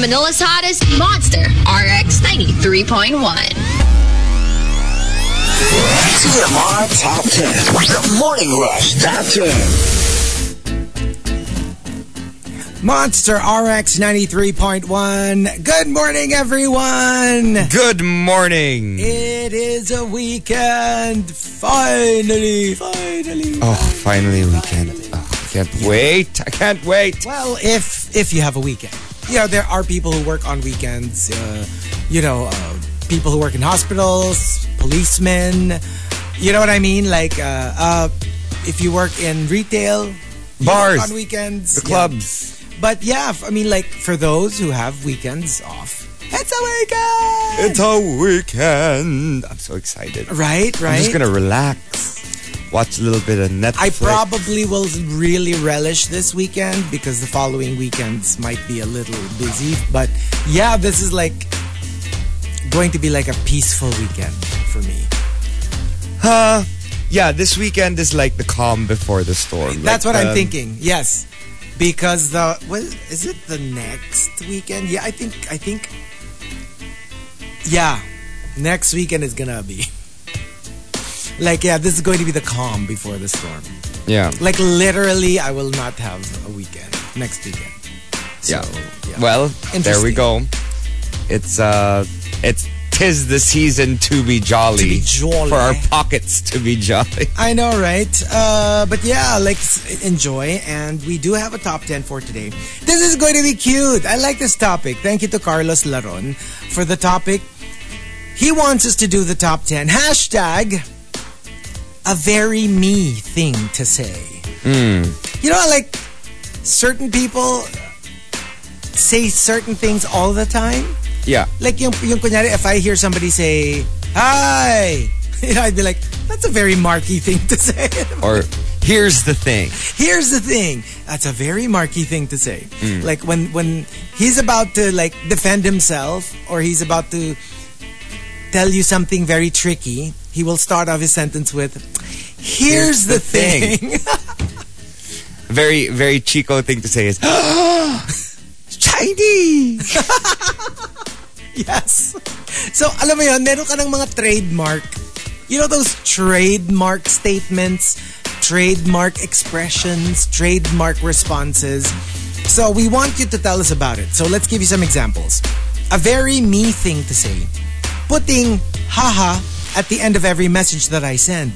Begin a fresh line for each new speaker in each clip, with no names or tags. Manila's hottest monster, RX 93.1.
TMR Top 10. The Morning Rush Top 10.
Monster RX 93.1. Good morning, everyone.
Good morning.
It is a weekend. Finally, finally.
Oh, finally weekend. Oh, I can't wait. I can't wait.
Well, if if you have a weekend. You know, there are people who work on weekends. Uh, you know, uh, people who work in hospitals, policemen. You know what I mean? Like, uh, uh, if you work in retail, you work
Bars.
on weekends,
The
Yeah.
clubs.
But yeah, f- I mean, like for those who have weekends off, it's a weekend.
It's a weekend. I'm so excited.
right, right.
I'm just gonna relax. Watch a little bit of Netflix.
I probably will really relish this weekend because the following weekends might be a little busy. But yeah, this is like going to be like a peaceful weekend for me.
Huh? Yeah, this weekend is like the calm before the storm.
That's
Like,
what I'm
um,
thinking. Yes, because the what is it the next weekend? Yeah, I think I think yeah, next weekend is gonna be like yeah, this is going to be the calm before the storm.
Yeah.
Like literally, I will not have a weekend next weekend. So,
Yeah. Well, there we
Interesting.
go. It's uh, it's tis the season to be jolly.
To be jolly.
For our pockets to be jolly.
I know, right? Uh, but yeah, like s- enjoy. And we do have a top 10 for today. This is going to be cute. I like this topic. Thank you to Carlos Laron for the topic. He wants us to do the top 10. Hashtag a very me thing to say. You know, like certain people say certain things all the time.
Yeah.
Like yung, yung kunyari, if I hear somebody say, Hi! You know, I'd be like, that's a very marky thing to say.
Or here's the thing.
Here's the thing. That's a very marky thing to say. Like when when he's about to like defend himself or he's about to tell you something very tricky, he will start off his sentence with Here's, the,
the
thing.
thing." very very Chico thing to say is Chinese.
Yes. So, alam mo yun, meron ka ng mga trademark. You know those trademark statements, trademark expressions, trademark responses. So, we want you to tell us about it. So, let's give you some examples. A very me thing to say. Putting haha at the end of every message that I send.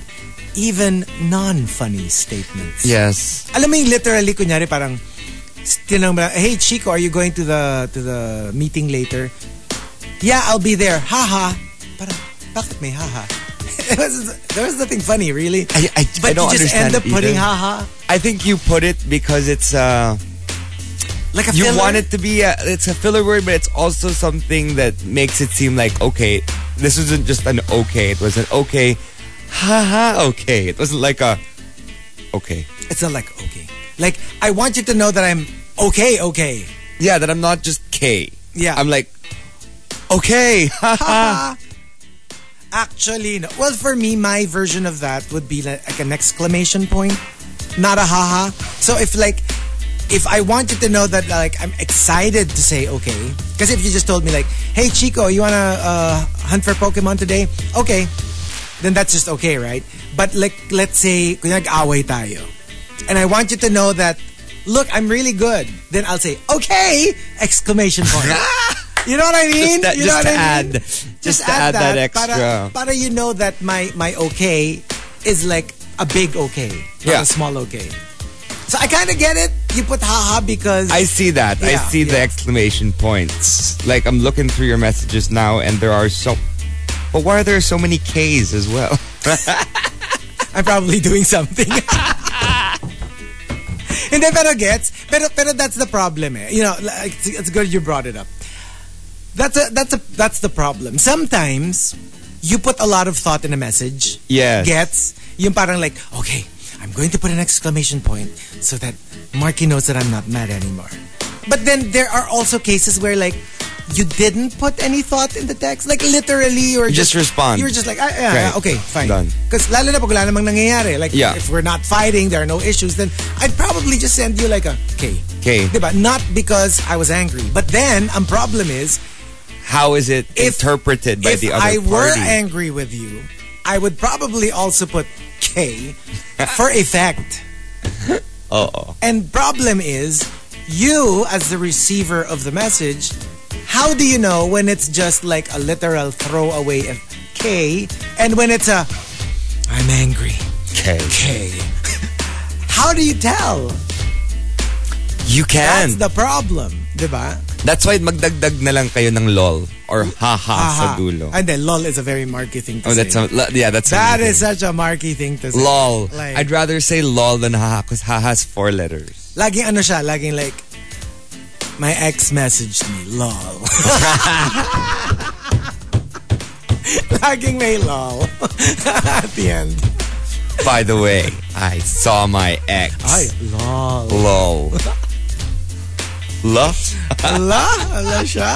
Even non-funny statements.
Yes.
Alam mo yung literally, kunyari parang, tinanong mo lang, hey Chico, are you going to the to the meeting later? Yeah, I'll be there. Haha. Parang, bakit may haha? It was, there was nothing funny, really.
I- I- I
but
don't
you just
understand
end up
it
putting haha.
either. I think you put it because it's uh
Like a
you
filler.
want it to be a it's a filler word but it's also something that makes it seem like okay this isn't just an okay it was an okay haha okay it wasn't like a okay
It's not like, okay. Like, I want you to know that I'm okay, okay.
yeah that I'm not just K
Yeah.
I'm like okay
Actually, no. Well, for me, my version of that would be like, like an exclamation point, not a haha. So if like, if I want you to know that like I'm excited to say okay, because if you just told me like, hey Chico, you wanna uh, hunt for Pokemon today? Okay, then that's just okay, right? But like, let's say kunyari away tayo, and I want you to know that, look, I'm really good. Then I'll say okay! Exclamation point. You know what I mean?
that-
you know what
just to
I mean?
add- just to add that extra.
Para, para you know that my my okay is like a big okay, not
Yeah.
a small okay. So I kind of get it. You put haha because
I see that. I
Yeah,
see the
yeah.
exclamation points. Like I'm looking through your messages now, and there are so. But why are there so many K's as well?
I'm probably doing something. Hindi, pero gets. Pero, pero that's the problem eh. You know, like, it's, it's good you brought it up. That's a, that's a, that's the problem. Sometimes, you put a lot of thought in a message.
Yes.
Gets. Yung parang like, okay, I'm going to put an exclamation point so that Marky knows that I'm not mad anymore. But then there are also cases where like, you didn't put any thought in the text. Like literally, or
You just respond.
You were just like, ah, yeah,
Right.
okay, fine.
Done.
Because lalo na pag wala namang nangyayari. Like,
Yeah.
if we're not fighting, there are no issues, then I'd probably just send you like a K.
K.
Diba? Not because I was angry. But then, ang problem is,
How is it
If-
interpreted by
if
the other
I were
party?
angry with you, I would probably also put K for effect.
Uh-oh.
And problem is, you as the receiver of the message, how do you know when it's just like a literal throwaway of K and when it's a I'm angry
Okay.
K? How do you tell?
You can.
That's
That's,
the problem, diba?
why magdagdag na lang kayo ng lol or haha Ah, sa
Aha.
dulo.
And then lol is a very marky thing to
oh,
say.
that's a, lo- yeah, that's
that
amazing.
is such a marky thing to say.
lol.
Like-
I'd rather say lol than haha because haha's four letters.
Laging ano siya, laging like, my ex messaged me, lol. laging may lol at the end.
By the way, I saw my ex.
Ay, oh. lol.
Lol. Love?
Ala, ala siya.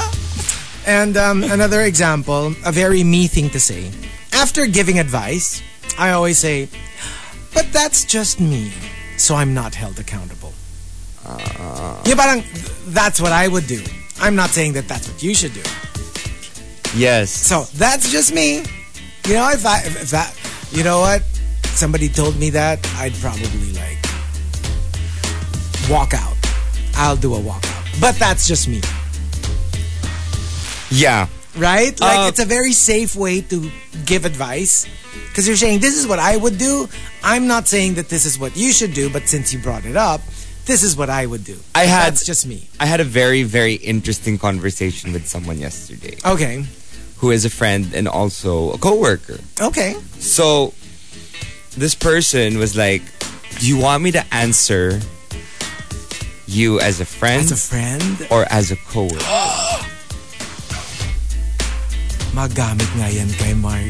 And um, another example, a very me thing to say. After giving advice, I always say, but that's just me, so I'm not held accountable. yeah, parang, that's what I would do. I'm not saying that that's what you should do.
Yes.
So that's just me. You know, if I if that, you know what, somebody told me that, I'd probably like walk out. I'll do a walkout. But that's just me,
Yeah.
right? Like
Uh,
it's a very safe way to give advice because you're saying this is what I would do. I'm not saying that this is what you should do, but since you brought it up, this is what I would do.
I had-
that's just me.
I had a very, very interesting conversation with someone yesterday
Okay,
who is a friend and also a coworker.
okay,
So this person was like, Do you want me to answer you as a friend
as a friend,
or as a coworker?
magamit nga yan kay Mark.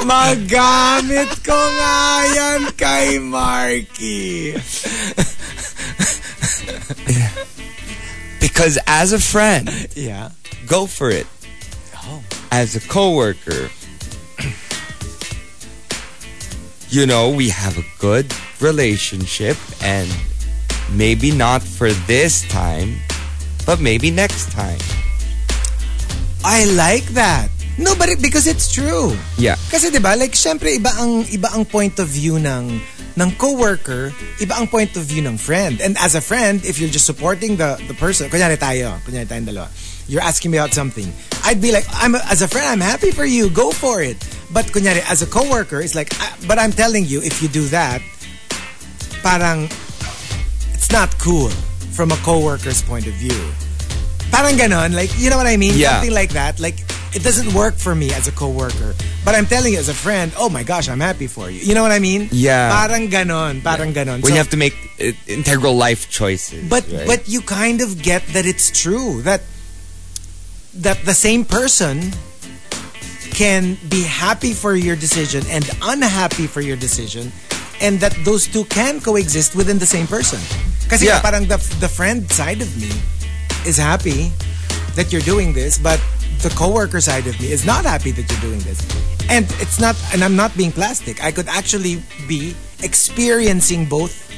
Magamit ko nga yan kay Marky.
because as a friend,
Yeah.
go for it.
Oh.
As a coworker, you know, we have a good relationship and maybe not for this time, but maybe next time.
I like that. No, but it, because it's true.
Yeah.
Kasi 'di ba? Like syempre iba ang iba ang point of view ng ng coworker, iba ang point of view ng friend. And as a friend, if you're just supporting the the person, kunyari tayo, kunyari tayong dalawa. You're asking me out something. I'd be like, I'm as a friend, I'm happy for you. Go for it. But kunyari as a coworker, it's like I, but I'm telling you if you do that, parang it's not cool from a coworker's point of view. Parang ganon, like you know what I mean?
Yeah.
Something like that. Like it doesn't work for me as a coworker, but I'm telling you as a friend, oh my gosh, I'm happy for you. You know what I mean?
Yeah.
Parang ganon, parang ganon.
When
So-
you have to make uh, integral life choices.
but
right?
but you kind of get that it's true that that the same person can be happy for your decision and unhappy for your decision and that those two can coexist within the same person kasi
Yeah.
parang the, the friend side of me is happy that you're doing this but the coworker side of me is not happy that you're doing this and it's not and I'm not being plastic I could actually be experiencing both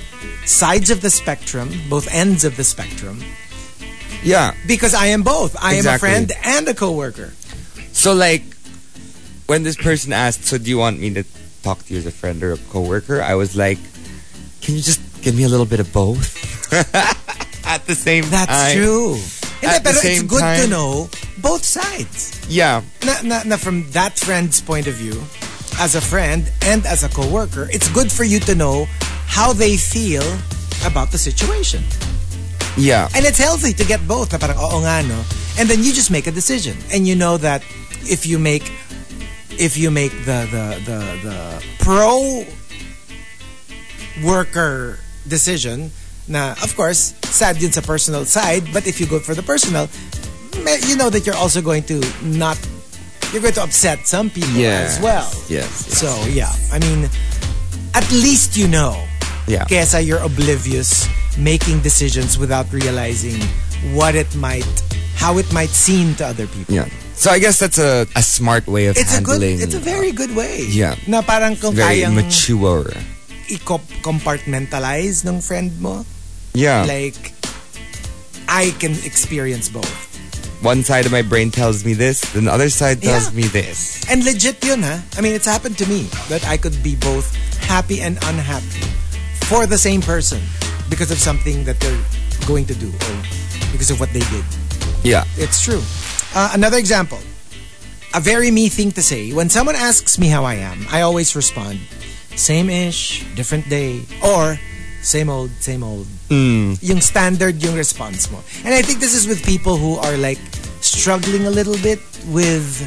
sides of the spectrum, both ends of the spectrum,
yeah.
because I am both. I am a
Exactly.
friend and a coworker.
So like when this person asked, "So do you want me to talk to you as a friend or a coworker?" I was like, "Can you just give me a little bit of both?" At the same
That's
time.
true. Hindi,
At the
pero it's
same
good to
time-
know both sides.
Yeah.
Na, na, na from that friend's point of view, as a friend and as a coworker, it's good for you to know how they feel about the situation.
Yeah.
And it's healthy to get both. Na parang, oo nga, no? And then you just make a decision. And you know that if you make if you make the the the, the pro worker decision na of course sad yun sa personal side but if you go for the personal me- you know that you're also going to not you're going to upset some people
Yes,
as well
yes, yes,
so yeah i mean at least you know
Yeah.
Kesa you're oblivious, making decisions without realizing what it might, how it might seem to other people.
Yeah. So I guess that's a, a smart way of
It's a good,
handling.
it's a very um, good way.
Yeah.
Na parang kung
very
kayang
mature.
i-compartmentalize ng friend mo,
Yeah.
like, I can experience both.
One side of my brain tells me this, then the other side tells
Yeah.
me this.
And legit yun, ha? I mean, it's happened to me that I could be both happy and unhappy for the same person because of something that they're going to do or because of what they did.
Yeah.
It's true. Uh, another example. A very me thing to say. When someone asks me how I am, I always respond, same ish, different day, or same old, same old.
Hmm.
Yung standard yung response mo. And I think this is with people who are like struggling a little bit with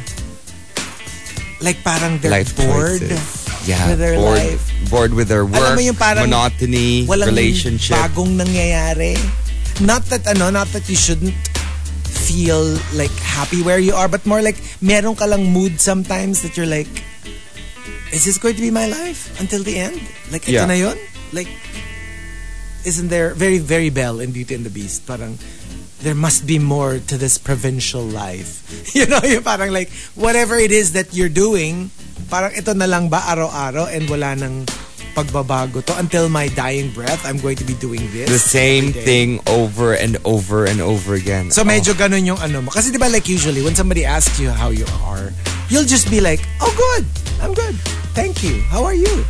like parang they're
Life
bored
choices. Yeah.
with their
bored,
life.
bored with their
Alam
work,
mo yung parang
monotony,
walang
relationship.
bagong nangyayari. Not that ano, not that you shouldn't feel like happy where you are, but more like meron ka lang mood sometimes that you're like, is this going to be my life until the end? Like, ito
Yeah.
na yun? Like, isn't there very, very Belle in Beauty and the Beast? Parang, there must be more to this provincial life. You know, yung parang like, whatever it is that you're doing, parang ito na lang ba araw-araw and wala nang pagbabago to. Until my dying breath, I'm going to be doing this.
the same
every day.
thing Oh. over and over and over again.
So medyo ganun yung ano mo. Kasi di ba like usually, when somebody asks you how you are, you'll just be like, oh good, I'm good. Thank you. How are you?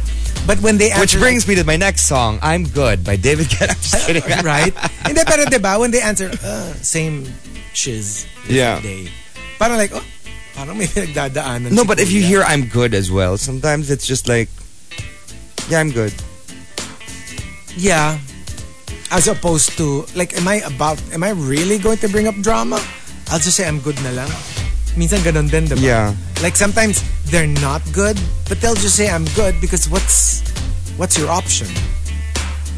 But when they
Oh. Which
answer,
brings me to my next song, I'm Good by David Guetta. I'm just kidding.
like, right? Hindi, pero di ba, when they answer, uh, same shiz
Yeah.
day. Parang like, oh, parang may pinagdadaanan.
No,
si
but if you
Kuya.
hear I'm good as well, sometimes it's just like, yeah, I'm good.
Yeah. As opposed to, like, am I about, am I really going to bring up drama? I'll just say I'm good na lang. Minsan ganun din, diba?
Yeah.
Like, sometimes they're not good, but they'll just say I'm good because what's, what's your option?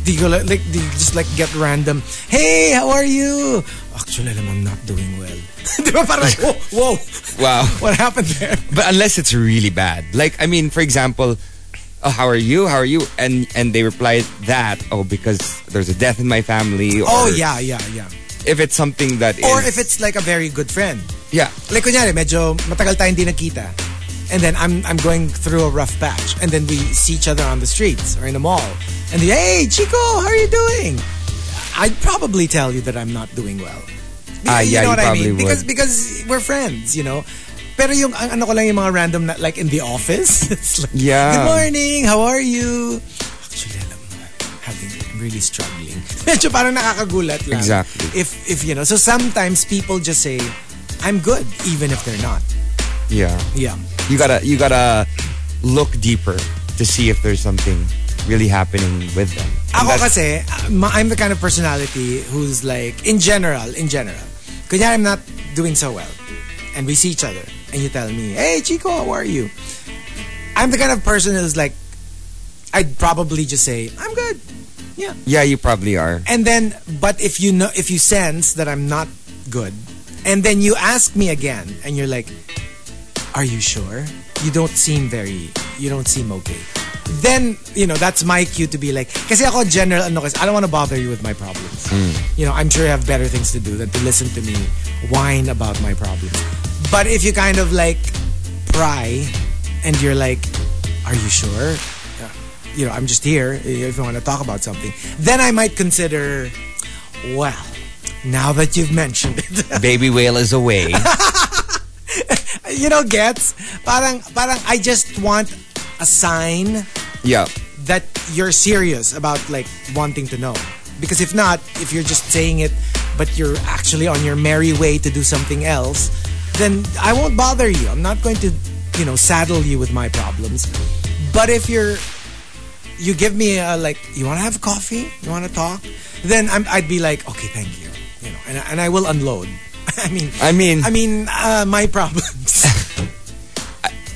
Do you, go like, like, do you just like get random, hey, how are you? Actually, alam, I'm not doing well. Di ba? Parang, like, whoa, whoa.
Wow.
What happened there?
But unless it's really bad, like I mean, for example, oh, how are you? How are you? And and they reply that oh because there's a death in my family. Or
Oh, yeah, yeah, yeah.
If it's something that is
Or if it's like a very good friend.
yeah
like kunyari, medyo matagal tayo hindi nakita. And then I'm I'm going through a rough patch. And then we see each other on the streets or in a mall. And the, hey, Chico, how are you doing? I'd probably tell you that I'm not doing well.
Ah,
you
yeah,
know
you
what I mean?
probably would.
Because because we're friends, you know. Pero yung ang ano ko lang yung mga random na, like in the office. It's like,
Yeah.
good morning, how are you? Actually, alam mo, having, I'm really struggling. Medyo parang nakakagulat lang.
Exactly.
If, if you know, so sometimes people just say, I'm good, even if they're not.
yeah
Yeah.
you gotta you gotta look deeper to see if there's something really happening with them. And
Ako
that's-
kasi, ma- I'm the kind of personality who's like, in general, in general, kunyari I'm not doing so well, and we see each other, and you tell me, hey, Chico, how are you? I'm the kind of person who's like, I'd probably just say, I'm good. Yeah.
yeah, you probably are.
And then, but if you know, if you sense that I'm not good, and then you ask me again, and you're like, "Are you sure? You don't seem very. You don't seem okay." Then you know that's my cue to be like, "Kasi ako general ano kasi I don't want to bother you with my problems. You know, I'm sure you have better things to do than to listen to me whine about my problems. But if you kind of like pry, and you're like, "Are you sure?" you know, I'm just here uh, if you want to talk about something. Then I might consider, well, now that you've mentioned it,
Baby whale is away.
you know, gets parang parang I just want a sign
yeah,
that you're serious about like wanting to know. Because if not, if you're just saying it, but you're actually on your merry way to do something else, then I won't bother you. I'm not going to, you know, saddle you with my problems. But if you're, you give me a like, you want to have coffee? You want to talk? Then I'm, I'd be like, okay, thank you. You know, and, I- and I will unload. I mean,
I mean-
I mean, uh, my problems.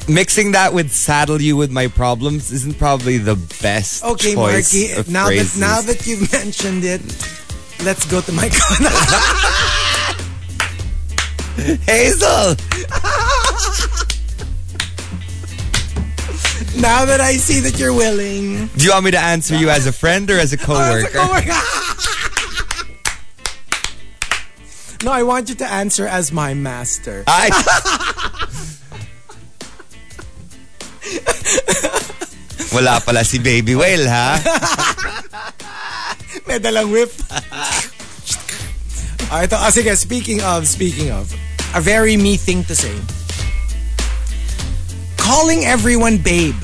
mixing that with saddle you with my problems isn't probably the best.
Okay,
choice
Marky.
of
Now
phrases.
that now that you've mentioned it, let's go to my corner.
Hazel.
Now that I see that you're willing.
Do you want me to answer you as a friend or as a
Oh, As a
coworker?
coworker. no, I want you to answer as my master.
I... Wala pala si Baby Whale, ha?
May dalang whip. ah, ito, ah, sige, speaking of, speaking of, a very me thing to say. Calling everyone babe.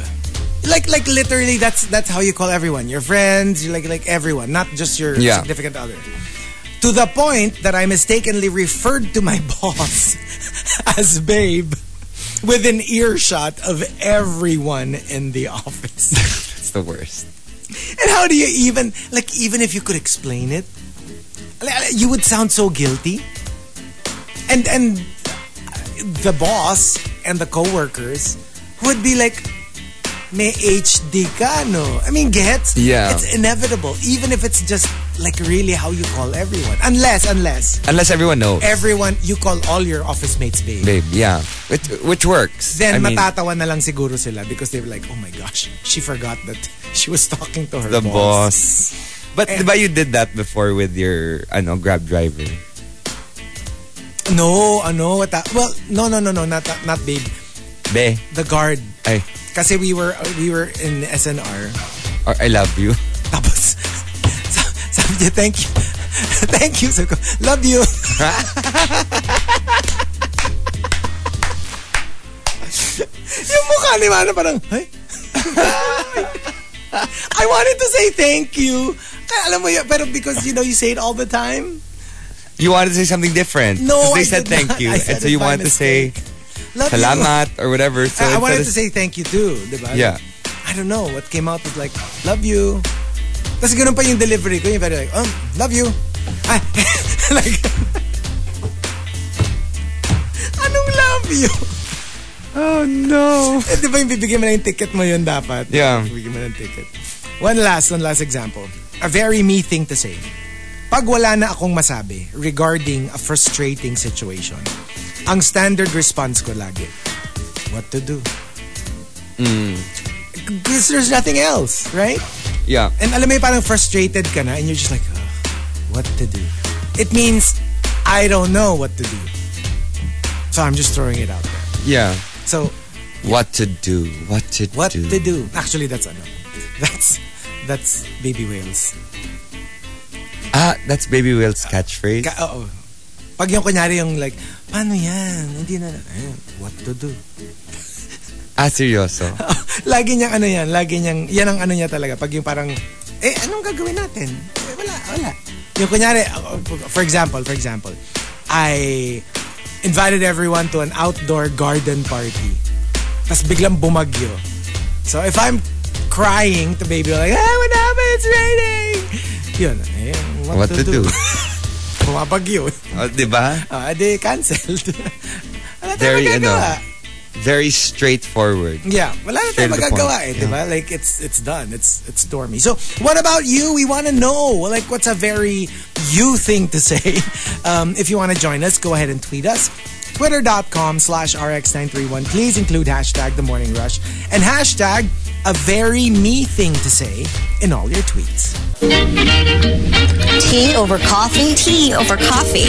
Like, like literally, that's that's how you call everyone. Your friends, you like like everyone, not just your
Yeah.
significant other. To the point that I mistakenly referred to my boss as babe within earshot of everyone in the office.
It's the worst.
And how do you even like even if you could explain it, like, uh, you would sound so guilty. And and the boss and the coworkers would be like, "May HD ka no?" I mean, gets
Yeah.
It's inevitable, even if it's just like really how you call everyone. Unless unless
Unless everyone knows.
everyone you call all your office mates babe.
Babe, yeah. Which, which works.
Then
I mean,
matatawa na lang siguro sila because they're like, "Oh my gosh, she forgot that she was talking to her
the
boss.
boss. But
Eh.
di ba you did that before with your ano, grab driver?
No, ano, what the- well, no, no, no, no, not that- not babe.
Be,
The guard.
I,
Kasi we were uh, we were in SNR.
or I love you.
Tapos, sa- sabi niya, thank you. Thank you. Sabi ko, love you. Yung mukha ni Mano parang, hey? I wanted to say thank you. Kaya alam mo yun, pero because, you know, you say it all the time.
You wanted to say something different.
No,
'Cause they
I
said
did
thank
not.
you.
I said
and so
it
you
by
wanted to
mistake. Love
say
you.
salamat or whatever. So
I, I
instead
wanted
of-
to say thank you too, di ba?
Yeah.
I don't know. What came out was like, love you. Tapos ganun pa yung delivery ko. Yung very like, um, love you. Ay, like, anong love you?
Oh no.
Eh, di ba yung bibigyan mo na yung ticket mo yun dapat?
Yeah.
Bibigyan mo na yung ticket. One last, one last example. A very me thing to say. Pag wala na akong masabi regarding a frustrating situation, ang standard response ko lagi, what to do? Because there's nothing else, right?
Yeah.
And alam mo yung parang frustrated ka na and you're just like, "Ugh, what to do? It means, I don't know what to do. So I'm just throwing it out there.
Yeah.
So,
What to do? What to
what
do?
to do? Actually, that's ano. That's that's baby whales.
Ah, that's Baby Will's catchphrase.
Ka oo. Pag yung kunyari yung like, paano yan? Hindi na, ayun, what to do?
ah, seryoso.
lagi niyang ano yan, lagi niyang, yan ang ano niya talaga. Pag yung parang, eh, anong gagawin natin? Eh, wala, wala. Yung kunyari, ako, for example, for example, I invited everyone to an outdoor garden party. Tapos biglang bumagyo. So if I'm crying to baby, like, ah, what happened? It's raining! Yun, eh, what,
What to do?
Bumabagyo.
oh, di ba?
Ah, di, canceled. wala
Very,
tayong
ano,
magagawa.
Very straightforward.
Yeah, wala na tayong
Straight to the
magagawa eh,
point.
di ba? Like, it's, it's done. It's, it's stormy. So, what about you? We want to know, like, what's a very you thing to say? Um, if you want to join us, go ahead and tweet us. Twitter.com slash RX931. Please include hashtag The Morning Rush and hashtag a very me thing to say in all your tweets.
Tea over coffee? Tea over coffee.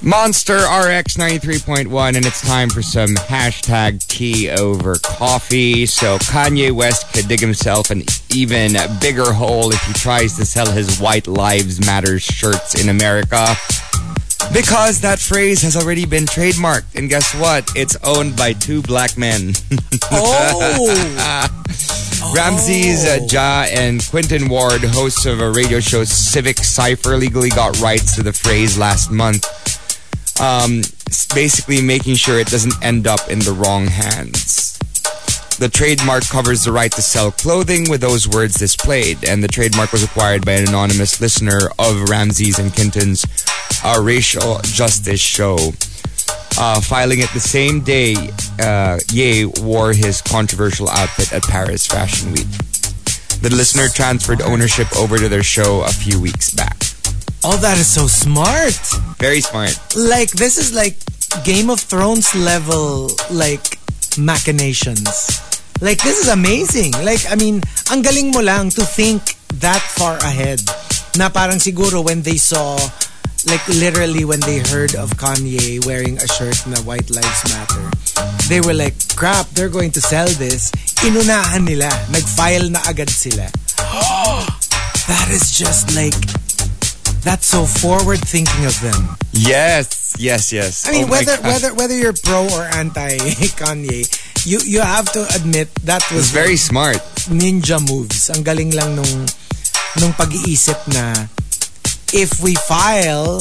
Monster RX 93.1, and it's time for some hashtag tea over coffee. So Kanye West could dig himself an even bigger hole if he tries to sell his White Lives Matter shirts in America. Because that phrase has already been trademarked, and guess what? It's owned by two black men.
Oh!
Ramses uh, Ja and Quentin Ward, hosts of a radio show Civic Cypher, legally got rights to the phrase last month. Um, s- basically, making sure it doesn't end up in the wrong hands. The trademark covers the right to sell clothing with those words displayed, and the trademark was acquired by an anonymous listener of Ramses and Quinton's uh, racial justice show uh, filing it the same day uh, Ye wore his controversial outfit at Paris Fashion Week. The listener transferred ownership over to their show a few weeks back.
All that is so smart.
Very smart.
Like, this is like Game of Thrones level like machinations. Like this is amazing. Like I mean, ang galing mo lang to think that far ahead. Na parang siguro when they saw like literally when they heard of Kanye wearing a shirt na White Lives Matter, they were like, crap, they're going to sell this. Inunahan nila. Nag-file na agad sila. that is just like, that's so forward thinking of them.
Yes, yes, yes.
I mean,
Oh my
whether
gosh.
whether whether you're pro or anti Kanye, you you have to admit that
It's
was
very smart.
ninja moves. Ang galing lang nung nung pag-iisip na if we file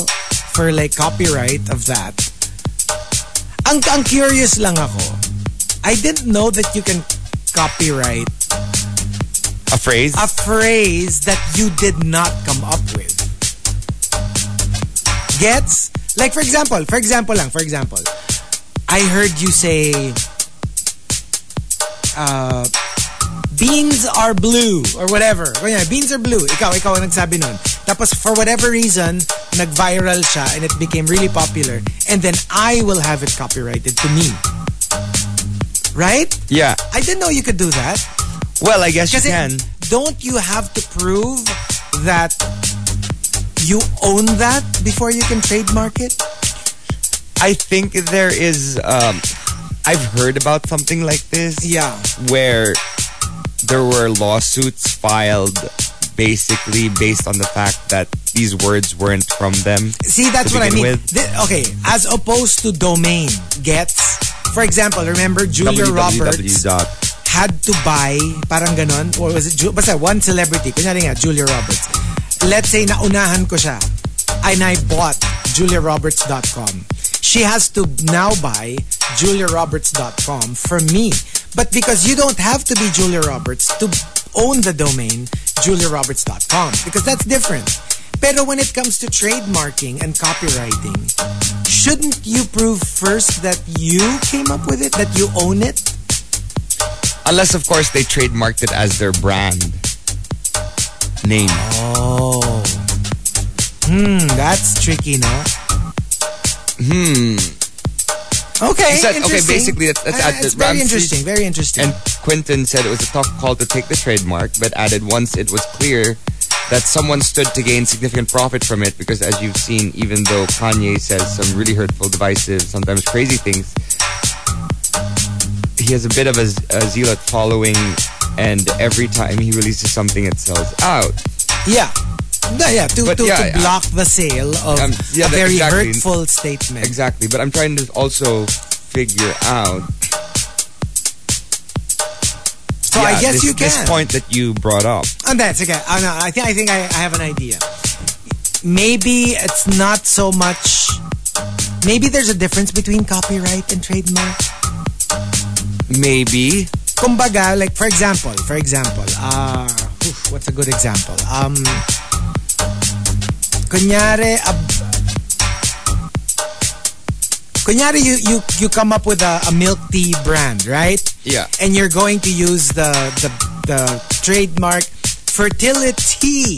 for like copyright of that. Ang ang curious lang ako. I didn't know that you can copyright
A phrase?
a phrase that you did not come up with. Gets? Like for example, for example lang, for example. I heard you say uh, beans are blue or whatever. Kanya, beans are blue. Ikaw, ikaw ang nagsabi nun. Tapos for whatever reason, nag-viral siya and it became really popular. And then I will have it copyrighted to me. Right?
yeah.
I didn't know you could do that.
Well, I guess you
Kasi
can.
don't you have to prove that you own that before you can trademark it?
I think there is. Um, I've heard about something like this.
Yeah.
where there were lawsuits filed basically based on the fact that these words weren't from them.
See, that's
To
what I mean.
begin with.
Thi- okay, as opposed to domain gets. For example, remember Julia Roberts
www.
had to buy parang ganon or was it Ju- basta one celebrity kunyari nga Julia Roberts let's say naunahan ko siya and I bought juliaroberts.com she has to now buy juliaroberts.com from me but because you don't have to be Julia Roberts to own the domain juliaroberts.com because that's different pero when it comes to trademarking and copywriting shouldn't you prove first that you came up with it that you own it
Unless, of course, they trademarked it as their brand name.
Oh. Hmm, that's tricky, no? Hmm. Okay.
Is that- okay,
interesting.
basically, that's- that's-
Uh,
that's-
it's very
I'm-
interesting. Very interesting.
And Quinton said it was a tough call to take the trademark, but added once it was clear that someone stood to gain significant profit from it, because as you've seen, even though Kanye says some really hurtful, divisive, sometimes crazy things, he has a bit of a, z- a zealot following, and every time he releases something, it sells out.
yeah. No, yeah, to,
But
to,
yeah,
to
I-
block the sale of
Um, yeah,
a
that-
very
exactly.
hurtful statement.
Exactly, but I'm trying to also figure out.
So
yeah,
I guess
this-
you can.
This point that you brought up.
And that's okay. I know. I think I think I, I have an idea. Maybe it's not so much. Maybe there's a difference between copyright and trademark.
Maybe.
kumbaga, like for example, for example, ah, oof, what's a good example? Um, kunyari, ab- kunyari you, you, you come up with a, a milk tea brand, right?
Yeah.
And you're going to use the, the, the trademark fertility.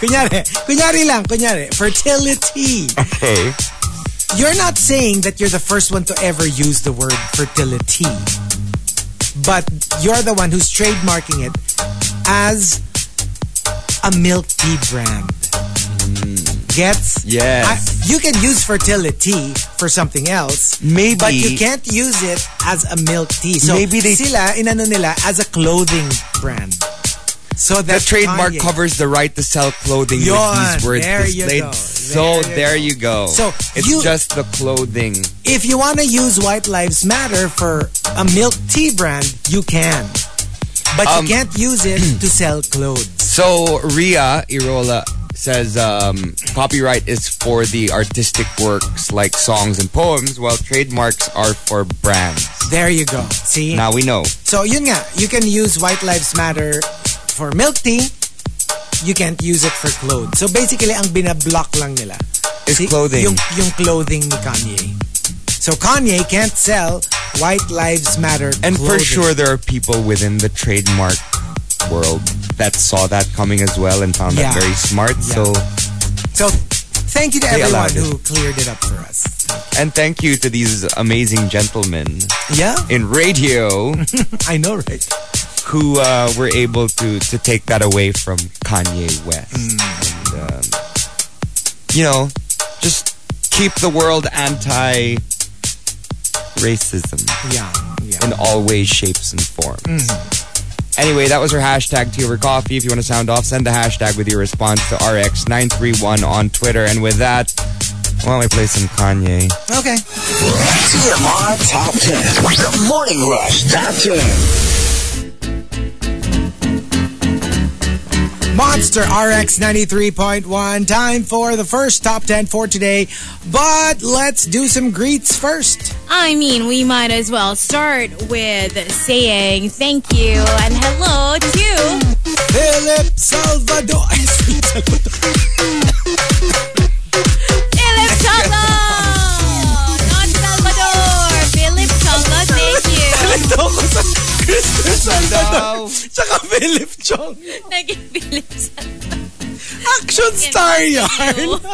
Kunyari, kunyari lang, kunyari, fertility.
Okay.
You're not saying that you're the first one to ever use the word fertility, but you're the one who's trademarking it as a milk tea brand. Gets?
Mm. Yes.
I- you can use fertility for something else,
Maybe.
but you can't use it as a milk tea. So
Maybe they-
sila inano nila as a clothing brand. So
The
that
trademark
Kanye-
covers the right to sell clothing with
Yun,
these words
there you
displayed.
go, there
so
you
there
go.
you go.
So,
it's
you-
just the clothing.
if you want to use White Lives Matter for a milk tea brand, you can. But
Um,
you can't use it to sell clothes.
So Ria Irola says um, copyright is for the artistic works like songs and poems, while trademarks are for brands.
There you go. See?
Now we know.
So yun nga, you can use White Lives Matter for milk tea. You can't use it for clothes. So basically, ang binablock lang nila.
Is clothing.
Yung, yung clothing ni Kanye. So Kanye can't sell White Lives Matter
And for
clothing.
sure, there are people within the trademark world that saw that coming as well and found that
Yeah.
very smart.
Yeah.
So
So Thank you to
They
everyone
allowed it.
who cleared it up for us.
And thank you to these amazing gentlemen
Yeah,
in radio
I know, right?
who uh, were able to to take that away from Kanye West. And, um, you know, just keep the world anti racism
Yeah, yeah.
in all ways, shapes, and forms. Anyway, that was our hashtag tea over coffee. If you want to sound off, send the hashtag with your response to RX931 on Twitter. And with that, why don't we play some Kanye?
Okay.
TMR Top 10. The Morning Rush Top 10.
Monster RX 93.1. Time for the first top 10 for today. But let's do some greets first.
I mean, we might as well start with saying thank you and hello to
Philip Salvador.
Philip Cholo! Don Salvador! Philip Cholo, thank you!
Tsaka Philip Chong.
Naging Philip Cholo.
Action star yarn.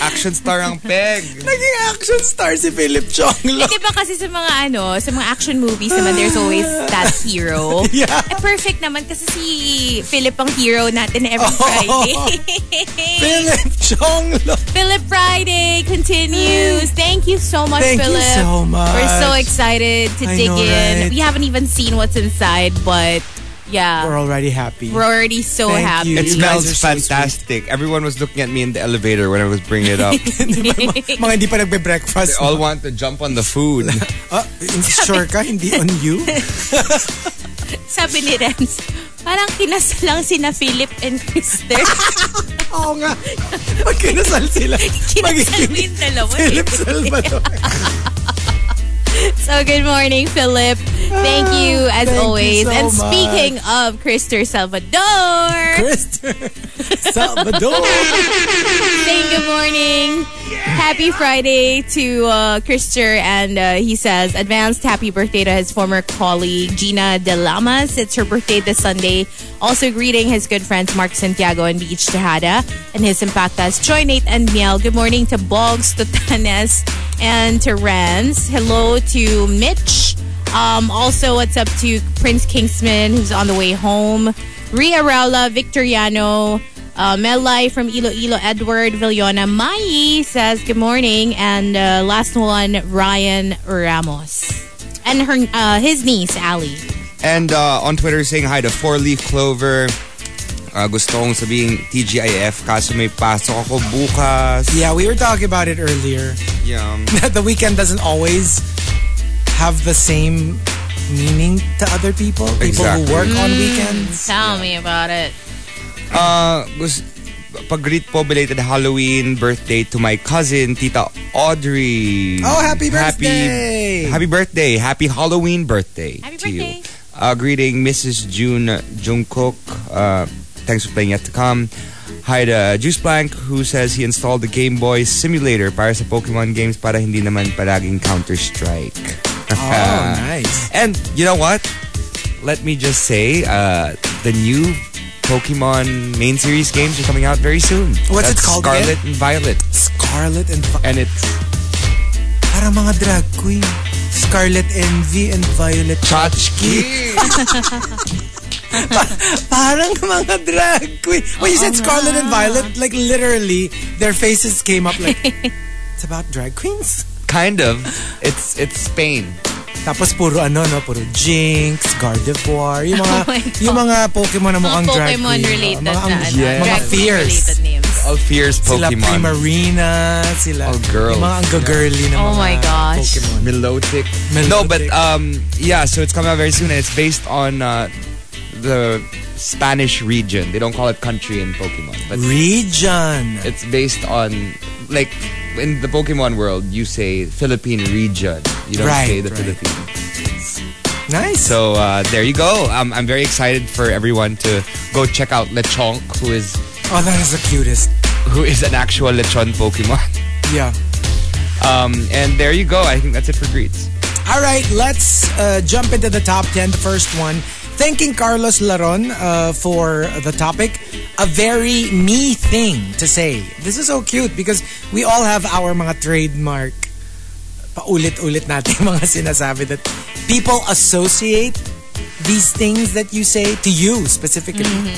Action star ang peg.
Naging action star si Philip Chong. Look.
Diba kasi sa mga ano, sa mga action movies naman, there's always that hero.
Yeah.
Eh, perfect naman kasi si Philip ang hero natin every Friday.
Oh. Philip Chong. Look.
Philip Friday continues. Thank you so much,
Thank you
Philip.
so much.
We're so excited to
I
dig
know,
in.
right?
We haven't even seen what's inside, but yeah,
We're
we're,
already happy.
already so
Thank
happy.
you.
It
You
smells
guys are so
fantastic. Everyone was looking at me in the elevator when I was bringing it up.
Mga hindi pa nagbe-breakfast.
they all want to jump on the food.
Ah, sure ka? Hindi on you?
Sabi ni Renz, parang kinasal lang sina Philip and Kristen.
Oo nga. Pag kinasal sila,
kinasal mo
magiging
yung dalawa. eh.
Philip Salvador.
So good morning, Philip. Thank you as
Ah, Thank you
always.
so
and
much.
speaking of Krister Salvador,
Christopher Salvador.
saying good morning. Happy Friday to uh, Christer. And uh, he says, advanced happy birthday to his former colleague, Gina De Lamas. It's her birthday this Sunday. Also greeting his good friends, Mark Santiago and Beach Tejada, and his impactas, Joy, Nate, and Miel. Good morning to Boggs, to Tanes, and to Renz. Hello to Mitch. Um, also, what's up to Prince Kingsman, who's on the way home. Ria Raula, Victoriano, uh, Melai from Iloilo, Edward Villona. Mai says, good morning. And uh, last one, Ryan Ramos. And her, uh, his niece, Allie.
and uh, on Twitter, saying hi to Four Leaf Clover. Uh, gusto kong sabihing TGIF kaso may pasok ako bukas.
Yeah, we were talking about it earlier.
Yum.
That the weekend doesn't always have the same meaning to other people. People who
Exactly.
work on weekends.
Tell me about it.
Uh, gusto, pag-greet po belated Halloween birthday to my cousin, Tita Audrey.
Oh, happy birthday!
Happy, happy birthday. Happy Halloween birthday
Happy
to you.
birthday.
Uh, greeting Mrs. June Jungkook. Uh, thanks for playing yet to come. Hi to uh, Juice Blank who says he installed the Game Boy simulator para sa Pokemon games para hindi naman palaging Counter-Strike.
Oh, nice.
And you know what? Let me just say, uh, the new Pokemon main series games are coming out very soon.
What's it
That's
called
Scarlet and Violet.
Scarlet and... Vi-
And it's
Parang mga drag queen. Scarlet Envy and Violet.
Tchotchke.
Parang mga drag queen. When you said Scarlet and Violet, like literally, their faces came up like... It's about drag queens?
kind of. It's it's Spain.
Tapos puro ano, no? Puro Jinx, Gardevoir, yung mga,
Oh my God.
yung mga Pokemon na mukhang
Mga
drag
Pokemon
queen.
related
mga,
na. ano,
yes.
mga
drag queen
fierce.
related names.
All fierce
Sila
Pokemon.
Primarina, sila.
All girls.
Yung mga ang girly na
Oh
mga
my gosh.
Pokemon.
Milotic.
Milotic.
No, but um, yeah. So it's coming out very soon, and it's based on uh, the Spanish region. They don't call it country in Pokemon, but
Region.
it's based on like in the Pokemon world, you say Philippine region. You don't
Right,
say the
right.
Philippines.
Nice.
So uh, there you go. Um, I'm very excited for everyone to go check out Lechonk, who is
oh, that is the cutest.
who is an actual Lechon Pokemon.
Yeah.
Um, and there you go. I think that's it for greets.
All right, let's uh, jump into the top 10. The first one thanking Carlos Laron uh, for the topic. A very me thing to say. This is so cute because we all have our mga trademark paulit-ulit natin mga sinasabi that people associate these things that you say to you specifically.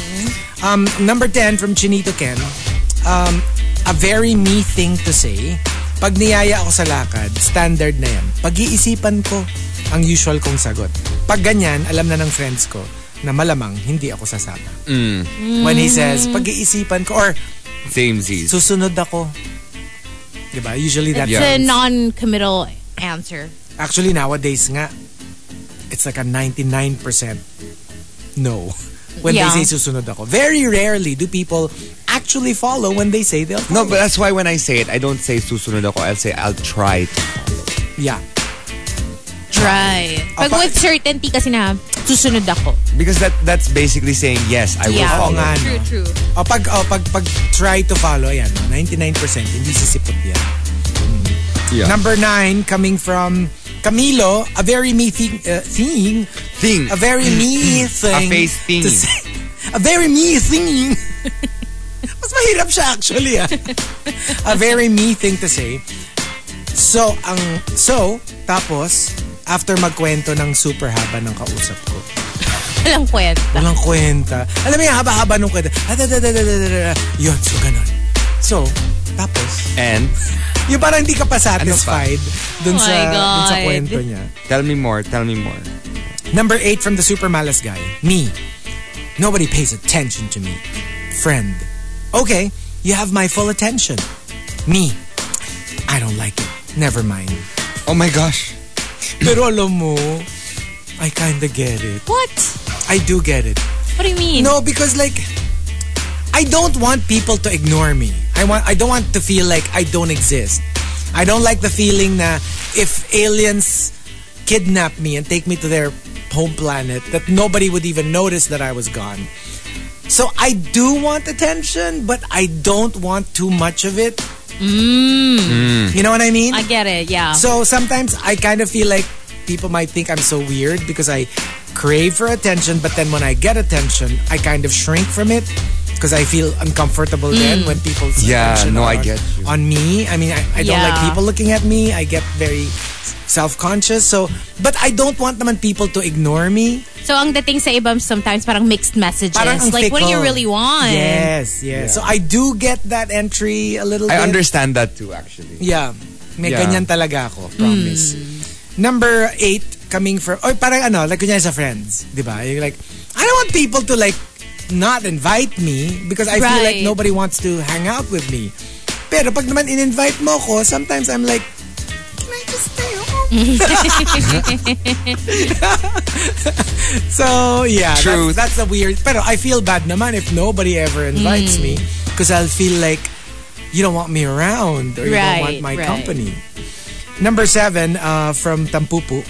Um, number 10 from Chinito Ken. Um, a very me thing to say. Pag niyaya ako sa lakad, standard na yan. Pag-iisipan ko ang usual kong sagot. Pag ganyan, alam na ng friends ko na malamang hindi ako sasama. When he says, pag-iisipan ko or
Same Z's.
susunod ako. Diba? Usually that
It's
Yeah.
a non-committal answer.
Actually, nowadays nga, it's like a 99% no. When
Yeah.
they say susunod ako. Very rarely do people actually follow when they say they'll
No,
follow.
but that's why when I say it, I don't say susunod ako. I'll say I'll try to.
Yeah.
Try. Pag
Apa-
with certainty kasi na, susunod ako.
Because that that's basically saying yes, I will
Yeah.
Oo
follow.
nga, no?
true.
O pag, o pag, pag try to follow, ayan, 99%, hindi sisipot yan.
Yeah.
Number nine, coming from Camilo, a very me thing, uh, thing
Thing.
a very me thing.
face thing.
to say- a very me thing. Mas mahirap siya actually ah. a very me thing to say. So, ang so tapos after magkwento ng super haba ng kausap ko.
Walang kwenta.
Walang kwenta. Alam mo yung haba-haba nung kwenta. Ah, da, da, da, da, da, da, da. Yun, so ganun. So, tapos,
And
yung parang hindi ka pa satisfied dun
Oh
sa,
my
dun sa
God.
kwento niya.
tell me more, tell me more.
Number eight from the Super Malas guy. Me. Nobody pays attention to me. Friend. Okay, you have my full attention. Me. I don't like it. Never mind.
Oh my gosh.
Pero alam mo, I kinda get it.
What?
I do get it.
What do you mean?
No, because like I don't want people to ignore me. I want I don't want to feel like I don't exist. I don't like the feeling na if aliens kidnap me and take me to their home planet that nobody would even notice that I was gone. So I do want attention, but I don't want too much of it. You know what I mean?
I get it, yeah.
So sometimes I kind of feel like people might think I'm so weird because I crave for attention, but then when I get attention, I kind of shrink from it because I feel uncomfortable
Mm.
then when people's
Yeah,
attention
no,
are
I
on-
get you.
on me. I mean, I, I don't like
Yeah.
people looking at me. I get very self-conscious. So, but I don't want naman people to ignore me.
So, ang dating sa iba sometimes parang mixed messages.
Parang ang
like, what do you
fickle.
really want?
Yes, yes. So I do get that entry a little
I
bit.
understand that too actually.
Yeah. May
Yeah.
ganyan talaga ako, promise. Number eight, coming from, or parang ano, like kunyari sa friends, di ba? You're like, I don't want people to like not invite me because I feel like
Right.
nobody wants to hang out with me. Pero pag naman in-invite mo ko, sometimes I'm like, can I just stay home? so, yeah. that's-
Truth.
That's, a weird, pero I feel bad naman if nobody ever invites
Mm.
me because I'll feel like you don't want me around or you don't want
Right,
my
right.
company. Number seven uh, from Tampupu.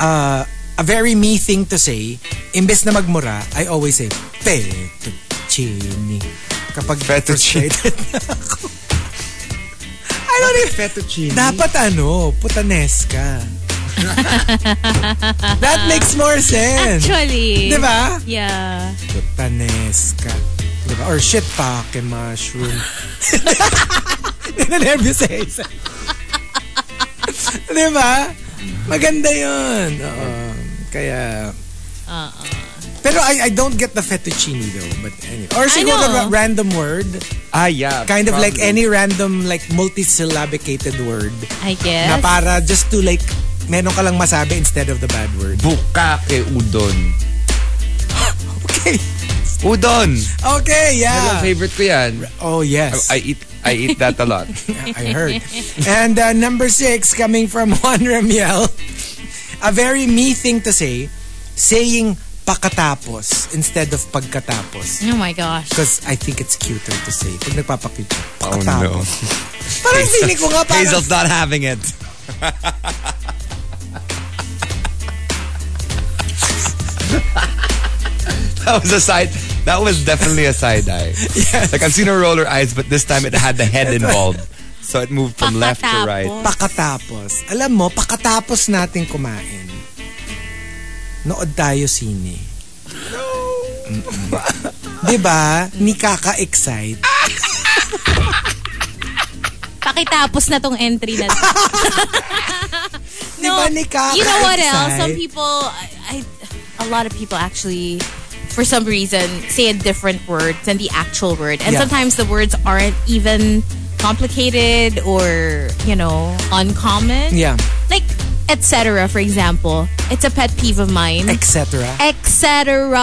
Uh, a very me thing to say, imbes na magmura, I always say, fettuccine. Kapag
Fettuccine.
frustrated na ako. I don't even...
Fettuccine.
Dapat ano, putanes ka. That makes more sense.
Actually.
Di ba?
Yeah.
Putanes ka. Diba? Or shit pake mushroom. Nananervyos sa isa. diba? Maganda yun. Oo. Kaya... Pero I, I don't get the fettuccine though. But anyway. Or siguro
know.
ra- random word.
Ah yeah.
Kind of like
probably.
any random like multisyllabicated word.
I guess.
Na para just to like meron ka lang masabi instead of the bad word.
bukake udon.
Okay.
Udon.
Okay,
Yung
yeah.
favorite ko yan.
Oh, yes.
I eat I eat that a lot.
I heard. and uh, number six, coming from Juan Ramiel, a very me thing to say, saying pakatapos instead of pagkatapos.
oh my gosh.
Because I think it's cuter to say. Pag nagpapakit siya,
oh no.
pakatapos. Parang feeling ko nga parang,
Hazel's not having it. that was a side. That was definitely a side eye. Like I've seen her roll her eyes, but this time it had the head involved, so it moved from left to right.
Pakatapos.
pakatapos. Alam mo, pakatapos natin kumain. nood tayo sine. No! diba? Ni kaka-excite.
Pakitapos na tong entry na to.
Diba ni kaka-excite?
you know what else? Some people, I, I, a lot of people actually, for some reason, say a different word than the actual word, and
Yeah.
sometimes the words aren't even complicated or you know uncommon.
Yeah.
Like etc. For example, it's a pet peeve of mine.
Etc.
etc.
Et cetera,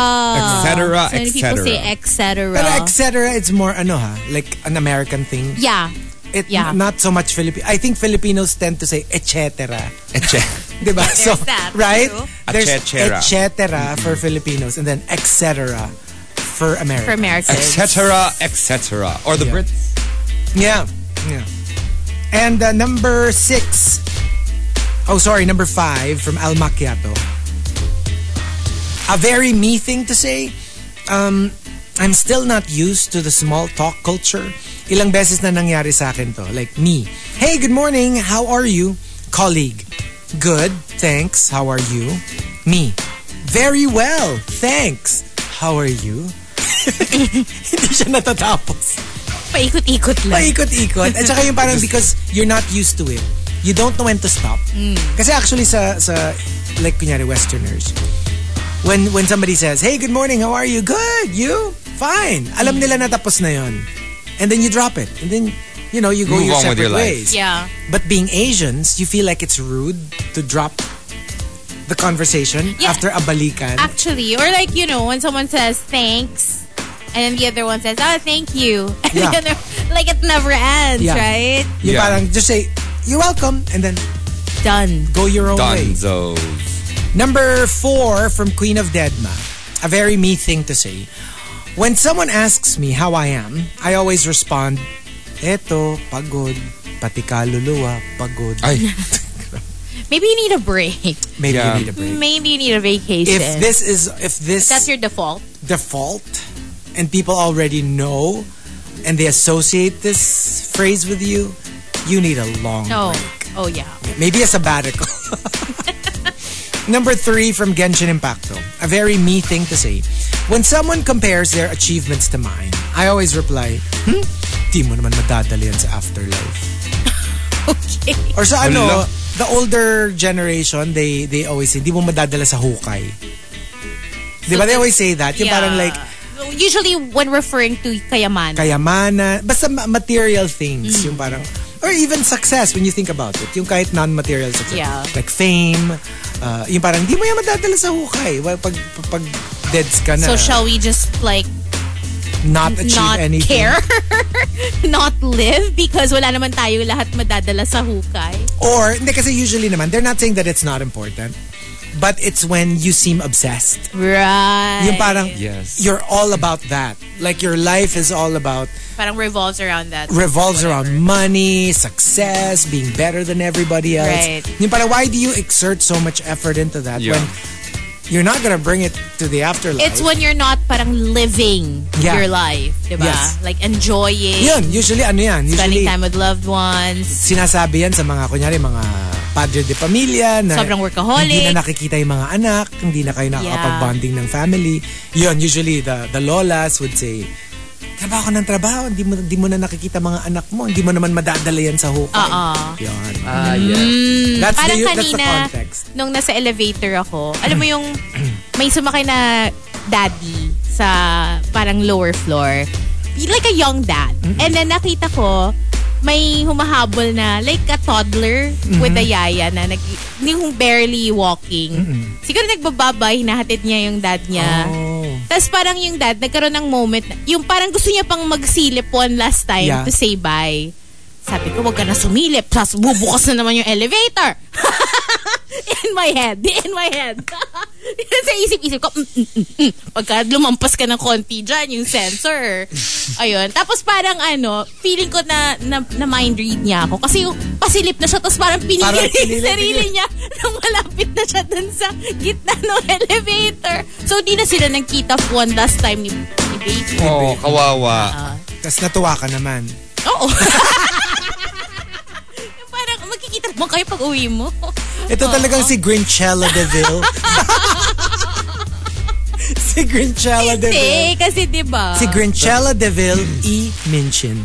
So many
et
people say
cetera.
etc.
Pero etc. It's more ano ha? Like an American thing.
yeah.
It,
Yeah.
Not so much Filipino. I think Filipinos tend to say etc. Diba? so,
that,
right?
true.
There's
Et cetera.
et cetera for Filipinos and then etc. for Americans.
For Americans.
Etc. Etc. Or the
Yeah.
Brits.
Yeah. Yeah. And uh, number six. Oh, sorry, number five from Al Macchiato. A very me thing to say. Um, I'm still not used to the small talk culture. Ilang beses na nangyari sa akin to. Like me. Hey, good morning. How are you? Colleague. Good. Thanks. How are you? Me. Very well. Thanks. How are you? Hindi siya natatapos.
Paikot-ikot lang.
Paikot-ikot. At saka yung parang because you're not used to it. You don't know when to stop.
Mm.
Kasi actually sa, sa like kunyari Westerners, when when somebody says, Hey, good morning, how are you? Good, you? Fine. Alam
Mm.
nila na tapos na yon. And then you drop it. And then, you know, you go
Move
your
on with
separate
your life.
ways.
Yeah.
But being Asians, you feel like it's rude to drop the conversation
Yeah.
after a balikan.
Actually, or like, you know, when someone says thanks, and then the other one says, oh, thank you. And
Yeah.
the other, like it never ends,
Yeah.
right?
you
Yeah.
parang just say, You're welcome. And then
Done.
go your own
Oh,
way.
Donzos.
Number four from Queen of Deadma. A very me thing to say. When someone asks me how I am, I always respond, Eto, pagod. Pati kaluluwa, pagod.
Ay,
Maybe you need a break.
Maybe
Yeah.
you need a break.
Maybe you need a vacation.
If this is, if this
Mm-hmm. That's your default.
default and people already know and they associate this phrase with you, you need a long
No.
break.
Oh, yeah.
Maybe a sabbatical. Number three from Genshin Impacto. A very me thing to say. When someone compares their achievements to mine, I always reply, hmm? Di mo naman madadali yan sa afterlife.
Okay.
Or sa ano,
Hala.
the older generation, they they always say, di mo madadala sa hukay. Di ba? They always say that. Yung parang like,
Usually when referring to kayaman.
kayamanan, basta ma- material
Mm.
things, yung parang, or even success when you think about it, yung kahit non-material success.
Yeah.
Like fame, uh, yung parang, di mo yan madadala sa hukay. Well, Pag, pag, pag deads ka na,
so shall we just like
not achieve
not
anything.
care? not live? Because wala naman tayo lahat madadala sa hukay.
Or, hindi, kasi usually naman, they're not saying that it's not important. But it's when you seem obsessed.
Right.
Yung parang,
Yes.
you're all about that. Like, your life is all about
parang revolves around that.
revolves
Whatever.
around money, success, being better than everybody else.
Right.
Yung parang, why do you exert so much effort into that
Yeah.
when you're not gonna bring it to the afterlife?
It's when you're not parang living
Yeah.
your life, diba?
Yes.
Like enjoying,
Yun, usually ano yan?
spending
Usually,
time with loved ones.
sinasabi yan sa mga, kunyari, mga padre de familia na
Sobrang workaholic.
hindi na nakikita yung mga anak, hindi na kayo nakakapag-bonding ng family. Yun, usually the, the lolas would say, trabaho ka ng trabaho, hindi mo, hindi mo na nakikita mga anak mo, hindi mo naman madadala yan sa hukay.
Oo.
Yun.
ah, yes.
that's,
Parang
the, that's the
kanina,
context.
nung nasa elevator ako, alam mo yung may sumakay na daddy sa parang lower floor. Like a young dad. And then nakita ko, may humahabol na like a toddler
Mm-hmm.
with a yaya na nag, yung barely walking. Siguro nagbababa, hinahatid niya yung dad niya.
Oh.
Tapos parang yung dad, nagkaroon ng moment, na- yung parang gusto niya pang magsilip one last time
Yeah.
to say bye. Sabi ko, wag ka na sumilip. Tapos bubukas na naman yung elevator. in my head. In my head. Sa isip-isip ko, mm, mm, mm, mm. pagka lumampas ka ng konti dyan, yung sensor. Ayun. Tapos parang ano, feeling ko na, na, na mind read niya ako. Kasi yung pasilip na siya, tapos parang pinigil
Parang
yung
pinigil,
sarili
pinigil.
niya nung malapit na siya dun sa gitna ng elevator. So, di na sila nagkita for one last time ni, ni baby.
Oh, kawawa.
Tapos natuwa ka naman.
Oo. Yung parang, magkikita mo kayo pag uwi mo.
Ito talagang si Grinchella Deville. si Grinchella Deville.
Hindi, kasi diba?
Si Grinchella Deville E. Minchin.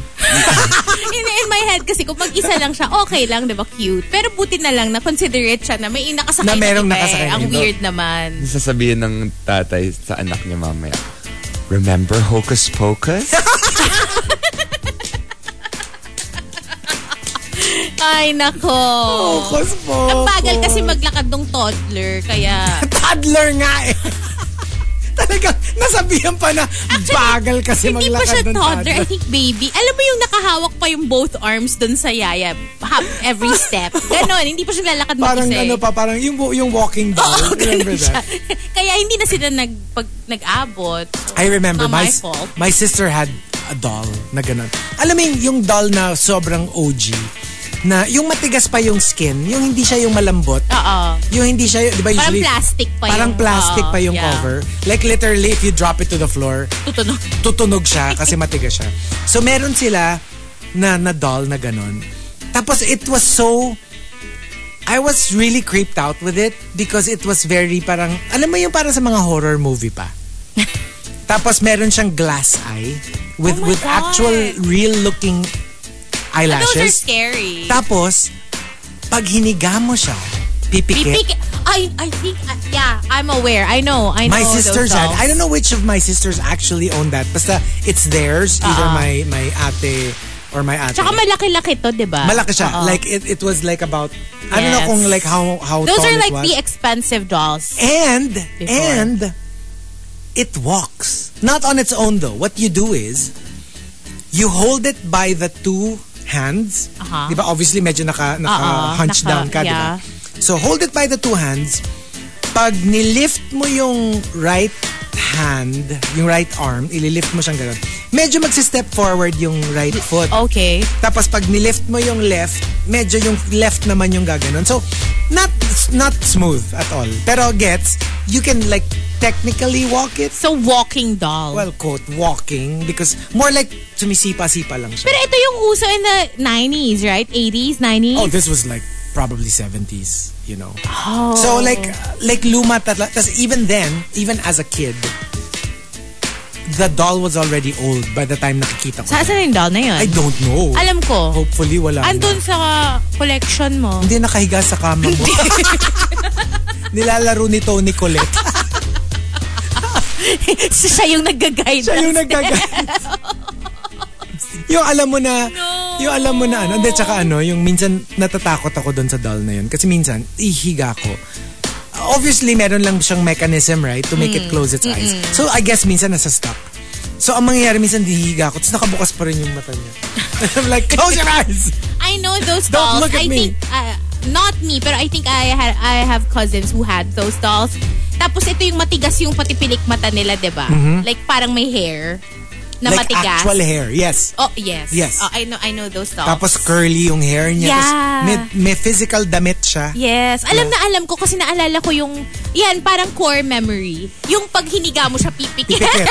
in, in my head kasi kung mag-isa lang siya, okay lang, diba? Cute. Pero buti na lang na considerate siya na may nakasakay
Na merong
iba eh.
nakasakay na
Ang
iba.
weird naman.
Sasabihin ng tatay sa anak niya mamaya, Remember Hocus Pocus?
Ay, nako.
Focus, focus.
Ang bagal kasi maglakad ng toddler, kaya...
Toddler nga eh. Talaga, nasabihan pa na bagal kasi
Hindi
maglakad
pa siya
ng
toddler. I think baby. Alam mo yung nakahawak pa yung both arms dun sa yaya. Hop every step. Ganon. Hindi pa siya lalakad
Parang
mag-isa eh.
ano pa, parang yung, yung walking doll.
Oo,
Remember
ganun siya.
that?
Kaya hindi na sila nag, pag, nag-abot.
I remember
Not
my,
Ah, my
s-
fault.
my sister had a doll na ganun. Alam mo yung, yung doll na sobrang OG na yung matigas pa yung skin, yung hindi siya yung malambot.
Oo.
Yung hindi siya, di ba
Parang
usually,
plastic pa
parang
yung-
plastic
oo,
pa yung
yeah.
cover. Like literally, if you drop it to the floor,
Tutunog.
tutunog siya kasi matigas siya. So meron sila na, na doll na ganun. Tapos it was so I was really creeped out with it because it was very parang alam mo yung parang sa mga horror movie pa. Tapos meron siyang glass eye with
Oh my
with
God.
actual real looking
Those are
eyelashes.
scary.
Tapos pag hiniga mo siya, pipikit.
Pipik. I, I think, uh, yeah, I'm aware. I know. I know
my sisters
those
had.
dolls.
I don't know which of my sisters actually own that. Basta it's theirs. Either my my ate or my ate.
Uh-uh. Tsaka malaki-laki to, di ba?
Malaki siya.
Oo.
Like it, it was like about I don't know
Yes.
kung like how how
Those
tall
are like
it was.
the expensive dolls.
and
Before.
and it walks. Not on its own though. What you do is you hold it by the two hands.
Aha.
Di ba? Obviously medyo naka naka
Oo,
hunch
Uh-huh. Uh-uh.
down
naka-
ka, di ba?
yeah.
So hold it by the two hands. Pag nilift mo yung right hand, yung right arm, ililift mo siyang ganun. Medyo magsi-step forward yung right foot.
Okay.
Tapos pag nilift mo yung left, medyo yung left naman yung gaganon. So, not not smooth at all. Pero gets, you can like technically walk it.
So, walking doll.
Well, quote, walking. Because more like sumisipa-sipa lang siya.
Pero ito yung uso in the 90s, right? 80s, 90s?
oh, this was like probably 70s, you know.
Oh.
So like, like luma tatla. Tas even then, even as a kid, the doll was already old by the time nakikita ko.
Sa asan yung doll na yun?
I don't Oh. know.
Alam ko.
Hopefully, wala na.
Andun sa collection mo.
Hindi nakahiga sa kama mo. Nilalaro ni Tony Colette.
Siya yung nagga-guide.
Siya yung
us.
nagkaga... yung alam mo na... Yung alam mo na ano. Hindi, tsaka ano, yung minsan natatakot ako doon sa doll na yun. Kasi minsan, ihiga ko. Obviously, meron lang siyang mechanism, right? To make it close its eyes. So, I guess minsan nasa stuck. So, ang mangyayari minsan, hihiga ko. Tapos nakabukas pa rin yung mata niya. I'm like, close your eyes!
I know those
Don't
dolls.
look at
I
me.
think, uh, not me, pero I think I had I have cousins who had those dolls. Tapos ito yung matigas yung patipilik mata nila, di ba? Like parang may hair na
Mm-hmm. like
matigas.
actual hair. Yes.
Oh, yes.
Yes.
Oh, I know I know those dolls.
Tapos curly yung hair niya. Tapos
Yeah.
may, may physical damit siya.
Yes. Alam na alam ko kasi naalala ko yung, yan, parang core memory. Yung pag hiniga mo siya, pipikit.
Pikit.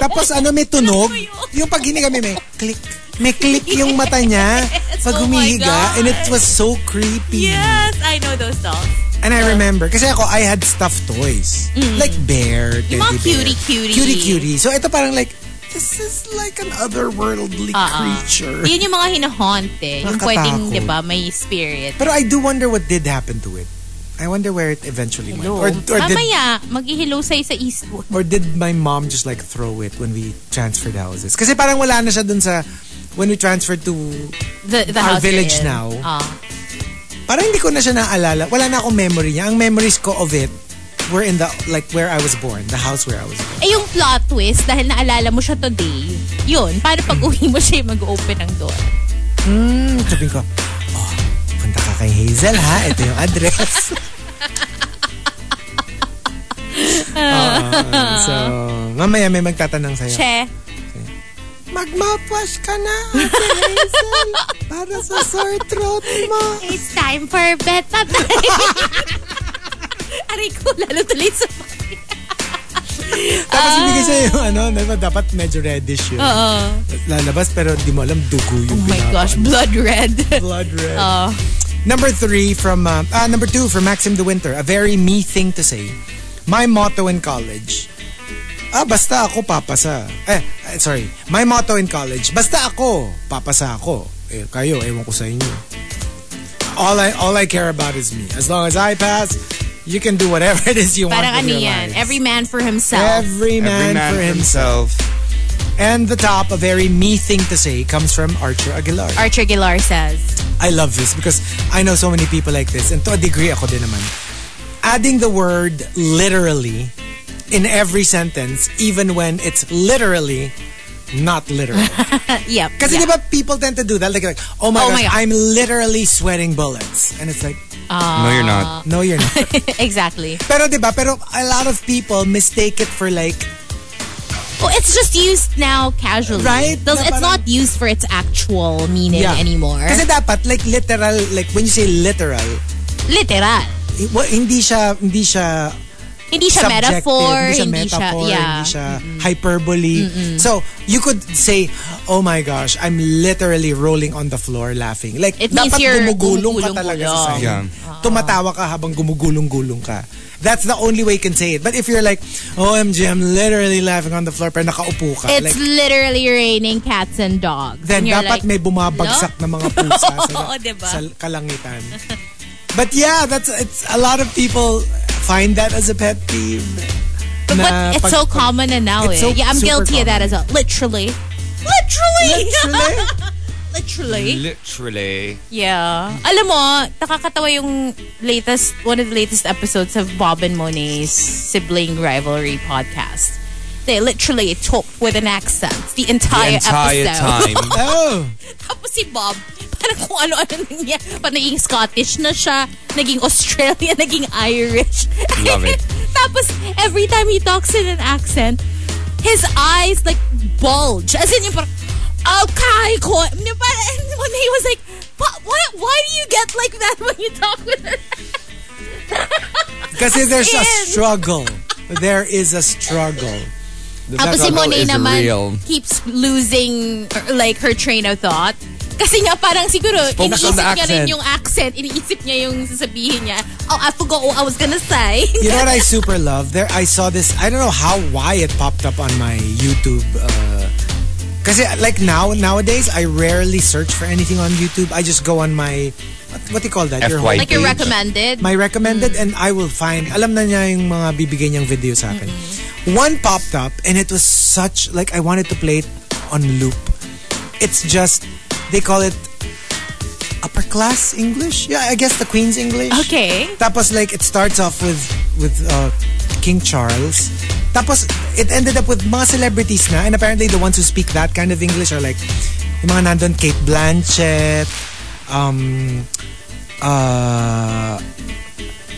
Tapos ano, may tunog.
Alam ko yun.
Yung pag hiniga, may, may click. May click yung mata niya
Yes.
pag
Oh my
humihiga.
God.
And it was so creepy.
yes, I know those dolls.
And I remember, kasi ako, I had stuffed toys. Like bear, teddy
Mm. Yung mga
bear.
cutie-cutie.
Cutie-cutie. So ito parang like, this is like an otherworldly
Uh-uh.
creature.
Yun yung mga hinahaunt eh. Yung
Nakakatakot.
pwedeng, di ba, may spirit.
Pero I do wonder what did happen to it. I wonder where it eventually went. Or, or did
Mamaya, mag-ihilo sa'yo sa Eastwood.
Or did my mom just like throw it when we transferred houses? Kasi parang wala na siya dun sa when we transferred to
The, the
Our
house you're
village
in.
now.
Ah.
parang hindi ko na siya naalala. Wala na akong memory niya. Ang memories ko of it were in the like where I was born, the house where I was born.
Eh, yung plot twist, dahil naalala mo siya today, yun, para pag
Hmm.
uwi mo siya, mag-open ang door.
Sabi ko, oh, punta ka kay Hazel ha, ito yung address. Oo, so, mamaya may magtatanong sa'yo.
Che,
Magmapwash ka na, Ate Hazel, para sa sore throat mo.
it's time for bed time. Aray ko, lalo tuloy sa Oh
Tapos ibigay sa'yo yung ano, diba, dapat medyo reddish yun.
Oo.
Lalabas pero di mo alam dugo yung
Oh my
binaba.
gosh, blood red.
Blood red.
Oh.
Number three from, uh, ah, number two from Maxim De Winter. A very me thing to say. My motto in college Ah, basta ako papasa. Eh, eh, sorry. My motto in college, basta ako, papasa ako. Eh, kayo, ewan ko sa inyo. All I, all I care about is me. As long as I pass, you can do whatever it is you
Parang
want with
ano
your
yan?
lives.
Every man for himself.
Every man,
Every man
for
for
himself.
himself.
And the top, a very me thing to say, comes from Archer Aguilar.
Archer Gilar says.
I love this because I know so many people like this. And to a degree, ako din naman. Adding the word literally in every sentence, even when it's literally not literal.
Yep.
Kasi
yeah.
di ba people tend to do that? Like, like oh my
Oh
gosh,
my God.
I'm literally sweating bullets. And it's like,
no, you're not.
no, you're not.
exactly.
pero di ba? Pero a lot of people mistake it for like,
Well, Oh, it's just used now casually.
Right?
Those-
Na
It's
parang-
not used for its actual meaning
yeah.
anymore.
Kasi dapat, like literal, like when you say literal,
Literal.
i- wa- hindi siya, hindi siya
Hindi siya
subjective,
metaphor.
hindi siya
Hindi siya,
metaphor,
yeah.
hindi siya hyperbole. So, you could say, oh my gosh, I'm literally rolling on the floor laughing. Like,
It means
dapat
you're
gumugulong ka talaga sa
gumugulong-gulong.
silent. Tumatawa ka habang gumugulong-gulong ka. That's the only way you can say it. But if you're like, OMG, I'm literally laughing on the floor pero nakaupo ka.
It's
like,
literally raining cats and dogs.
then
And you're
dapat
like,
may bumabagsak na mga pusa
Oo,
sa,
diba?
sa kalangitan. But yeah, that's it's a lot of people find that as a pet peeve.
But
na
it's
pag-
so
pag-
common and now eh.
It's so
yeah, I'm
super
guilty of that as well. Literally. Literally.
Literally? Mm-hmm.
Literally.
Literally.
Yeah. Alam mo, nakakatawa yung latest, one of the latest episodes of Bob and Monet's sibling rivalry podcast. They literally talk with an accent the
The
entire,
entire
episode.
time.
Oh,
Tapos si Bob, parang kung ano-ano niya. Parang naging Scottish na siya, naging Australian, naging Irish.
Love it.
Tapos every time he talks in an accent, his eyes like bulge. As in yung parang, okay, ko. Yung parang- And when he was like, "Pa- what, why do you get like that when you talk with her?
kasi there's a
in.
struggle. There is a struggle.
Tapos si
struggle
Monet
is
naman
real.
keeps losing or, like her train of thought. Kasi nga parang siguro
Focus on
iniisip
the
niya rin
accent.
yung accent. Iniisip niya yung sasabihin niya. Oh, I forgot what I was gonna say.
You know what I super love? There, I saw this. I don't know how why it popped up on my YouTube. Because like now nowadays, I rarely search for anything on YouTube. I just go on my what, what do you call that?
FYP.
like your
Page.
recommended.
my recommended and I will find alam na niya yung mga bibigay niyang video sa akin one popped up and it was such like I wanted to play it on loop it's just they call it upper class English yeah I guess the Queen's English
Okay.
tapos like it starts off with with uh, King Charles tapos it ended up with mga celebrities na and apparently the ones who speak that kind of English are like yung mga nandun Kate Blanchett um uh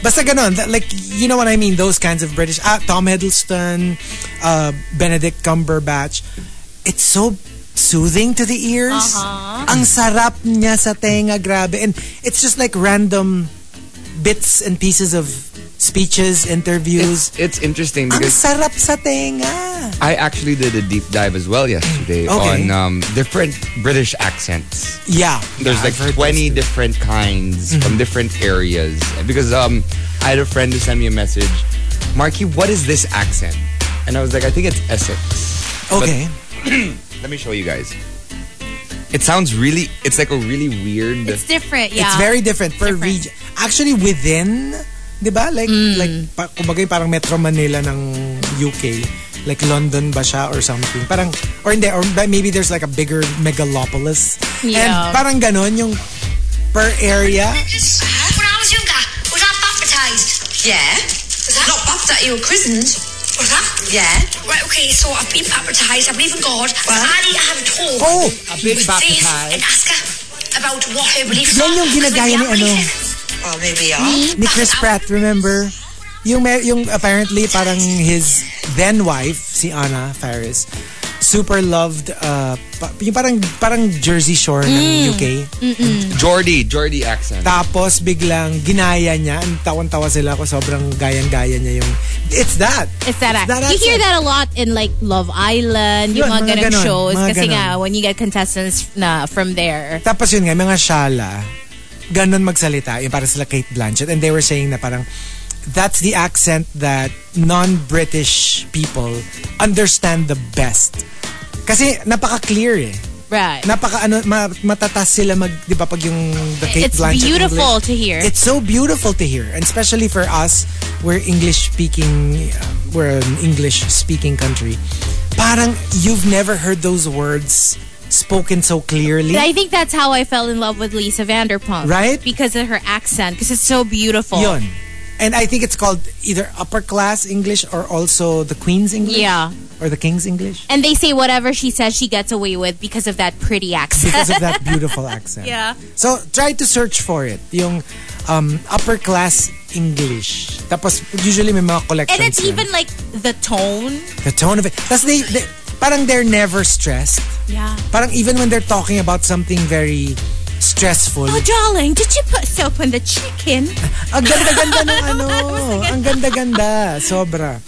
Basta ganun. That- Like, you know what I mean? Those kinds of British. Ah, Tom Hiddleston, uh, Benedict Cumberbatch. It's so soothing to the ears. Ang sarap niya sa tenga, grabe. And it's just like random bits and pieces of speeches, interviews.
It's, it's interesting
Ang
because
sarap sa tenga.
I actually did a deep dive as well yesterday
Okay.
on um, different British accents.
Yeah.
there's
Yeah, I've
like
heard
20
those.
different kinds from different areas because um i had a friend who sent me a message marky what is this accent and i was like i think it's essex But
Okay.
let me show you guys it sounds really it's like a really weird
It's different, yeah.
It's very different per
Ah, Different. Hmm.
region. Actually, within, di ba? Like, like pa, kumbaga parang Metro Manila ng UK. Like London ba siya or something? Parang, or hindi, or ba- maybe there's like a bigger megalopolis. And
Yeah.
parang ganon yung per area.
Uh-huh. When I was younger, was I baptised? Yeah. Was that? Not baptised, you were christened. Was that? Yeah. Right, okay, so I've been baptised, I believe in God. Well, I need to have a talk
Oh,
I've
been
with
baptised.
Faith and ask her about what her beliefs
Yan
are.
yung ginagaya ni ano.
Well, maybe I.
Ni Chris Pratt, remember? Yung, may- yung apparently parang his then wife, si Anna Faris, super loved, uh, pa- yung parang, parang Jersey Shore
Hmm.
ng UK.
geordie geordie accent
Tapos biglang ginaya niya. Ang tawan-tawa sila ko sobrang gayang-gaya niya yung It's that.
It's that accent. you
accent.
hear that a lot in like Love Island, yung
Yun,
mga
mga
ganun
ganun,
shows.
mga
Kasi
ganun.
nga, when you get contestants na from there.
Tapos yun nga mga shala ganun magsalita. Yung para sila Kate Blanchett and they were saying na parang that's the accent that non-British people understand the best. Kasi napaka-clear eh.
Right.
Napaka ano, ma- matatas sila mag, di ba pag yung the Kate
It's
Blanchett
beautiful
English.
to hear.
It's so beautiful to hear. And especially for us, we're English speaking, uh, we're an English speaking country. Parang you've never heard those words spoken so clearly.
I think that's how I fell in love with Lisa Vanderpump.
Right?
Because of her accent, because it's so beautiful.
Yun. And I think it's called either upper class English or also the Queen's English.
Yeah.
Or the King's English.
And they say whatever she says she gets away with because of that pretty accent.
Because of that beautiful accent.
Yeah.
So try to search for it. Yung um, upper class English. Tapos usually may mga collections.
And it's
yun.
even like the tone.
the tone of it. Tapos they, they parang they're never stressed.
Yeah.
Parang even when they're talking about something very stressful.
Oh, darling, did you put soap on the chicken?
Ang ganda-ganda ng ano. Ang ganda-ganda. Sobra.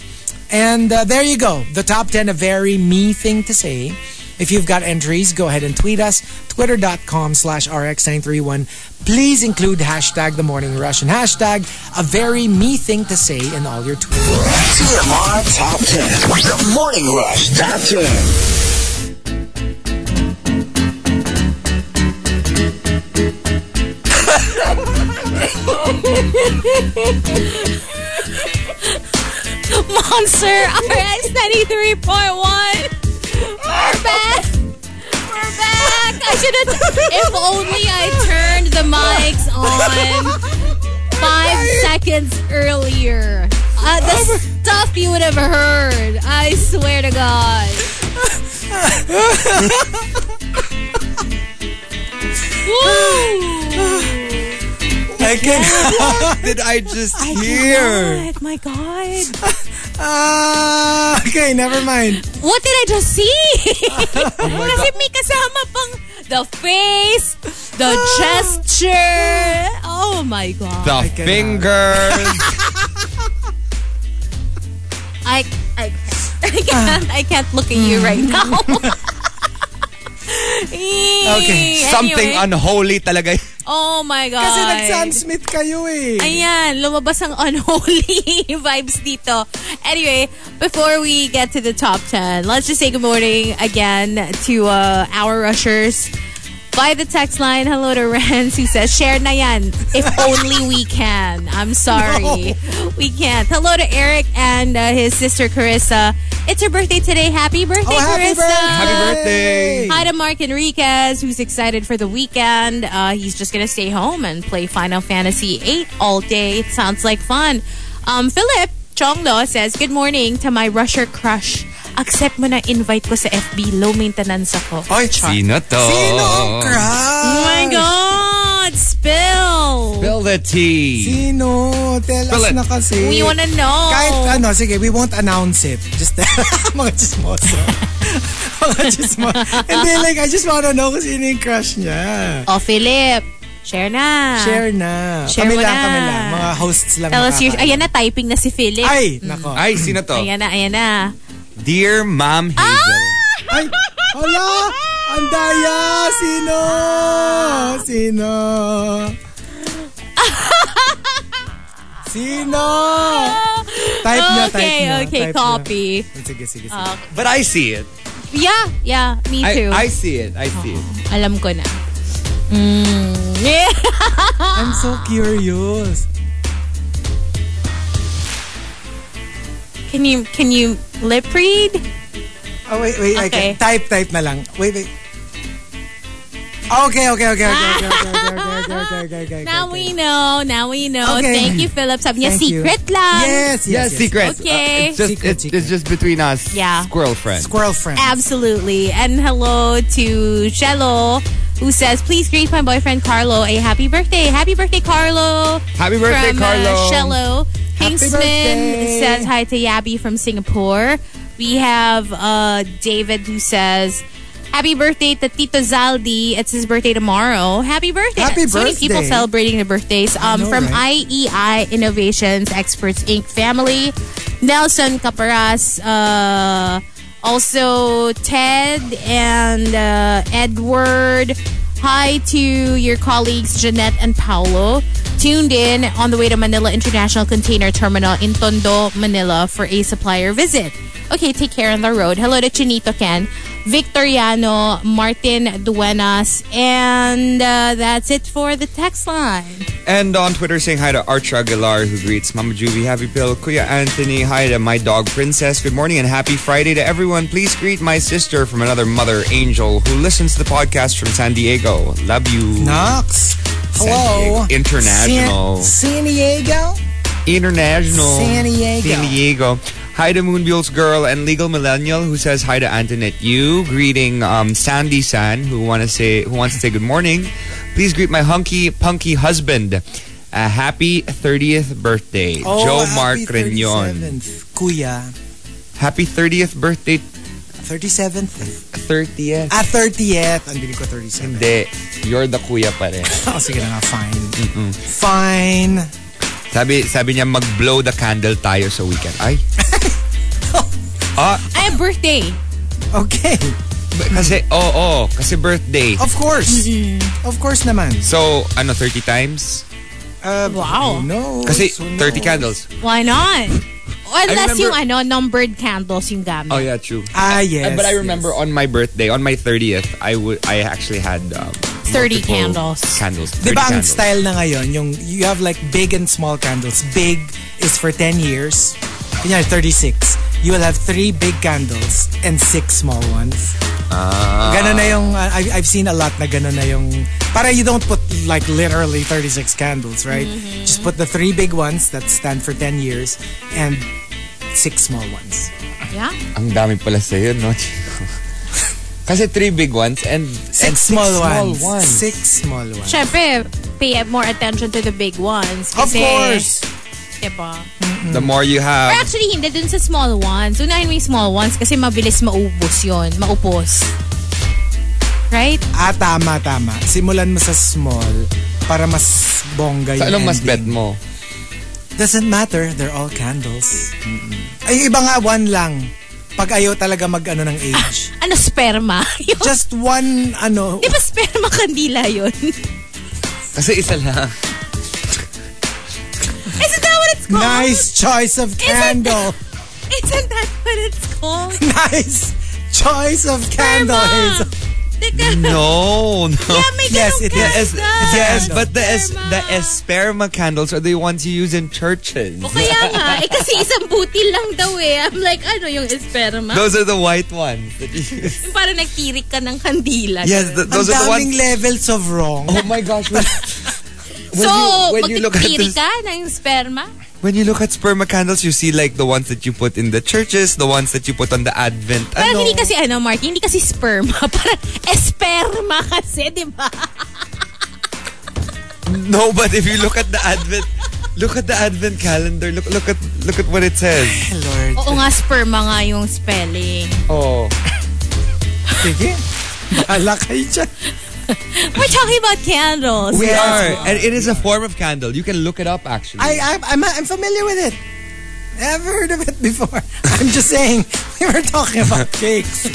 And uh, there you go. The top 10 of very me thing to say. If you've got entries, go ahead and tweet us. Twitter.com slash RX931. Please include hashtag The Morning Rush and hashtag A Very Me Thing to Say in all your tweets.
TMR Top 10. The Morning Rush Top 10.
Monster RX 93.1. We're back. We're back. I should have. If only I turned the mics on five seconds earlier. Uh, the stuff you would have heard. I swear to God. Woo!
I can Did I just hear?
God, Oh my God.
Ah, okay, never mind.
What did I just see?
Oh
Kasi may kasama pang the face, the gesture. Oh my God.
The
cannot.
fingers.
I, I, I, can't, I can't look at you right
Hmm.
now. okay.
Something unholy talaga.
Oh my God.
Kasi nag-Sam Smith kayo eh.
Ayan, lumabas ang unholy vibes dito. Anyway, before we get to the top 10, let's just say good morning again to uh, our rushers. By the text line, hello to Renz who says, share na yan. If only we can. I'm sorry. We can't. Hello to Eric and uh, his sister Carissa. It's her birthday today. Happy birthday,
Oh, happy
Carissa.
birthday!
Happy birthday.
Hi to Mark Enriquez, who's excited for the weekend. Uh, he's just going to stay home and play Final Fantasy VIII all day. It sounds like fun. Um, Philip Chonglo says, Good morning to my rusher crush. Accept mo na invite ko sa FB. Low maintenance ako.
Oy, Sino to?
Sino ang
Oh
crush?
my God! Spill!
Spill the tea.
Sino? Tell us
Spill it.
na kasi.
We wanna know.
Kahit ano, sige, we won't announce it. Just mga chismoso. mga chismoso. And then like, I just wanna know kung sino yung crush niya.
Oh, Philip. Share na.
Share na.
Ah. Share
kami
mo
lang,
na.
kami lang. Mga hosts lang.
Tell us your...
nakakaalam.
Ayan na, typing na si Philip.
Ay, nako. Ay.
Ay, sino to?
Ayan Ah! na, ayan na.
Dear Mom Hazel.
Hala! Ang daya! Sino? Sino? Sino? Type na, type
okay,
na.
okay,
type na.
copy. Ah.
Sige, sige, sige.
But I see it.
Yeah, yeah, me
I,
too.
I see it. I see it.
Alam ko na. Mm. Yeah.
I'm so curious.
Can you can you lip read?
Oh, wait, wait. I
Okay.
can type, type na lang. Wait, wait. Okay, okay, okay, okay, okay, okay, okay, okay, okay, okay, okay, okay.
Now we know. Now we know.
Okay.
Thank you, Philip. Sabi niya,
Thank you.
secret lang.
Yes, yes,
Yeah,
yes.
secrets.
Okay.
Uh, it's, just,
Secret,
it's,
secret.
it's just between us.
Yeah.
Squirrel friend.
Squirrel friend.
Absolutely. And hello to Jello, who says, please greet my boyfriend Carlo a happy birthday. Happy birthday, Carlo.
Happy birthday,
from,
Carlo.
Uh, Shello. Kingsman
birthday.
says hi to Yabby from Singapore. We have uh, David who says, Happy birthday to Tito Zaldi. It's his birthday tomorrow. Happy birthday.
Happy
so many people
birthday.
celebrating their birthdays. Um,
know,
from
right?
IEI Innovations Experts Inc. family. Nelson Caparas, uh, also Ted and uh, Edward, Hi to your colleagues Jeanette and Paolo. Tuned in on the way to Manila International Container Terminal in Tondo, Manila for a supplier visit. Okay, take care on the road. Hello to Chinito Ken, Victoriano, Martin Duenas, and uh, that's it for the text line.
And on Twitter, saying hi to Archer Aguilar, who greets Mama Juvie, Happy Pill, Kuya Anthony, hi to my dog Princess, good morning and happy Friday to everyone. Please greet my sister from another mother, Angel, who listens to the podcast from San Diego. Love you.
Knox. Hello.
Diego. International.
San, San Diego?
International.
San Diego.
San Diego. Hi to Moonbule's girl and legal millennial who says hi to Antoinette. You greeting um, Sandy San who want to say who wants to say good morning. Please greet my hunky punky husband. A happy 30th birthday,
Oh,
Joe
happy
Mark Renon.
37th. Kuya.
Happy 30th birthday,
37th.
30th.
Ah, 30th. Ang dinig ko 37th.
Hindi, you're the kuya pa rin.
Oh, sige na nga, fine. Fine.
Sabi, sabi niya, mag-blow the candle tayo sa weekend. Ay. ah,
I have birthday.
Okay.
kasi, oo, oh, kasi birthday.
Of course. Of course naman.
So, ano, 30 times?
Uh,
Wow.
No.
Kasi 30 candles.
Why not?
remember-
Unless yung ano, numbered candles yung gamit.
Oh, yeah, true.
Ah, yes.
Uh, but I remember on my birthday, on my 30th, I would I actually had um,
30
multiple
candles.
Candles. 30
Di ba ang
candles.
style na ngayon, yung you have like big and small candles. Big is for 10 years. Kunyari, 36. You will have three big candles and six small ones.
Ah.
Ganun na yung, uh, I, I've seen a lot na ganun na yung, para you don't put like literally 36 candles, right? Just put the three big ones that stand for 10 years and six small ones.
Yeah?
Ang dami pala sa'yo, no? Chico? Kasi three big ones and and
Six small
small
ones. Six small ones.
Siyempre, pay more attention to the big ones.
Of
Kasi,
course.
Diba?
The more you
Or
have,
actually, hindi dun sa small ones. Unahin mo yung small ones kasi mabilis maubos yon Maupos. Right?
Ah, tama, tama. Simulan mo sa small para mas bongga yung
sa anong mas bet
ending.
mo?
Doesn't matter. They're all candles. Ay, iba nga, one lang. Pag ayaw talaga mag ano ng age.
Ano, sperma? Yung-
Just one, ano,
Di ba sperma kandila yun?
Kasi isa lang.
Isn't that what it's called?
nice choice of candle.
Isn't that what it's called?
nice choice of candle,
Sperma!
Hazel.
Teka.
No, no.
Yeah, may
Yes, it
ganong
is.
Es-
candle.
yes, but the es-
Sperma.
the esperma candles are the ones you use in churches.
O kaya nga, eh kasi isang butil lang daw eh. I'm like, ano yung esperma?
Those are the white ones. that you use.
Yung parang nagtirik ka ng kandila.
yes,
Ang
th- those are the
daming
ones.
levels of wrong.
Oh my gosh. When, when
so,
you, when you look at this,
magtitiri ka ng sperma?
when you look at sperma candles, you see like the ones that you put in the churches, the ones that you put on the advent.
Parang
ano.
hindi kasi ano, Mark, hindi kasi sperma. Parang esperma kasi, di ba?
No, but if you look at the advent, look at the advent calendar. Look, look at, look at what it says.
Lord.
Oo nga, sperma nga yung spelling.
Oh,
Sige. Bahala kayo dyan.
We're talking about candles.
we
Yes,
are, and it is a form of candle. You can look it up actually.
I, I, I'm, I'm familiar with it. Never heard of it before. I'm just saying, we were talking about cakes.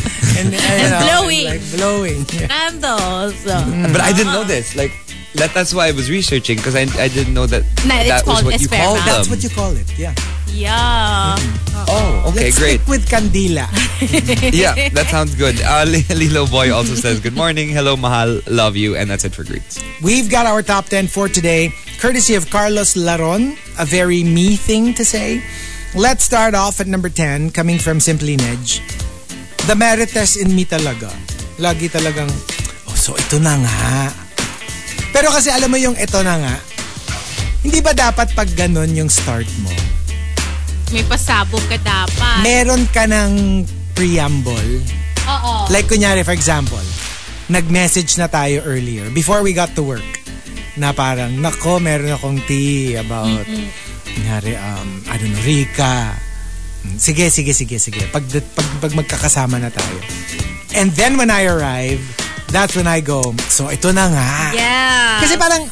And, uh, you know,
blowing.
Like blowing.
Um,
Yeah.
Candles.
but I didn't know this. Like. That, that's why I was researching because I, I didn't know that
No, it's
that was
called
what you
esperma.
called them.
That's what you call it, yeah.
Yeah.
oh, okay,
Let's
great.
stick with candila.
yeah, that sounds good. Uh, Lilo Boy also says, Good morning, hello, Mahal, love you. And that's it for greets.
We've got our top 10 for today, courtesy of Carlos Laron, a very me thing to say. Let's start off at number 10, coming from Simply Nedge. The Marites in me talaga. Lagi talagang, oh, so ito na nga. Pero kasi alam mo yung ito na nga, hindi ba dapat pag ganun yung start mo?
May pasabog ka dapat.
Meron ka ng preamble
Oo.
Like kunyari, for example, nag-message na tayo earlier before we got to work na parang, nako, meron akong tea about, kunyari, um, I don't know, Rika. Mm, Sige, sige, sige, sige. Pag, pag, pag magkakasama na tayo. And then when I arrive, that's when I go, so ito na nga.
Yeah.
Kasi parang,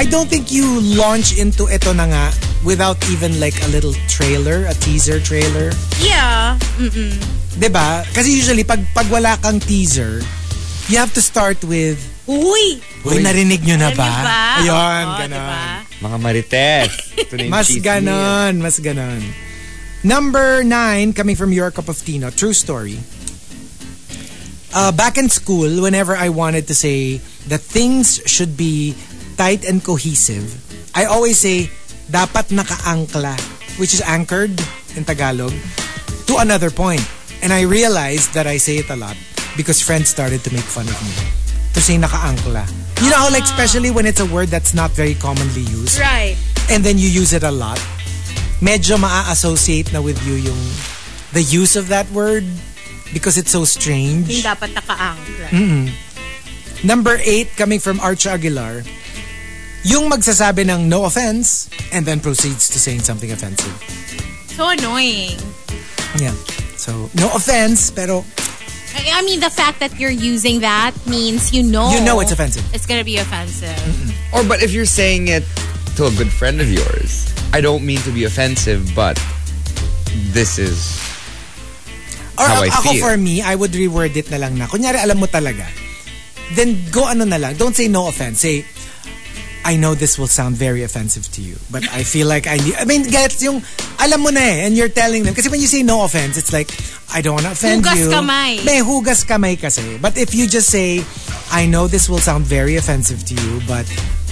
I don't think you launch into ito na nga without even like a little trailer, a teaser trailer.
yeah.
Diba? 'Di ba? Kasi usually pag pag wala kang teaser, You have to start with,
Uy!
Uy, narinig nyo na
Alam
ba?
niyo ba?
Ayun,
Oo,
ganon.
diba?
Mga marites. Ito na yung
Mas
cheese meal.
ganon, mas ganon. Number nine, coming from your cup of Tino, true story. Uh, back in school, whenever I wanted to say that things should be tight and cohesive, I always say, dapat nakaangkla, which is anchored in Tagalog, to another point. And I realized that I say it a lot because friends started to make fun of me. To say nakaangkla. You know how like, especially when it's a word that's not very commonly used
Right.
and then you use it a lot, medyo maa-associate na with you yung the use of that word because it's so
Yung
strange.
dapat nakaang. Right.
Number eight, coming from Arch Aguilar, yung magsasabi ng no offense and then proceeds to saying something offensive.
So annoying.
Yeah. So, no offense, pero
I I mean, the fact that you're using that means you know.
You know it's offensive.
It's gonna be offensive.
Or but if you're saying it to a good friend of yours, I don't mean to be offensive, but this is
Or
How I
ako
feel.
for me, I would reword it na lang na. Kunyari, alam mo talaga. Then go ano na lang. Don't say no offense. Say, I know this will sound very offensive to you, but I feel like I need... I mean, gets yung alam mo na eh, and you're telling them. Kasi when you say no offense, it's like, I don't want to offend
Hugas
you.
kamay.
May hugas kamay kasi. But if you just say, I know this will sound very offensive to you, but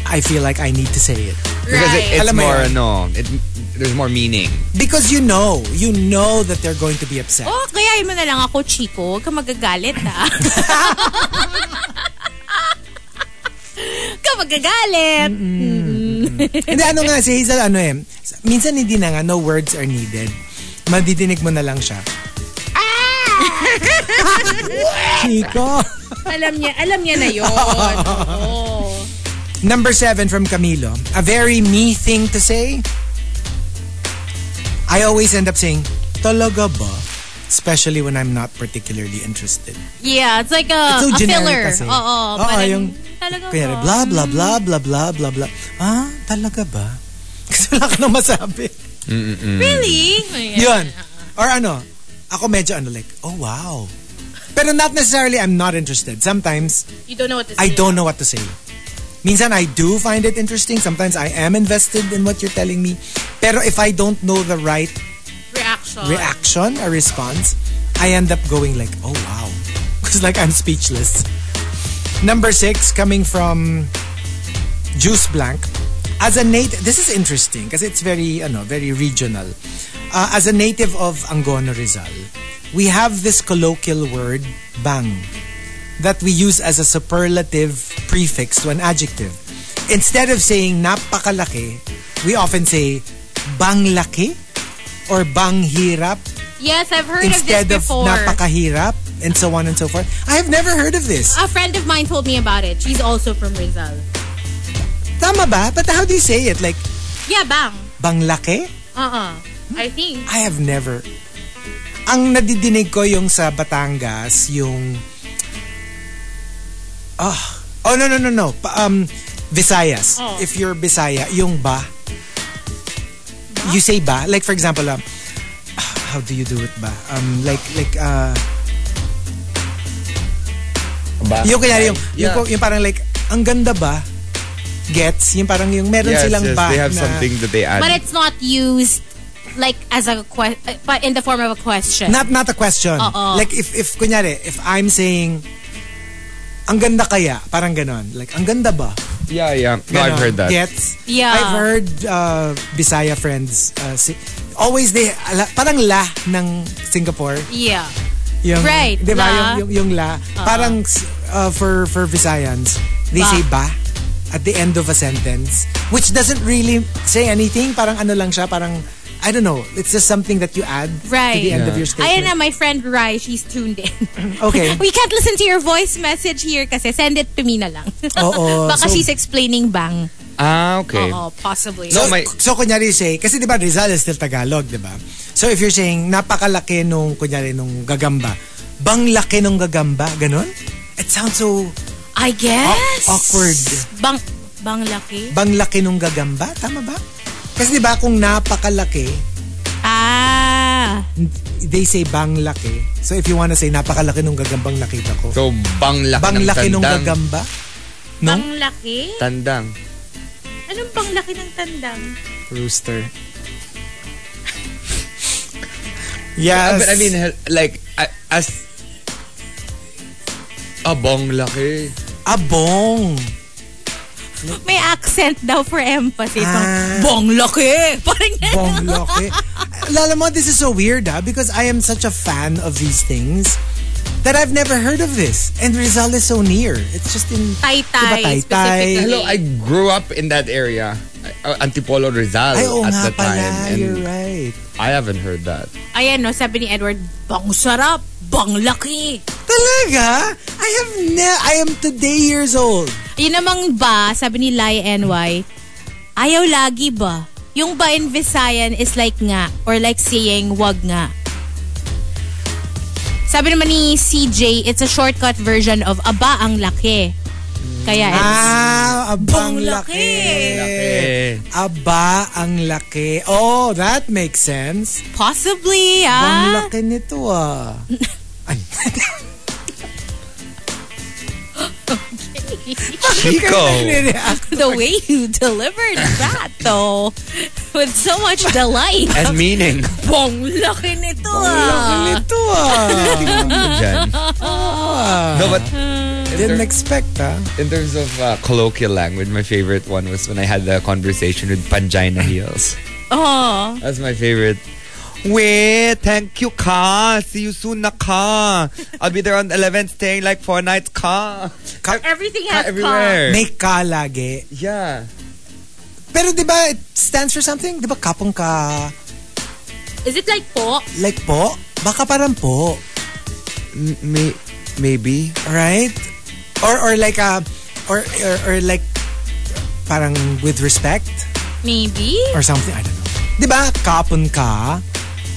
I feel like I need to say it.
because
right.
it, it's
Alam mo
more
yun.
ano, it there's more meaning.
Because you know. You know that they're going to be upset.
oh, kaya mo na lang ako, Chico. Huwag ka magagalit, ah. ha? Huwag ka magagalit.
Hindi, ano nga si Hazel, ano eh. Minsan hindi na nga, no words are needed. Madidinig mo na lang siya. Chico.
Alam niya, alam niya na yun. Oo.
Number seven from Camilo. A very me thing to say. I always end up saying, talaga ba? Especially when I'm not particularly interested.
Yeah, it's like a,
It's so
a
generic
filler.
kasi.
Oo, oh,
Oo,
parang, oh,
yung-
talaga
Kaya
ba?
blah, blah, blah, blah, blah, blah, blah. Ah, talaga ba? Kasi wala ka nang masabi.
Really?
Yun. Or ano, ako medyo ano like, oh wow. Pero not necessarily I'm not interested. Sometimes
You don't know what to
I don't know what to say. Minsan I do find it interesting. Sometimes I am invested in what you're telling me. Pero if I don't know the right
Reaction.
reaction or response, I end up going like, oh wow. Because like I'm speechless. Number six, coming from Juice Blank. As a native, this is interesting because it's very, ano, very regional. Uh, as a native of Angono Rizal, we have this colloquial word, bang, that we use as a superlative prefix to an adjective. Instead of saying napakalaki, we often say bang laki or bang hirap
Yes, I've heard
instead of
of this before.
napakahirap and so on and so forth. I have never heard of this.
a friend of mine told me about it. She's also from Rizal.
Tama ba? But how do you say it? Like
Yeah, bang.
bang laki?
Uh-uh. I think.
I have never. Ang nadidinig ko yung sa Batangas, yung... Ah. Oh, no, no, no, no. Pa- um, Visayas.
Oh.
If you're Bisaya, yung ba. You say ba. Like, for example, um, ah, how do you do it ba? Um, like, like, uh,
Ba-
yung kaya yung,
Yeah.
yung, yung parang like, ang ganda ba? Gets? Yung parang yung meron
yes,
silang
yes,
ba
they have
na,
something that they add.
But it's not used like as a question, but in the form of a question.
Not not a question.
Oo.
Like if if kunyari, if I'm saying ang ganda kaya, parang ganon. Like ang ganda ba?
yeah, yeah. No,
Ganon.
I've heard that.
Gets?
Yeah.
I've heard uh, Bisaya friends uh, si- always they ala, parang la ng Singapore.
yeah.
Yung,
Right,
Di
la.
ba? Yung, yung, yung la. Parang s- uh, for, for Visayans, they
Ba.
say ba at the end of a sentence. Which doesn't really say anything. Parang ano lang siya. Parang, I don't know. It's just something that you add to
Right.
the end of
Yeah.
your statement.
Ayan na, my friend Rai, she's tuned in.
Okay.
We can't listen to your voice message here kasi send it to me na lang.
Oo,
Baka
so-
she's explaining bang.
Ah, okay.
Oo, possibly.
So,
No, may-
so kunyari say, kasi di ba Rizal is still Tagalog, di ba? So if you're saying, napakalaki nung, kunyari, nung gagamba, bang laki nung gagamba, ganun? It sounds so,
I guess.
Aw- awkward.
Bang, bang laki?
bang laki nung gagamba, tama ba? Kasi di ba kung napakalaki,
Ah. Yeah.
They say bang laki. So if you wanna say napakalaki nung gagambang nakita ko.
So, bang laki
bang
ng
laki nung
tandang.
gagamba? No?
Panglaki?
Tandang.
Anong panglaki ng tandang?
Rooster. yes.
Ah, But I mean, hel- like, I- as... Ah, bang laki.
Ah, abong.
May accent daw for emphasis.
Ah.
Bong laki! Parang ganun.
Bong loke. Lala mo, this is so weird ha, because I am such a fan of these things that I've never heard of this. And Rizal is so near. It's just in...
Taytay,
Diba taytay?
specifically.
Hello, I grew up in that area. Uh, Antipolo Rizal
Ay, oo
at
nga
the time.
pala.
And
You're right.
I haven't heard that.
Ayan, no, sabi ni Edward, bang sarap, bang laki.
Talaga? I have ne... I am today years old.
Yun namang ba, sabi ni Lai NY, ayaw lagi ba? Yung ba in Visayan is like nga or like saying wag nga. Sabi naman ni CJ, it's a shortcut version of aba ang laki. Kaya it's
Ah, abang laki.
Bong laki.
Eh,
Aba ang laki. Oh, that makes sense.
possibly,
Ang
ah.
laki nito ah. Ay,
Chico.
nireact.
The way you delivered that, though, with so much delight.
and meaning.
Bong laki nito,
Laki
ah.
nito ah.
Dyan. No, but
Didn't expect ah.
in terms of uh, colloquial language, my favorite one was when I had the conversation with Pangina Hills.
Oh.
That's my favorite. Wait, thank you, ka. See you soon, na ka. I'll be there on the 11th, staying like four nights, ka.
Ka-
Everything
Ka
has
everywhere.
May ka lagi.
Yeah.
Pero di ba it stands for something? Di ba kapong ka?
ka. Is it like po?
Like po? Baka parang po.
M- may- maybe.
Right? Or or like a or or, or like parang with respect
Maybe?
or something. I don't know. Di ba kapon ka?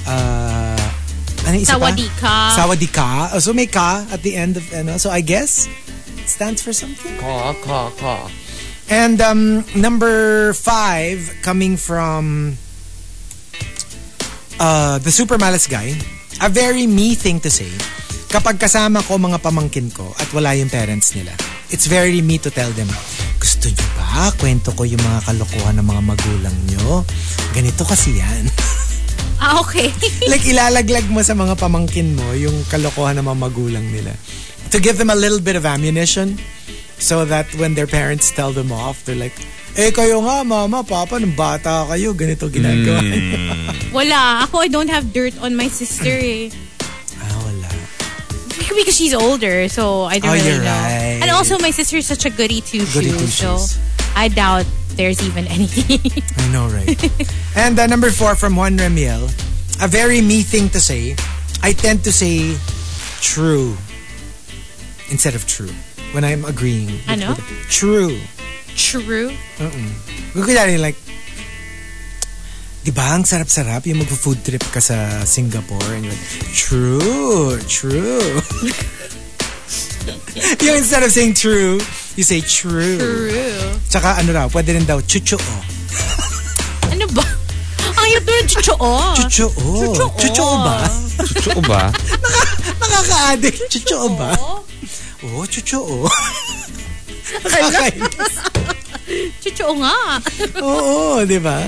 Uh, ano yung isa pa?
Sawadi ka.
Sawadi ka. Oh, so may ka at the end of ano. So I guess it stands for something.
Ka, ka, ka.
And um, number five, coming from uh, the super malas guy, a very me thing to say. Kapag kasama ko mga pamangkin ko at wala yung parents nila, it's very me to tell them, gusto nyo ba? Kwento ko yung mga kalokohan ng mga magulang nyo. Ganito kasi yan.
Ah, okay.
like ilalaglag mo sa mga pamangkin mo yung kalokohan ng mga magulang nila. To give them a little bit of ammunition so that when their parents tell them off, they're like, eh kayo nga mama, papa, nung bata kayo, ganito ginagawa. niyo."
Wala. Ako, I don't have dirt on my sister eh.
Ah, wala.
Because she's older, so I
Oh,
don't really
you're
know.
right.
And also, my sister is such a goody two-shoes.
Goody
So
two-shoes.
I doubt there's even anything.
I know, right? and uh, number four from Juan Remiel, a very me thing to say, I tend to say true instead of true when I'm agreeing. with-
Ano?
with- True.
True.
Kung kunyari, like, di ba ang sarap-sarap yung mag-food trip ka sa Singapore? And you're like, true, true. yung instead of saying true, you say true.
True.
Tsaka ano raw, pwede rin daw, chuchoo.
Ano ba? Ang hirap doon, chuchoo.
Chuchoo. Chuchoo, ba?
Totoo ba?
Nakaka-addict. Chuchoo ba? Oh, Oo, chuchoo. Nakakainis.
Chuchoo nga.
Oo, di ba?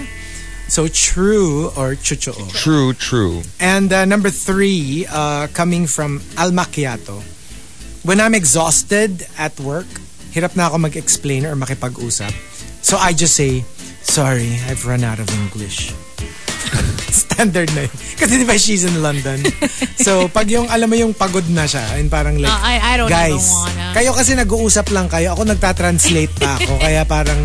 So, true or chuchoo.
True, true.
And uh, number three, uh, coming from Al Macchiato. When I'm exhausted at work, hirap na ako mag-explain or makipag-usap. So I just say, sorry, I've run out of English. Standard na yun. Kasi di ba she's in London. so pag yung, alam mo yung pagod na siya, and parang like,
Ah, I- I don't
guys,
even wanna."
kayo kasi nag-uusap lang kayo. Ako nagtatranslate pa ako. kaya parang,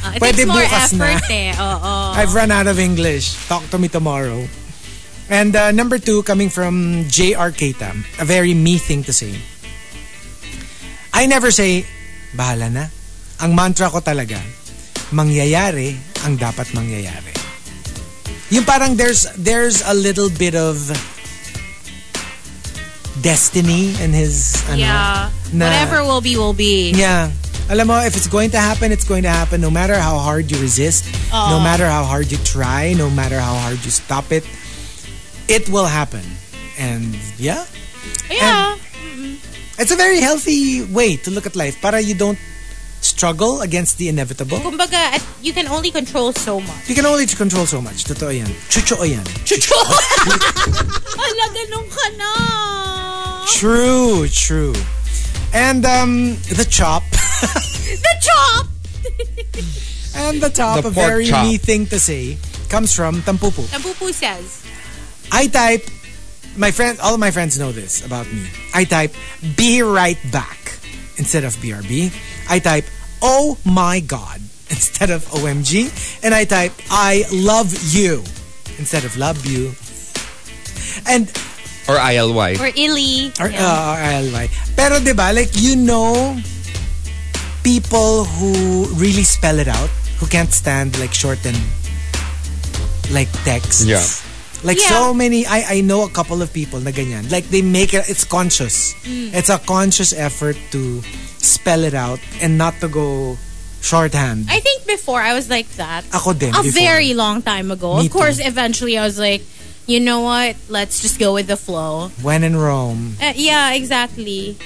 Ah, It
pwede
takes more
bukas na.
effort eh. Oo.
I've run out of English. Talk to me tomorrow. And uh, number two, coming from J.R. Keita, a very me thing to say. I never say, bahala na. Ang mantra ko talaga, mangyayari ang dapat mangyayari. Yung parang there's there's a little bit of destiny in his ano,
Yeah.
na-
Whatever will be, will be.
Yeah. Alam mo, if it's going to happen, it's going to happen no matter how hard you resist, no matter how hard you try, no matter how hard you stop it. it will happen. And yeah,
Yeah.
it's a very healthy way to look at life. Para you don't struggle against the inevitable.
Kumbaga, at- you can only control so much.
You can only control so much. Totoo yan. Chucho yan.
Ala, ganun ka na.
True, true. And um, the chop.
The chop!
And the top,
The
a
pork
very
chop.
me thing to say, comes from Tampupu.
Tampupu says,
I type, my friend, all of my friends know this about me. I type, be right back instead of BRB. I type, oh my God instead of OMG. And I type, I love you instead of love you. And,
Or ILY.
or illy.
or,
Yeah.
uh, or ILY. Pero diba, like, you know people who really spell it out, who can't stand like shortened like texts.
Yeah.
Like
Yeah.
so many, I I know a couple of people na ganyan. Like they make it, it's conscious.
Mm.
It's a conscious effort to spell it out and not to go shorthand.
I think before I was like that.
Ako din
A
before.
very long time ago.
Me
of course,
too.
eventually I was like, you know what? Let's just go with the flow.
when in Rome.
Uh, yeah, exactly.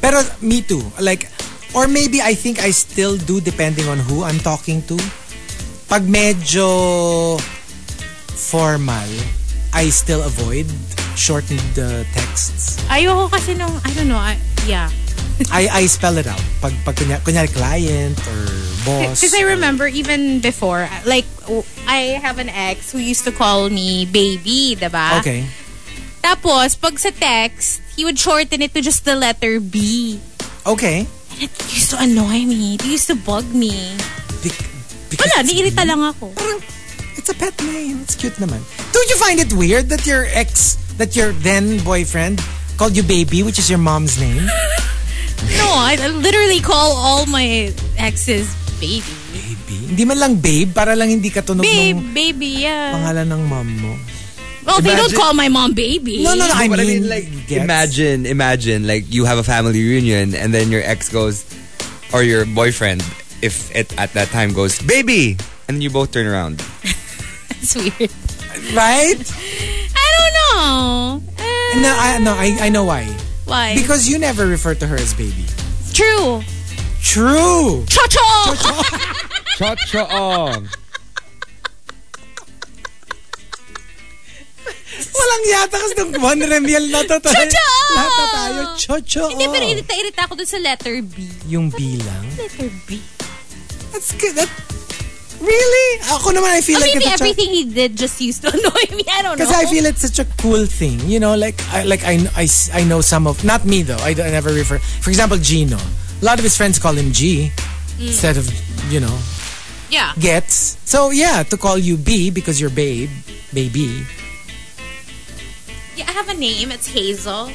Pero me too. Like, or maybe I think I still do depending on who I'm talking to. Pag medyo formal, I still avoid shortened uh, texts.
Ayoko kasi nung, I don't know, I, yeah.
I I spell it out. Pag, pag kunya, kunyari client or boss.
Because I remember even before, like, w- I have an ex who used to call me baby, diba?
Okay.
Tapos, pag sa text, he would shorten it to just the letter B.
Okay.
And it used to annoy me. It used to bug me.
Bec- because
Wala, niirita lang ako.
It's a pet name. It's cute naman. Don't you find it weird that your ex, that your then boyfriend called you baby, which is your mom's name?
No, I I literally call all my exes baby.
Baby. Hindi man lang babe, para lang hindi katunog
Babe,
ng
baby, yeah.
pangalan ng mom mo.
Well, they don't
Imagine-
call my mom baby.
No, no, no. I mean,
But I mean, like,
gets.
imagine, imagine, like, you have a family reunion and then your ex goes, or your boyfriend, if it, at that time goes, baby! And you both turn around.
It's weird.
Right?
I don't know. Uh,
No, I, no, I, I know why.
why?
Because you never refer to her as baby.
True.
True.
Chocho!
Cho-cho-ong!
Walang yata kasi nung one remiel na to tayo.
Chocho!
Lahat na tayo. Chocho.
Hindi, pero irita-irita ako dun sa letter B.
Yung bilang.
Letter B.
That's good. That, really? Ako naman, I feel
Or
like
maybe
it's a
everything he did just used to annoy me. I don't know.
Because I feel it's such a cool thing, you know. Like I, like I, I, I know some of not me though. I, don't- I never refer. For example, Gino. A lot of his friends call him G instead of you know
Mm. Yeah.
gets. So yeah, to call you B because you're babe, baby.
yeah. I have a name. It's Hazel.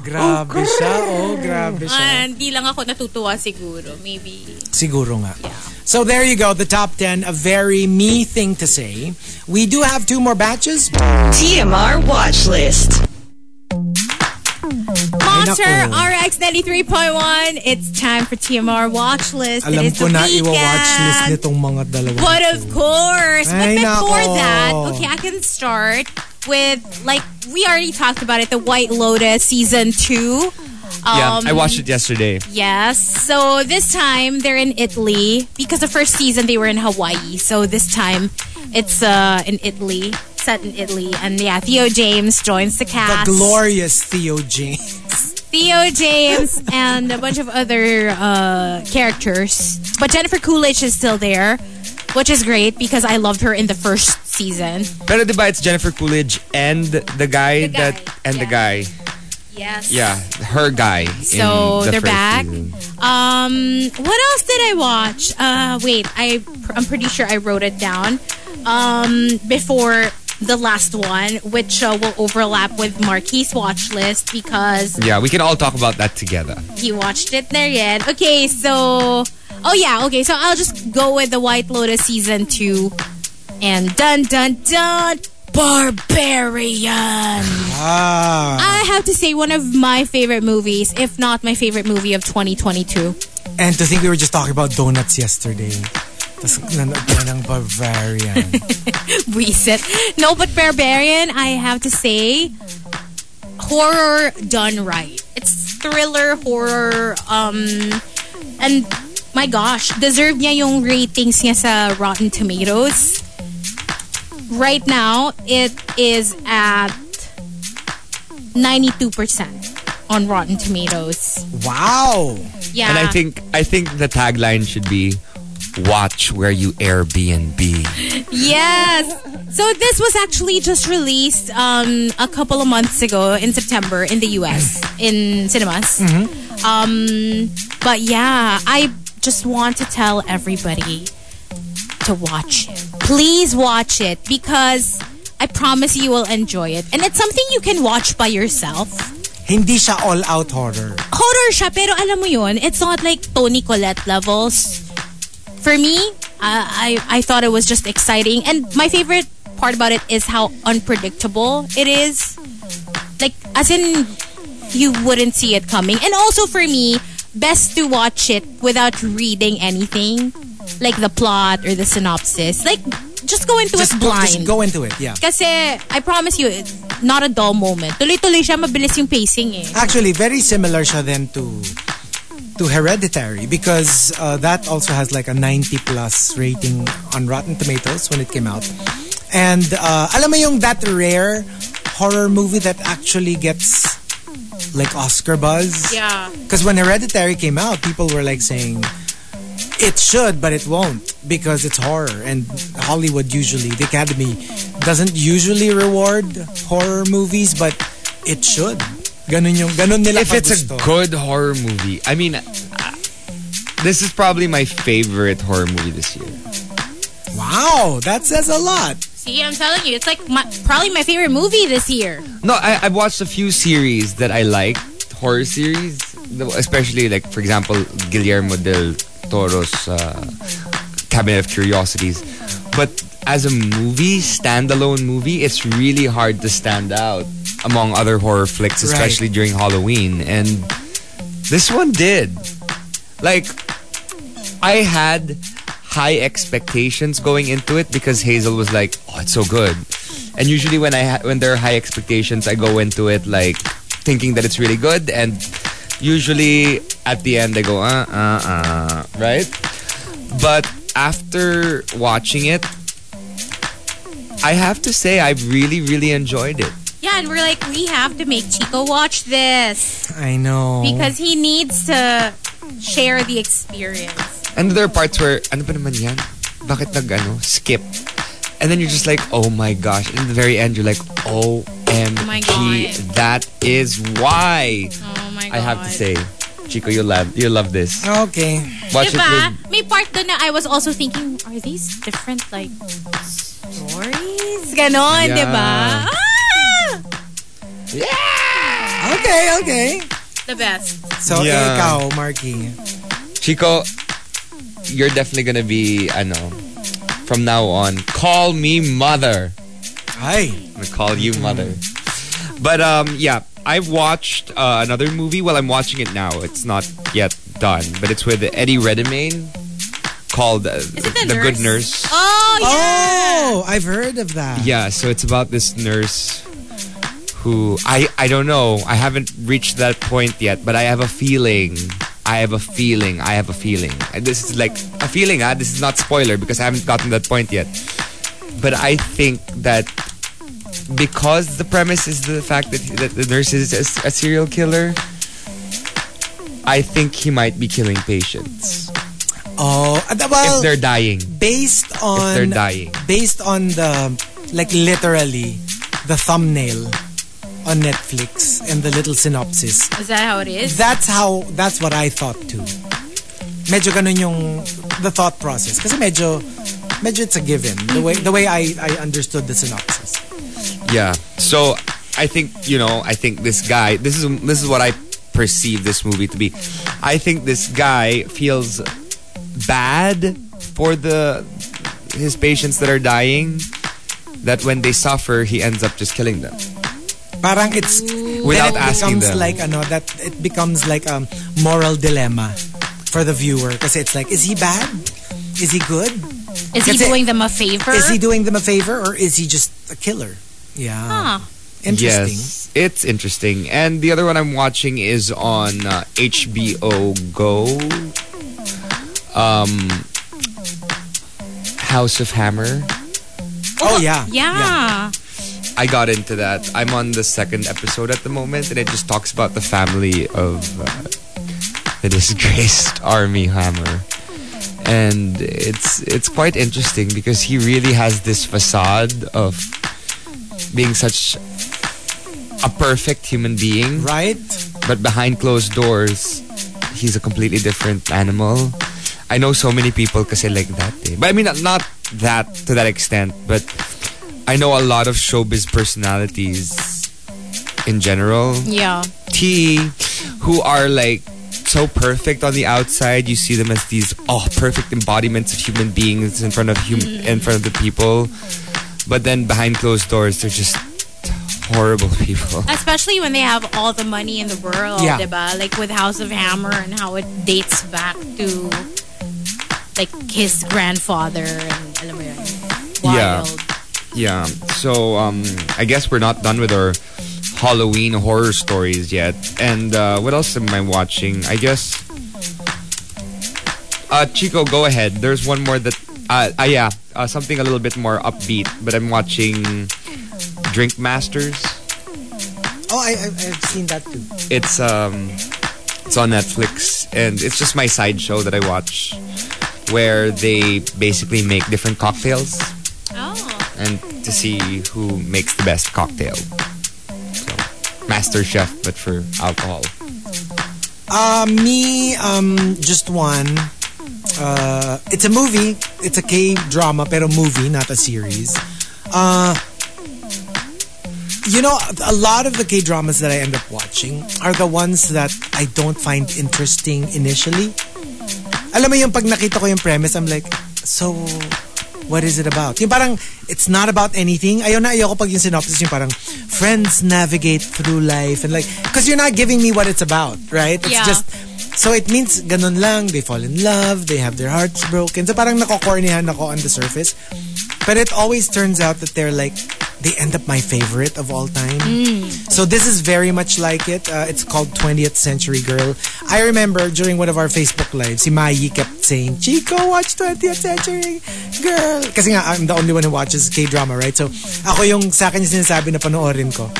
Grabe siya. Oh, grabe siya.
And di lang ako natutuwa siguro. Maybe.
Siguro nga. So there you go. The top ten. A very me thing to say. We do have two more batches.
TMR watch list.
Monster
nako.
RX 93.1. It's time for TMR Watch List.
Alam
it is
ko
the
na
weekend.
iwa-watch list nitong mga dalawa.
But of course.
Ay,
but before
nako.
that, okay, I can start with, like, we already talked about it, the White Lotus Season 2.
Yeah,
Um,
I watched it yesterday.
Yes. So this time they're in Italy because the first season they were in Hawaii. So this time it's uh, in Italy, set in Italy. And yeah, Theo James joins the
the
cast.
glorious Theo James.
Theo James and a bunch of other uh, characters. But Jennifer Coolidge is still there, which is great because I loved her in the first season.
Pero diba, it's Jennifer Coolidge and the guy,
The guy,
that, and the
yeah.
guy.
Yes.
Yeah, her guy.
So
in the
they're
first
back.
season.
Um, what else did I watch? Uh, wait, I I'm pretty sure I wrote it down. Um, before the last one, which uh, will overlap with Marquis' watch list because
Yeah, we can all talk about that together.
he watched it there yet. Okay, so oh yeah, okay, so I'll just go with the White Lotus season two, and dun dun dun, Barbarian.
Ah.
I have to say one of my favorite movies, if not my favorite movie of 2022.
And to think we were just talking about donuts yesterday. Tapos nanood ka ng Bavarian.
Reset. No, but Barbarian, I have to say, horror done right. It's thriller, horror, um, and my gosh, deserve niya yung ratings niya sa Rotten Tomatoes. Right now, it is at 92% on Rotten Tomatoes.
wow!
Yeah.
And I think I think the tagline should be watch where you Airbnb.
Yes. So this was actually just released um, a couple of months ago in September in the US in cinemas. Um, but yeah, I just want to tell everybody to watch it. Please watch it because I promise you will enjoy it. And it's something you can watch by yourself.
Hindi siya all-out horror.
Horror siya, pero alam mo yun, it's not like Tony Collette levels. For me, uh, I, I thought it was just exciting. And my favorite part about it is how unpredictable it is. Like, as in, you wouldn't see it coming. And also for me, best to watch it without reading anything. Like the plot or the synopsis. Like, just go into
Just
it
go,
blind.
just go into it, yeah.
Kasi, I promise you, it's not a dull moment. Tuloy-tuloy siya, mabilis yung pacing eh.
Actually, very similar siya then to to Hereditary because uh, that also has like a 90 plus rating on Rotten Tomatoes when it came out. And uh, alam mo yung that rare horror movie that actually gets like Oscar buzz?
Yeah.
Because when Hereditary came out, people were like saying it should, but it won't because it's horror. And Hollywood usually, the Academy doesn't usually reward horror movies, but it should. Ganun yung, ganun nila
if it's a
kagusto.
good horror movie, I mean, uh, this is probably my favorite horror movie this year.
Wow, that says a lot.
See, I'm telling you, it's like my, probably my favorite movie this year.
No, I, I've watched a few series that I like, horror series, the- especially like, for example, Guillermo del Toro's uh, Cabinet of Curiosities. But as a movie, standalone movie, it's really hard to stand out among other horror flicks,
Right.
especially during Halloween. And this one did. Like, I had high expectations going into it because Hazel was like, "Oh, it's so good." And usually when I ha- when there are high expectations, I go into it like thinking that it's really good, and usually at the end I go, "Uh, uh, uh," right? But after watching it, I have to say I really, really enjoyed it.
Yeah, and we're like, we have to make Chico watch this
I know.
because he needs to share the experience.
And there are parts where, ano ba naman yan? Bakit nag, ano, skip? And then you're just like, oh my gosh. And at the very end, you're like, OMG.
Oh my God.
That is why.
Oh my god.
I have to say, Chico, you love, you love this.
okay.
Watch it
Diba?
with,
May part doon na I was also thinking, are these different like stories? Ganon,
Yeah.
diba? Ah!
Okay, okay.
The best.
So,
Yeah.
ikaw, Marky.
Chico, you're definitely gonna be, ano, from now on, call me mother.
Ay,
I'm gonna call you mother. But um, yeah, I've watched uh, another movie. Well, I'm watching it now. It's not yet done, but it's with Eddie Redmayne called uh,
Is it the,
Good Nurse.
Oh, yeah.
Oh, I've heard of that.
Yeah, so it's about this nurse who I I don't know. I haven't reached that point yet, but I have a feeling. I have a feeling. I have a feeling. And this is like a feeling. Ah, this is not spoiler because I haven't gotten that point yet. But I think that because the premise is the fact that, that the nurse is a, a serial killer, I think he might be killing patients
Oh, uh,
if
well,
they're dying.
based on
they're dying.
based on the like literally the thumbnail on Netflix and the little synopsis.
Oh!
Is that how it is?
That's how that's what I thought too. Medyo ganun yung the thought process kasi medyo medyo it's a given the way the way I I understood the synopsis.
Yeah. So I think you know. I think this guy. This is this is what I perceive this movie to be. I think this guy feels bad for the his patients that are dying. That when they suffer, he ends up just killing them.
Parang it's then
Without
it
asking
becomes
them.
like ano that it becomes like a moral dilemma for the viewer kasi it's like is he bad Is he good?
Is he
Kasi-
doing them a favor?
Is he doing them a favor or is he just a killer? Yeah.
Huh.
Interesting.
Yes, it's interesting. And the other one I'm watching is on uh, HBO Go. Um, House of Hammer.
Oh, yeah.
Yeah.
I got into that. I'm on the second episode at the moment, and it just talks about the family of uh, the disgraced army hammer. And it's it's quite interesting because he really has this facade of being such a perfect human being,
Right?
but behind closed doors, he's a completely different animal. I know so many people kasi like that. Eh. But I mean, not, not that to that extent, but I know a lot of showbiz personalities in general.
Yeah.
T, who are like so perfect on the outside. You see them as these oh perfect embodiments of human beings in front of hum- in front of the people, but then behind closed doors, they're just horrible people.
Especially when they have all the money in the world,
Yeah.
diba? Like with House of Hammer and how it dates back to like his grandfather and alam mo yun.
Yeah.
Wild.
Yeah. So um, I guess we're not done with our Halloween horror stories yet. And uh, what else am I watching? I guess. Uh, Chico, go ahead. There's one more that. Uh, uh yeah, uh, something a little bit more upbeat. But I'm watching Drink Masters.
Oh, I, I, I've seen that too.
It's um, it's on Netflix, and it's just my side show that I watch, where they basically make different cocktails.
Oh.
and to see who makes the best cocktail. So, master chef, but for alcohol.
Uh, me, um, just one. Uh, it's a movie. It's a K drama, pero movie, not a series. Uh, you know, a lot of the K dramas that I end up watching are the ones that I don't find interesting initially. Alam mo yung pag nakita ko yung premise, I'm like, so what is it about? Yung parang, it's not about anything. Ayaw na ayaw ko pag yung synopsis yung parang, friends navigate through life. And like, because you're not giving me what it's about, right? It's
Yeah.
just, so it means ganun lang, they fall in love, they have their hearts broken. So parang nakokornihan ako on the surface. But it always turns out that they're like, they end up my favorite of all time. So this is very much like it. Uh, it's called 20th Century Girl. I remember during one of our Facebook lives, si Mayi kept saying, Chico, watch 20th Century Girl. Kasi nga, I'm the only one who watches K-drama, right? So ako yung sa akin yung sinasabi na panoorin ko.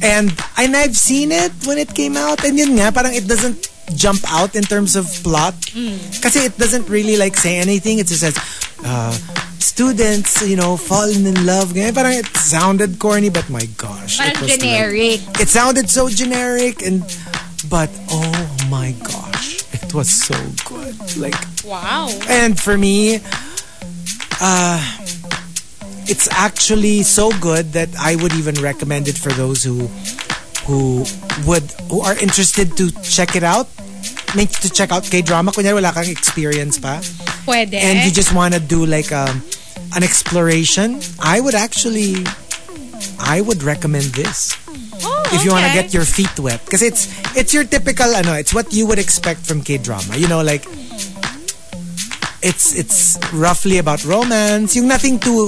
And, and I've seen it when it came out. And yun nga, parang it doesn't jump out in terms of plot. Kasi it doesn't really like say anything. It just says, uh, students, you know, falling in love. Ganyan. Parang it sounded corny, but my gosh. it
Parang
was like-
generic.
it sounded so generic and but oh my gosh it was so good like
Wow.
and for me uh it's actually so good that i would even recommend it for those who who would who are interested to check it out May- to check out K-drama kunyari wala kang experience pa
Pwede.
and you just want to do like um, an exploration I would actually I would recommend this
oh,
if you want to
okay.
get your feet wet because it's it's your typical ano it's what you would expect from K-drama you know like it's it's roughly about romance yung nothing too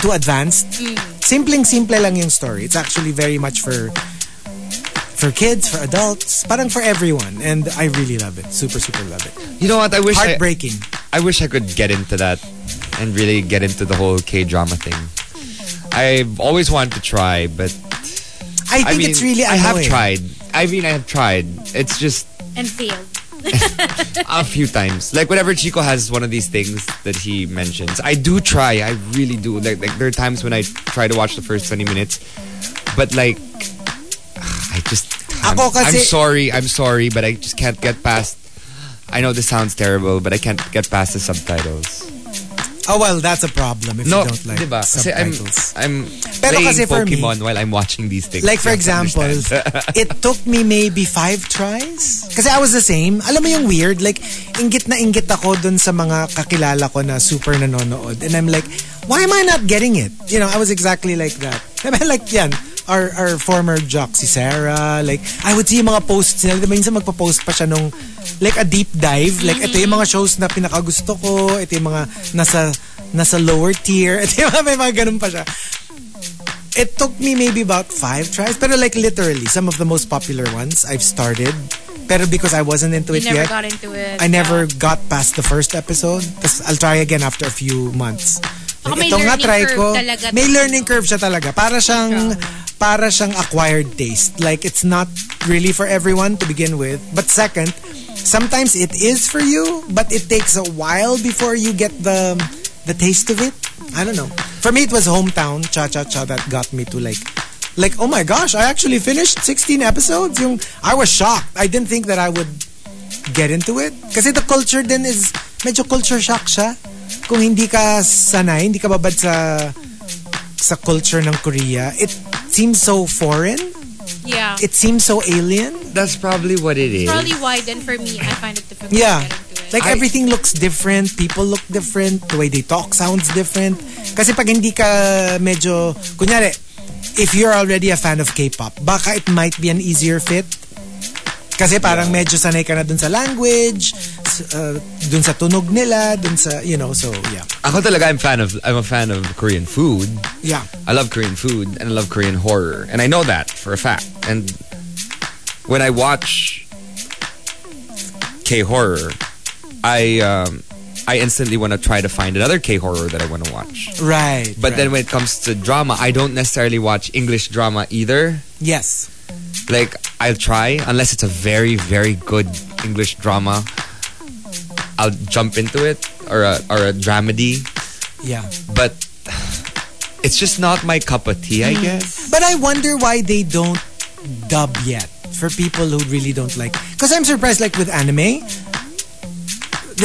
too advanced simpleng simple lang yung story it's actually very much for for kids for adults parang for everyone and I really love it super super love it
You know what? I wish I,
heartbreaking
I wish I could get into that and really get into the whole K drama thing. I've always wanted to try, but
I
I
think
mean,
it's really
I have
annoying.
tried. I mean, I have tried. It's just
and failed.
a few times. Like whenever Chico has one of these things that he mentions, I do try. I really do. Like, like there are times when I try to watch the first twenty minutes, but like I just. I'm,
Ako kasi-
I'm sorry. I'm sorry, but I just can't get past. I know this sounds terrible, but I can't get past the subtitles.
oh well that's a problem if
No,
you don't like
diba? Kasi I'm
subtitles
I'm
Pero
playing
kasi for me-
Pokemon while I'm watching these things.
Like for
You have to
example,
understand.
it took me maybe five tries. Kasi I was the same. Alam mo yung weird, like, ingit na ingit ako dun sa mga kakilala ko na super nanonood. And I'm like, why am I not getting it? You know, I was exactly like that. I'm like, yan. our, our former jock, si Sarah. Like, I would see yung mga posts nila. Diba, minsan magpa-post pa siya nung, like, a deep dive. Like, ito yung mga shows na pinakagusto ko. Ito yung mga nasa, nasa lower tier. Ito yung mga, may mga ganun pa siya. It took me maybe about five tries. Pero like, literally, some of the most popular ones I've started. Pero because I wasn't into
You
it
never
yet.
got into it.
I never got past the first episode. Tapos I'll try again after a few months.
Baka may learning curve talaga
May
to,
learning curve siya talaga. Para siyang, para siyang acquired taste. Like, it's not really for everyone to begin with. But second, sometimes it is for you, but it takes a while before you get the, the taste of it. I don't know. For me, it was Hometown Cha Cha Cha that got me to like, like, oh my gosh, I actually finished 16 episodes. Yung, I was shocked. I didn't think that I would get into it. Kasi the culture din is, medyo culture shock siya. Kung hindi ka sanay, hindi ka babad sa sa culture ng Korea, it seems so foreign.
Yeah.
It seems so alien.
That's probably what it is.
Probably why then for me, I find it difficult
Yeah.
to get into it.
Like
I-
everything looks different, people look different, the way they talk sounds different. Kasi pag hindi ka medyo, kunyari, if you're already a fan of K-pop, baka it might be an easier fit. Kasi parang medyo sanay ka na dun sa language, s- uh, dun sa tunog nila, dun sa, you know, so yeah.
Ako talaga, I'm fan of I'm a fan of Korean food.
Yeah.
I love Korean food and I love Korean horror, and I know that for a fact. And when I watch K horror, I um, I instantly want to try to find another K horror that I want to watch.
Right.
But then
right.
when it comes to drama, I don't necessarily watch English drama either.
Yes.
Like I'll try unless it's a very very good English drama. I'll jump into it or a, or a dramedy,
Yeah.
but it's just not my cup of tea, I guess.
But I wonder why they don't dub yet for people who really don't like. Because I'm surprised, like with anime,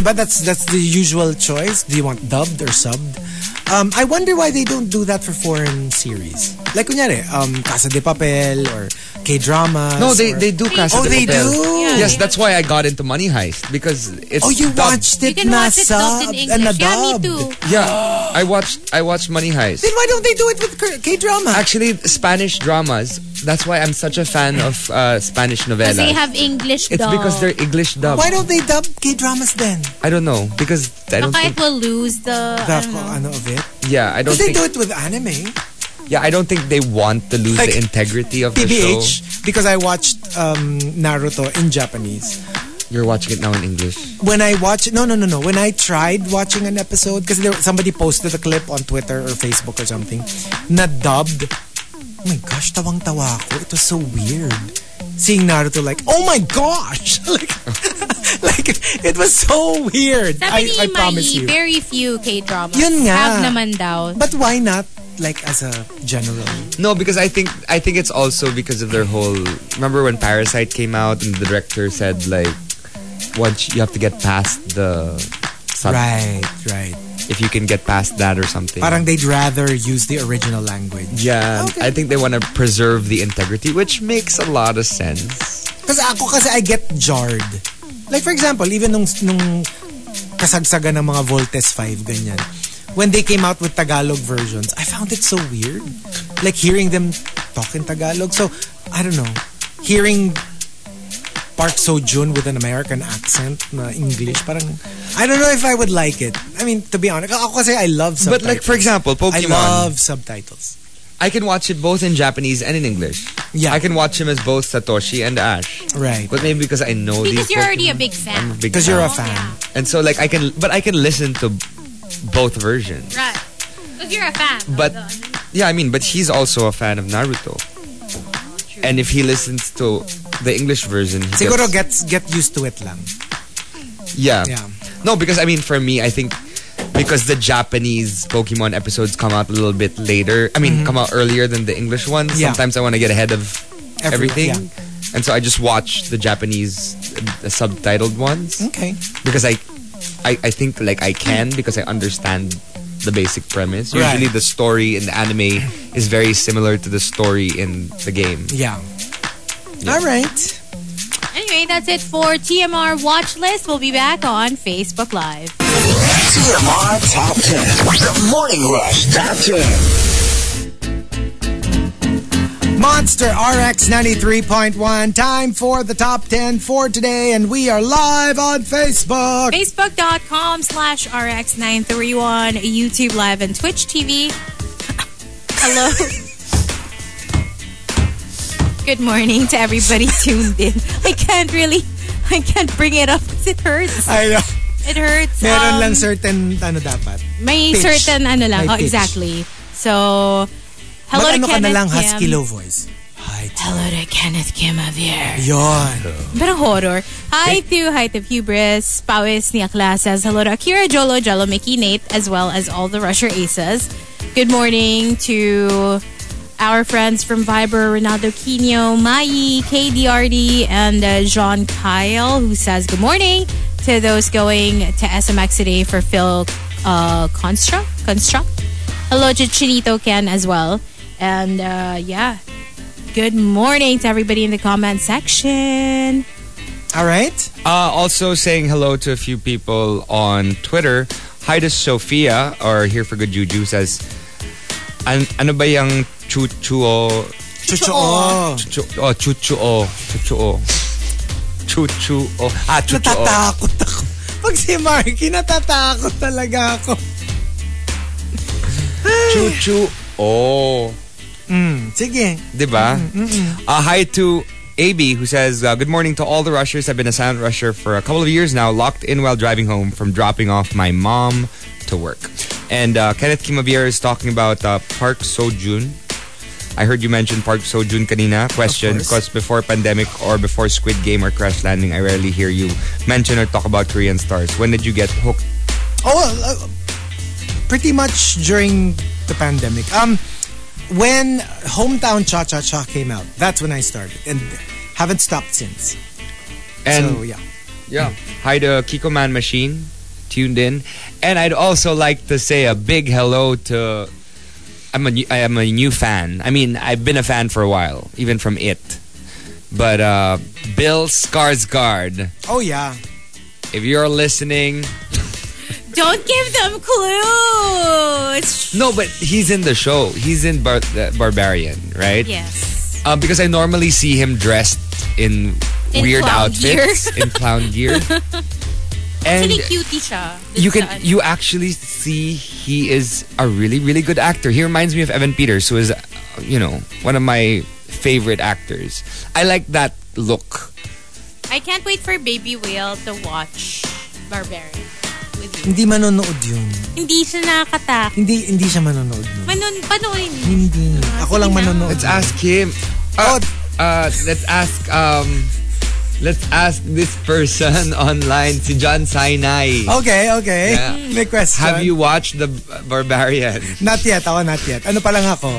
but that's that's the usual choice. Do you want dubbed or subbed? Um, I wonder why they don't do that for foreign series. Like kunyari, um, Casa de Papel or K-dramas.
No, they
or-
they do cast.
Oh, they do.
Yes, that's why I got into Money Heist because it's.
Oh, you
dubbed.
watched
You
it
can
na
watch it dubbed in
sub and na
English. Yeah, me
dubbed.
too.
Yeah, I watched I watched Money Heist.
Then why don't they do it with K- K-drama?
Actually, Spanish dramas. That's why I'm such a fan of uh, Spanish novellas.
Because they have English
it's
dub.
because they're English dub.
Why don't they dub K-dramas then?
I don't know because I don't
Baka
think.
it will lose the... I
The
don't know.
ano of it?
Yeah, I don't
Because they
think.
do it with anime.
Yeah, I don't think they want to lose
Like,
the integrity of the show.
PBH because I watched um, Naruto in Japanese.
You're watching it now in English.
When I watched, no, no, no, no. When I tried watching an episode, because somebody posted a clip on Twitter or Facebook or something, na dubbed. Oh my gosh, tawang-tawa ako. It was so weird. Seeing Naruto like, oh my gosh! like, like, it was so weird.
Sabi
I, I
ni
promise
Mai,
you.
very few K-dramas
Yun nga.
have naman daw.
But why not, like, as a general?
No, because I think I think it's also because of their whole. Remember when Parasite came out and the director said like, once you have to get past the. sub-
Right, right.
If you can get past that or something.
Parang they'd rather use the original language.
yeah, and
Okay.
I think they want to preserve the integrity, which makes a lot of sense.
Kasi ako kasi I get jarred. Like for example, even nung, nung kasagsagan ng mga Voltes 5, ganyan. When they came out with Tagalog versions, I found it so weird. Like hearing them talk in Tagalog. So, I don't know. Hearing Park Seo-joon with an American accent na English, parang, I don't know if I would like it. I mean, to be honest, ako kasi I love
But
subtitles.
like for example,
I
Pokemon.
love subtitles.
I can watch it both in Japanese and in English.
Yeah.
I can watch him as both Satoshi and Ash.
Right.
But maybe because I know these
Because you're already a
Pokemon,
big
I'm a
fan.
big
Because you're a
Oh,
fan.
fan.
And so like I can but I can listen to both versions.
Right. Because you're a fan. of
But
the-
yeah, I mean, but he's also a fan of Naruto. And if he listens to the English version, he
Siguro
gets,
gets, get used to it lang.
yeah.
Yeah.
No, because I mean for me, I think because the Japanese Pokemon episodes come out a little bit later. I mean, come out earlier than the English ones.
Mm-hmm. Yeah.
Sometimes I want to get ahead of everything.
Everyone,
And so I just watch the Japanese uh, the subtitled ones
yeah. Okay.
because I, I I think like I can because I understand the basic premise.
Right.
Usually the story in the anime is very similar to the story in the game.
Yeah. All right.
Anyway, that's it for TMR Watch List. We'll be back on Facebook Live.
TMR Top 10. The Morning Rush Top 10.
Monster RX 93.1. Time for the top 10 for today, and we are live on Facebook.
Facebook.com slash RX931, YouTube Live, and Twitch TV. Hello.
Good morning to everybody tuned in. I can't really, I can't bring it up 'cause it hurts.
I know.
It hurts.
Meron
Um,
lang certain ano dapat.
May
pitch.
certain ano lang.
May
Oh,
pitch.
exactly. So, hello
Mag-ano
to
ka
Kenneth
na lang,
Kim.
husky low voice. Hi.
Hello to Kenneth Kim of here.
Yun.
Bit of horror. Hi to Height of Hubris, Pawis Niakla says hello to Akira Jolo, Jolo Mickey, Nate, as well as all the Rusher Aces. Good morning to our friends from Viber, Ronaldo Quino, Mai, KDRD, and uh, Jean Kyle, who says good morning to those going to SMX today for Phil uh, Construct. Construct. Hello to Chinito Ken as well. And uh, yeah, good morning to everybody in the comment section.
All right.
Uh, also saying hello to a few people on Twitter. Hi to Sophia, or here for good juju, says, An ano ba yung chuchuo?
Chuchoo.
Chuchu, oh, chuchuo. Chuchuo. Chuchuo. Ah, chuchuo.
Natatakot ako. Pag si Marky, natatakot talaga ako.
Chuchuo.
Sige.
Diba? Uh, hi to AB, who says, uh, Good morning to all the rushers. I've been a silent rusher for a couple of years now, locked in while driving home from dropping off my mom to work. And uh, Kenneth Kimavier is talking about uh, Park Sojun. I heard you mention Park Sojun kanina. Question,
Of
because before pandemic or before Squid Game or Crash Landing, I rarely hear you mention or talk about Korean stars. When did you get hooked?
Oh, uh, pretty much during the pandemic. Um, when Hometown Cha Cha Cha came out, that's when I started and haven't stopped since.
And
so, yeah.
Yeah. Hi to Kiko Man Machine, tuned in. And I'd also like to say a big hello to. I'm a, new- I am a new fan. I mean, I've been a fan for a while, even from it. But uh, Bill Skarsgård,
Oh, yeah.
if you're listening,
Don't give them clues.
no, but he's in the show. He's in Bar- the Barbarian, right?
Yes.
Um, because I normally see him dressed in,
In
weird
clown
outfits in clown gear. and
Actually, cutie siya. Dun
you
sa
can
ano.
you actually see he is a really really good actor. He reminds me of Evan Peters, who is uh, you know one of my favorite actors. I like that look.
I can't wait for Baby Whale to watch Barbarian with you.
Hindi manonood yun.
Hindi siya nakakatak.
Hindi hindi siya manonood nun.
Manon, panoorin niyo.
Hindi. Ako lang manonood.
Let's ask him. Uh, uh, let's ask um, let's ask this person online, si John Sinai.
Okay, okay.
Yeah.
May question.
Have you watched the Barbarian?
Not yet. Ako not yet. Ano pa lang ako?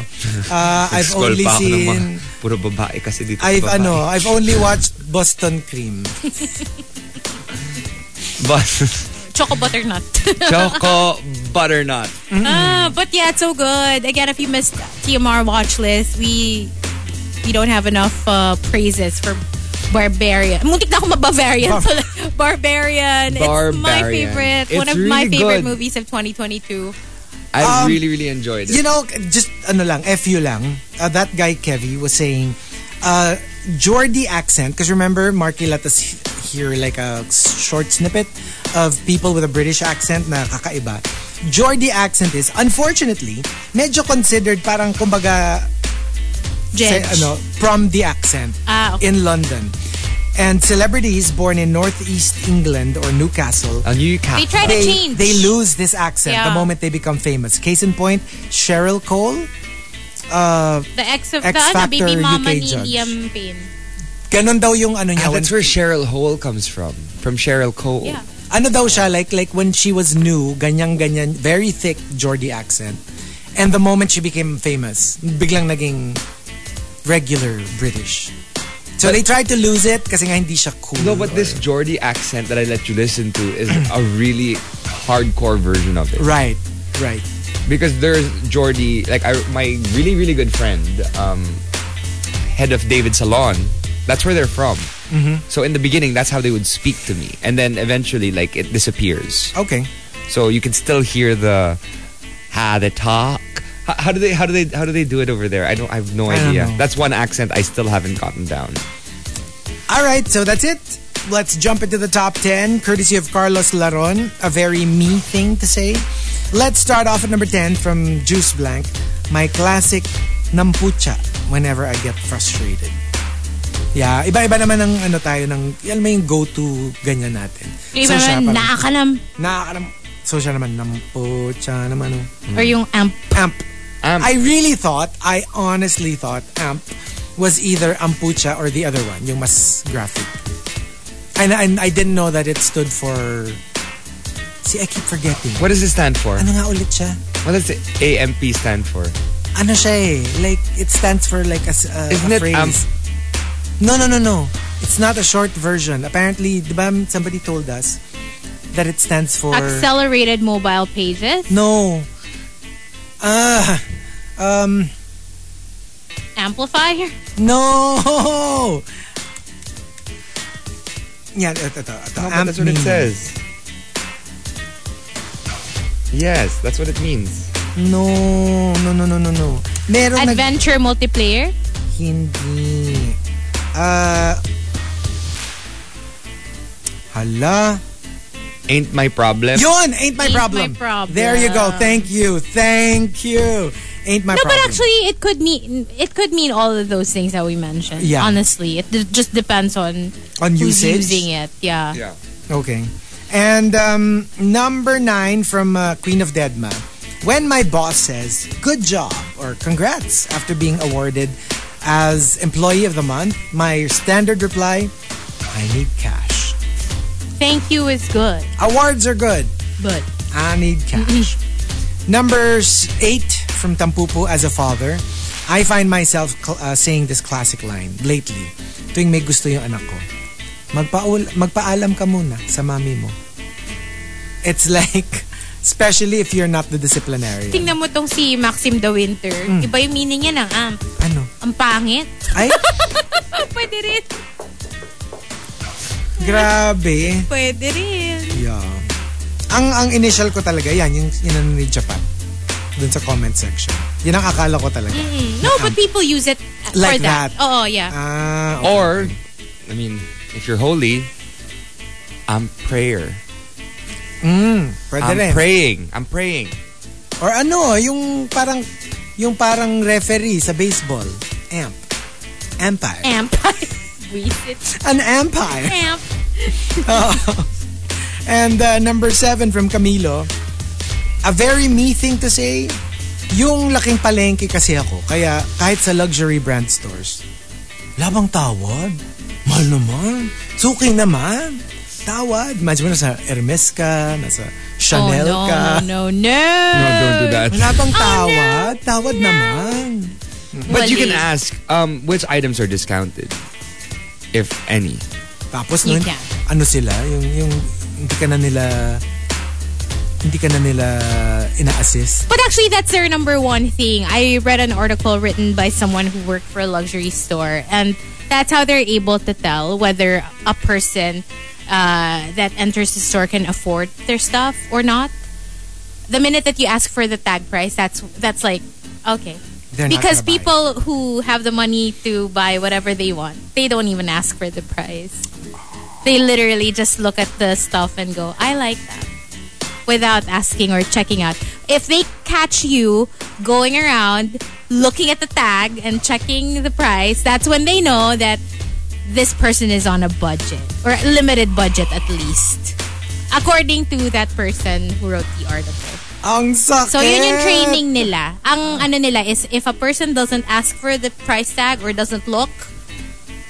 Uh, I've
Scroll
only
pa ako ng mga-
seen...
puro babae kasi dito.
I've
babae.
ano, I've only watched Boston Cream.
But-
Choco butternut.
Choco butternut.
Ah, but yeah, it's so good. Again, if you missed TMR watch list, we we don't have enough uh, praises for Barbarian. Muntik na ako ma-Bavarian.
Bar-
Barbarian. It's my
Barbarian.
favorite. One
It's
of my
really
favorite
good.
movies of 2022.
I
Um,
really, really enjoyed it.
You know, just ano lang, FU lang. Uh, that guy Kevy was saying uh Jordi accent because remember Marky let us he- hear like a short snippet of people with a British accent na kakaiba. Jordi accent is unfortunately medyo considered parang kumbaga say,
Judge.
ano, from the accent
Ah, okay.
in London. And celebrities born in Northeast England or Newcastle
A new cat.
They try to
they,
change.
they lose this accent the
Yeah.
moment they become famous. Case in point, Cheryl Cole. Uh,
The ex of
X
the ano,
Factor
baby mama
UK
ni
judge.
Liam Payne.
ganun daw yung ano niya.
Ah, that's
when-
where Cheryl Hole comes from. From Cheryl Cole.
Yeah.
ano daw siya, like, like when she was new, ganyang-ganyan, very thick Geordie accent. And the moment she became famous, biglang naging regular British. So they tried to lose it kasi nga hindi siya cool.
No, but this Geordie accent that I let you listen to is a really hardcore version of it.
Right, right.
Because there's Geordie, like I, my really, really good friend, um, head of David Salon, that's where they're from.
Mm-hmm.
So in the beginning, that's how they would speak to me. And then eventually, like, it disappears.
Okay.
So you can still hear the ha the talk How, how do they? How do they? How do they do it over there? I don't. I have no
don't
idea.
know.
That's one accent I still haven't gotten down.
All right, so that's it. Let's jump into the top 10, courtesy of Carlos Laron. A very me thing to say. Let's start off at number 10 from Juice Blank. My classic nampucha whenever I get frustrated. Yeah, iba-iba naman ang ano tayo ng, alam mo yung go-to ganyan natin.
Iba
So, siya
naman,
parang-
nakakanam.
Nakakanam. So siya naman, nampucha naman. oh.
Or yung amp.
Amp.
Amp.
I really thought, I honestly thought amp was either ampucha or the other one, yung mas graphic. And, and I didn't know that it stood for... See, I keep forgetting.
What does it stand for?
Ano nga ulit siya?
What does the AMP stand for?
Ano siya eh? Like, it stands for like a, s- a-
Isn't
a
it
phrase.
amp?
No, no, no, no. It's not a short version. Apparently, di ba somebody told us that it stands for...
Accelerated mobile pages.
No. Ah. um...
Amplifier.
No! Yeah, ito, ito, ito.
No, but
Amp
that's what it
meaning.
says. Yes, that's what it means.
No, no, no, no, no, no. Meron nag...
Adventure multiplayer.
Hindi. Ah... hala.
Ain't my problem.
Yun! Ain't my
Ain't my
problem.
problem.
There you go. Thank you. Thank you. Ain't my
No,
problem.
but actually, it could mean it could mean all of those things that we mentioned.
Yeah.
Honestly, it d- just depends on
On
who's
usage?
using it. Yeah.
Yeah.
Okay. And um, number nine from uh, Queen of Deadma. When my boss says, good job or congrats after being awarded as Employee of the Month, my standard reply, I need cash.
Thank you is good,
Awards are good.
but
I need cash. Numbers eight from Tampupu as a father. I find myself cl- uh, saying this classic line lately. Tuwing may gusto yung anak ko. Magpaul- magpaalam ka muna sa mami mo. It's like, especially if you're not the disciplinarian.
Tingnan mo tong si Maxim the Winter.
Mm.
Iba yung meaning niya ng amp.
Ano?
Ang pangit.
Ay,
Pwede rin.
grabe.
Pwede rin.
Yeah. Ang ang initial ko talaga, yan, yung inano ni Japan. Dun sa comment section. Yan ang akala ko talaga.
No, but people use it for
Like that.
that. Oo, yeah.
Ah, okay.
Or, I mean, if you're holy, I'm prayer.
Pwede
I'm
rin.
praying. I'm praying.
Or ano, yung parang yung parang referee sa baseball. Amp. Empire.
Amp. Buisit.
An empire.
Amp.
And uh, number seven from Camilo. A very me thing to say. Yung laking palengke kasi ako. Kaya kahit sa luxury brand stores. Labang tawad. Mahal naman. Suki naman. Tawad. Imagine mo nasa Hermes ka, nasa Chanel
oh,
ka.
no, Oh, no, no.
don't do that.
Labang tawad. Tawad naman.
But you can
Wali.
ask um, which items are discounted, if any.
Tapos
You
nun,
can.
ano sila, yung, yung hindi ka na nila, hindi ka na nila ina-assist.
But actually, that's their number one thing. I read an article written by someone who worked for a luxury store, and that's how they're able to tell whether a person uh, that enters the store can afford their stuff or not. The minute that you ask for the tag price, that's that's like okay,
They're not
because
gonna buy.
people who have the money to buy whatever they want, they don't even ask for the price. They literally just look at the stuff and go, "I like that." without asking or checking out. If they catch you going around looking at the tag and checking the price, that's when they know that this person is on a budget or a limited budget at least. According to that person who wrote the article.
Ang sakit!
So yun yung training nila. Ang ano nila is if a person doesn't ask for the price tag or doesn't look,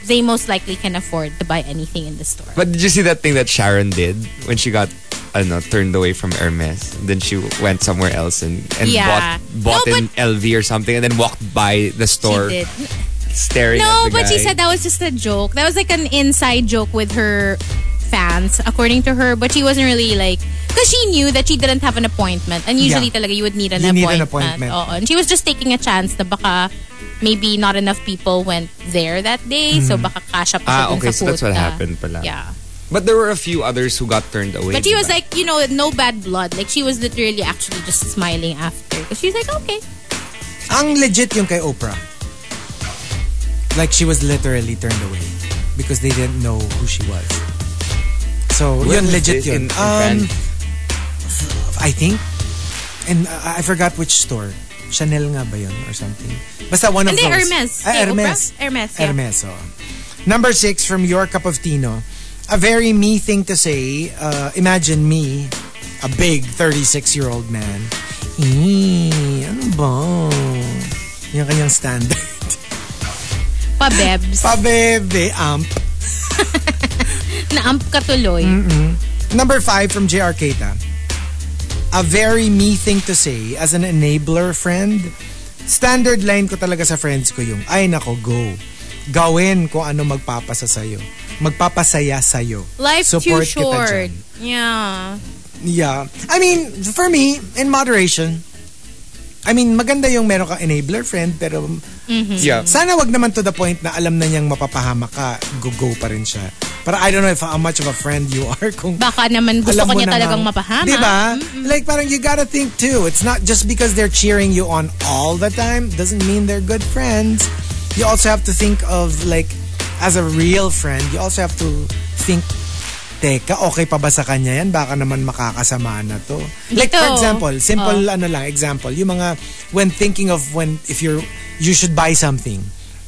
they most likely can afford to buy anything in the store.
But did you see that thing that Sharon did when she got, I don't know, turned away from Hermes? Then she went somewhere else and, and
Yeah.
bought, bought
No,
an LV or something and then walked by the store
She did.
staring at
No,
the
but she
guy.
said that was just a joke. That was like an inside joke with her fans, according to her. But she wasn't really like, because she knew that she didn't have an appointment. And usually
Yeah.
talaga you would need an
You need an
appointment.
appointment.
Oo. And she was just taking a chance na baka maybe not enough people went there that day. So baka cash up
Ah,
siya dun
okay,
sa
so that's what
quota.
happened Ah, pala.
Yeah.
But there were a few others who got turned away.
But she was
diba?
like, you know, no bad blood. Like she was literally actually just smiling after. Because she was like, okay.
Ang legit yung kay Oprah. Like she was literally turned away because they didn't know who she was. So
When
yun
was
legit
this
yun.
in- in
Um,
France?
I think, and uh, I forgot which store. Chanel nga ba yun or something? Basta one of
Hindi,
those.
Hermes.
Ah,
Kay
Hermes.
Oprah? Hermes, yeah.
Hermes, oo. Number six from Your Cup of Tino. A very me thing to say. Uh, imagine me, a big 36-year-old man. Eh, ano ba? Yung kanyang standard.
Pabebs.
Pabebe amp.
Na-amp ka tuloy.
Mm.
Number five from JR Keita. A very me thing to say as an enabler friend. Standard line ko talaga sa friends ko yung, ay nako, go. Gawin kung ano magpapasa sa'yo. Magpapasaya sa'yo.
Life
Support
too short.
Kita dyan.
Yeah.
Yeah. I mean, for me, in moderation, I mean, maganda yung meron kang enabler friend, pero Um,
Yeah.
sana wag naman to the point na alam na niyang mapapahama ka, go-go pa rin siya. Para I don't know if how much of a friend you are kung
Baka naman gusto
alam
ko
mo Diba?
niya
namang-
talagang mapahama.
Di ba? Like parang you gotta think too. It's not just because they're cheering you on all the time doesn't mean they're good friends. You also have to think of like as a real friend, you also have to think Teka, okay pa ba sa kanya yan? Baka naman makakasama na to. Like for
Dito. Oh.
example, simple ano lang, example, yung mga when thinking of when if you're you should buy something.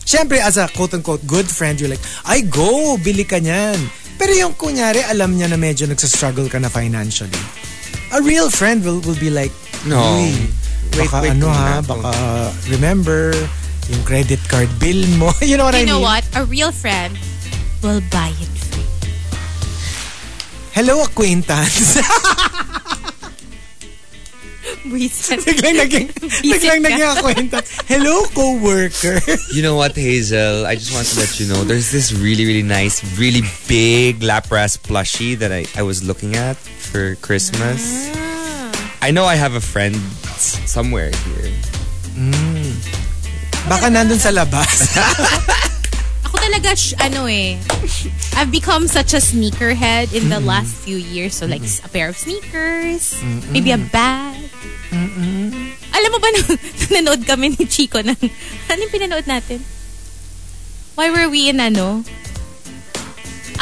Siyempre, as a quote-unquote good friend, you're like, ay go, bili ka niyan. Pero yung kunyari, alam niya na medyo nagsastruggle ka na financially. A real friend will, will be like,
No.
"Uy,
Wait,
baka
wait
ano ha,
muna.
baka remember yung credit card bill mo. you know what I
You know
mean?
what? A real friend will buy it for you.
Hello, acquaintance.
Buisit.
biglang naging, biglang naging acquaintance. Hello, co-worker.
You know what, Hazel? I just want to let you know there's this really, really nice, really big Lapras plushie that I, I was looking at for Christmas. I know I have a friend s- somewhere here.
Baka nandun sa labas.
Ako talaga, sh- ano eh, I've become such a sneakerhead in the last few years. So like, a pair of sneakers, maybe a bag. Alam mo ba, nung- nung nanood kami ni Chico ng, ano yung pinanood natin? Why were we in ano?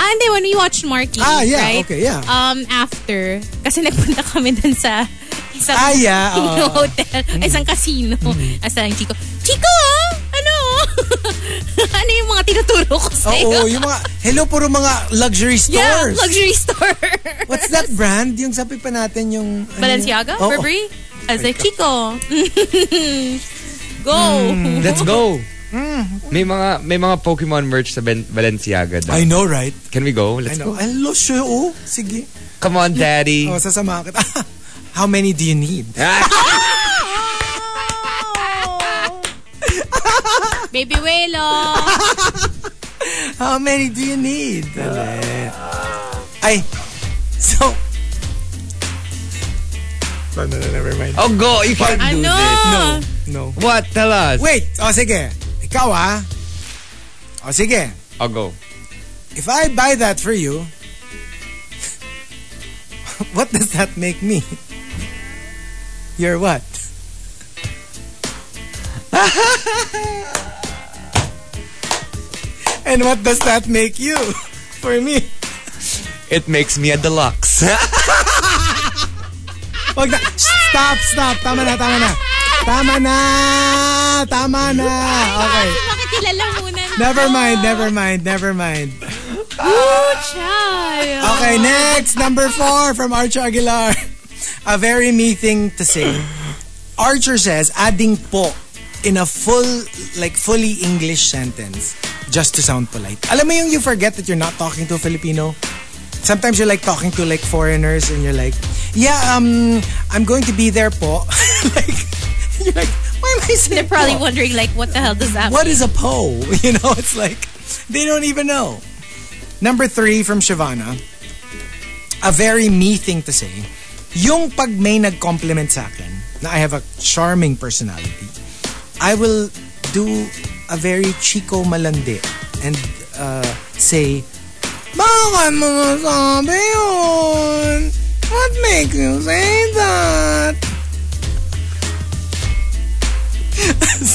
Ah, hindi, when we watched Marky,
Ah, yeah,
right?
okay, yeah.
Um, after, kasi nagpunta kami dun sa isang
Ah, yeah,
casino
oo.
hotel,
Mm.
isang casino. Asa yung Chico, Chico, ano? ano yung mga tinuturo ko sa'yo?
Oo, yung mga, hello, puro mga luxury
Yeah,
stores.
luxury store.
What's that brand? Yung sabi pa natin yung... ano
Balenciaga?
yun? Oo.
Burberry? I was like, Chico. Go.
Hmm.
Let's go! May mga, may mga Pokemon merch sa ben- Balenciaga daw.
I know, right?
Can we go?
I
Let's
know.
go.
Hello, sure. Oh, sige.
Come on, Daddy. Ah,
Oh, sasama kita. How many do you need?
Baby Welo.
How many do you need? Dali. Ay, so... No, no, no, never mind.
oh, go! You can't do
Ano?
this.
No.
What? Tell us.
Wait, o sige. Ikaw ah. O sige.
I'll go.
If I buy that for you, what does that make me? You're what? and what does that make you for me?
It makes me a deluxe.
Wag na. Shh, Stop, stop. Tama na, tama na. Tama na. Tama na. Okay.
Bakit kilala muna?
Never mind, never mind, never mind.
Child.
Okay, next, number four from Archer Aguilar. A very me thing to say. Archer says, adding po in a full, like fully English sentence just to sound polite. Alam mo yung you forget that you're not talking to a Filipino? Sometimes you're like talking to like foreigners and you're like, yeah, um, I'm going to be there po. like, you're like, why am I saying
They're probably
po?
wondering like, Oh. what the hell does that
what is a po? You know, it's like they don't even know. Number three from Shivana. A very me thing to say. Yung pag may nag-compliment sa akin na I have a charming personality, I will do a very Chico Malandi and uh, say, Bakit mo nasabi yun? What makes you say that?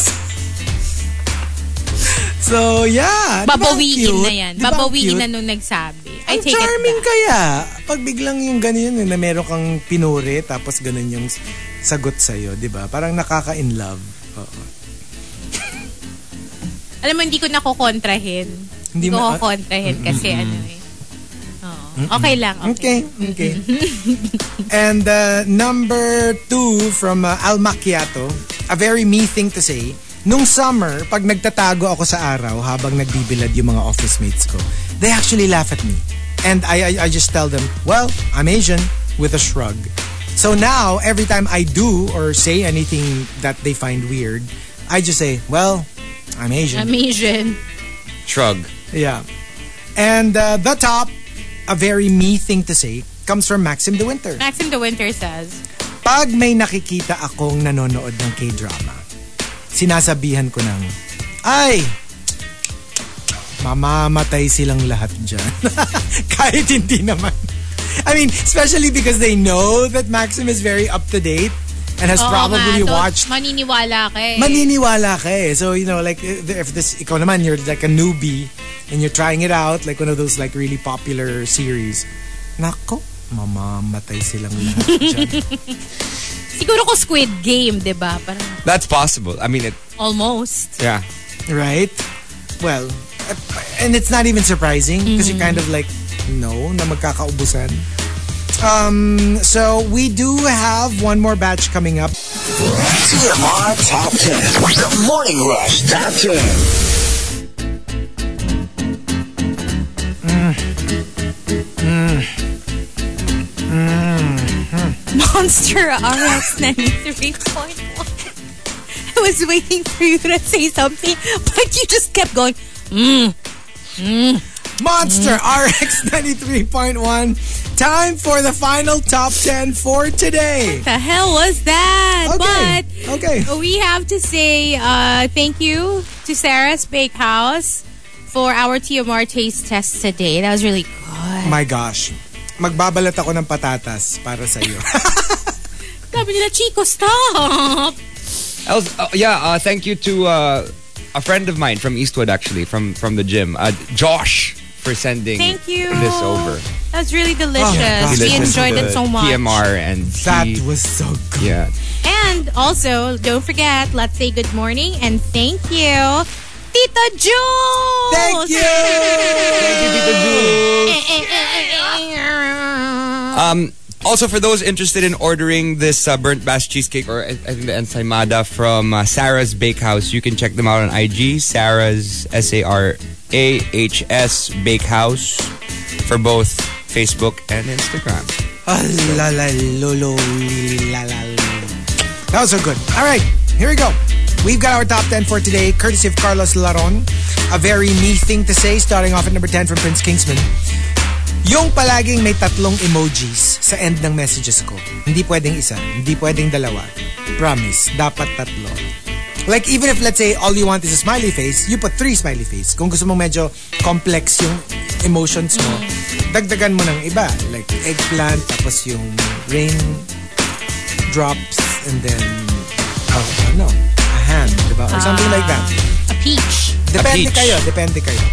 So, yeah. Di ba ang
Babawigin
cute?
na yan.
Di ba ang
Babawigin
cute?
na nung nagsabi. I
Ang
take
charming
it back.
kaya. Pag biglang yung ganyan eh, na meron kang pinuri tapos ganun yung s- sagot sa'yo, di ba? Parang nakaka-in love. Oh. Oo.
Alam mo, hindi ko nakokontrahin. Hindi
ma- ah,
ko kontrahin kasi ano eh. Oo. Okay lang. Okay.
Okay, okay. and uh, number two from uh, Al Macchiato, a very me thing to say. Nung summer, pag nagtatago ako sa araw habang nagbibilad yung mga office mates ko, they actually laugh at me. And I, I, I just tell them, well, I'm Asian, with a shrug. So now, every time I do or say anything that they find weird, I just say, well, I'm Asian.
I'm Asian.
Shrug.
Yeah. And uh, the top, a very me thing to say, comes from Maxim De Winter.
Maxim the Winter says,
Pag may nakikita akong nanonood ng K-drama, sinasabihan ko ng, ay, mamamatay silang lahat dyan. Kahit hindi naman. I mean, especially because they know that Maxim is very up to date and has
Oo
probably
nga, to-
watched
Maniniwala ka eh.
maniniwala ka eh. So, you know, like, if this, ikaw naman, you're like a newbie and you're trying it out, like one of those like really popular series. Nako, mamamatay silang lahat dyan.
Siguro ko Squid Game, di ba? Parang
That's possible. I mean, it,
almost.
yeah.
right? Well, uh, and it's not even surprising because you kind of like, no, na magkakaubusan. Um, so we do have one more batch coming up.
TMR Top 10. The Morning Rush Top 10.
Monster RX 93.1. I was waiting for you to say something, but you just kept going, mm.
Monster RX 93.1. Time for the final top 10 for today.
The hell was that?
Okay.
But
Okay.
we have to say uh, thank you to Sarah's Bakehouse for our TMR taste test today. That was really good.
My gosh. Magbabalat ako ng patatas para sa iyo.
Sabi nila, Chico, stop!
Else, uh, yeah, uh, thank you to uh, a friend of mine from Eastwood, actually, from from the gym, uh, Josh, for sending
Thank you.
this over.
That's really delicious.
Oh,
He
we
listened
enjoyed
to
it so much.
TMR and
That
he-
was so good.
yeah.
And also, don't forget, let's say good morning and thank you, Tita Jules!
Thank you.
Um, also, for those interested in ordering this uh, burnt bass cheesecake or I, I think the ensaymada from uh, Sarah's Bakehouse, you can check them out on IG. Sarah's S A R A H S Bakehouse for both Facebook and Instagram.
That was so good. All right, here we go. We've got our top 10 for today, courtesy of Carlos Laron. A very me thing to say, starting off at number 10 from Prince Kingsman. Yung palaging may tatlong emojis sa end ng messages ko. Hindi pwedeng isa, hindi pwedeng dalawa. Promise, dapat tatlo. Like even if let's say all you want is a smiley face, you put three smiley face. Kung gusto mo medyo complex yung emotions mo, dagdagan mo ng iba. Like eggplant, tapos yung rain drops, and then, oh, ano, a hand, diba? Or something like that.
A peach.
Depende
peach.
kayo, depende kayo.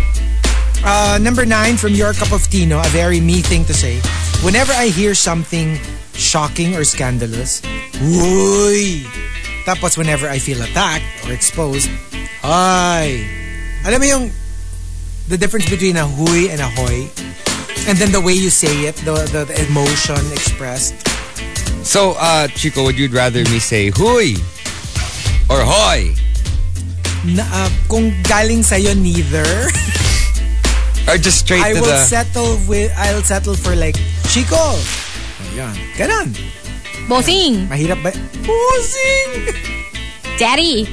Uh, number nine from Your Cup of Tino, a very me thing to say. Whenever I hear something shocking or scandalous, Uy! Tapos whenever I feel attacked or exposed, Ay! Alam mo yung the difference between a huy and a hoy? And then the way you say it, the, the, the emotion expressed.
So, uh, Chico, would you rather me say "huy" or "hoy"
Na, uh, kung galing sa'yo, neither.
or just straight
I
to
will
the?
settle with I'll settle for like Chico. Ayan. Ganon.
Bossing.
Mahirap ba? Pusing!
Daddy.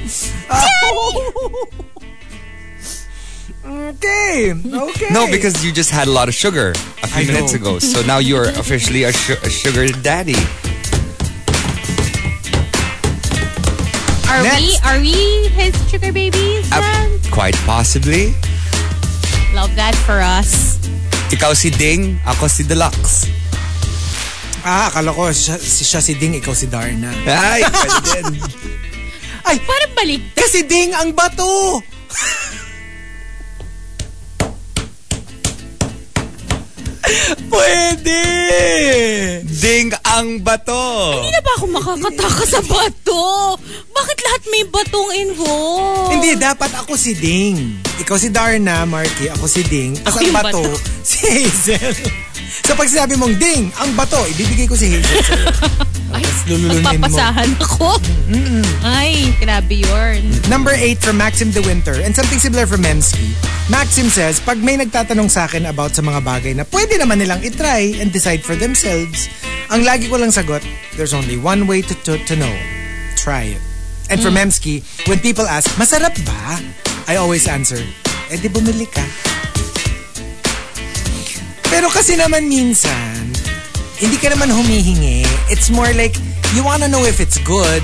Okay. Okay.
no, because you just had a lot of sugar a few
I
minutes
know.
ago, so now you're officially a, su- a sugar daddy.
Are we
Next.
are we his sugar babies?
Uh,
then?
quite possibly.
Love that for us.
Ikaw si Ding, ako si Deluxe.
Ah, akala ko siya, si- siya si Ding, ikaw si Darna.
Ay, pwede din.
Ay,
Parang balik.
kasi Ding ang bato! Pwede!
Ding ang bato.
Hindi na ba ako makakataka sa bato? Bakit lahat may batong involved?
Hindi, dapat ako si Ding. Ikaw si Darna, Marky. Ako si Ding.
Ako
Tapos ang
yung
bato,
bato.
si Hazel. So pag sinabi mong Ding, ang bato, ibibigay ko si Hazel sa'yo. Tapos lululunin mo.
Papasahan ako. Ay, grabe yun.
Number 8 from Maxim De Winter and something similar from Memski. Maxim says, pag may nagtatanong sa akin about sa mga bagay na pwede naman nilang itry and decide for themselves, ang lagi ko lang sagot, there's only one way to, to, to know. Try it. And for
Hmm.
Memski, when people ask, masarap ba? I always answer, eh di bumili ka. Pero kasi naman minsan, hindi ka naman humihingi. It's more like, you wanna know if it's good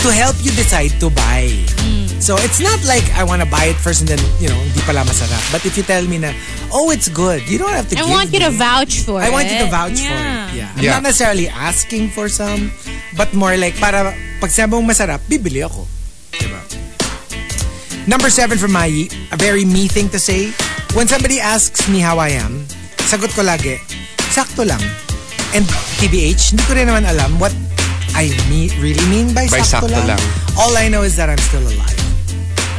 to help you decide to buy.
Hmm.
So it's not like I want to buy it first and then, you know, hindi pala masarap. But if you tell me na, oh, it's good, you don't have to
I
give
want you to
me.
vouch for
I
it.
want you to vouch for it.
Yeah.
Yeah.
Yeah.
I'm not necessarily asking for some, but more like, para pag sinabi mong masarap, bibili ako. Diba? Number seven from Mayi, a very me thing to say. When somebody asks me how I am, sagot ko lagi, sakto lang. And TBH, hindi ko rin naman alam what I me- really mean by,
By
sakto,
sakto
lang.
lang.
All I know is that I'm still alive.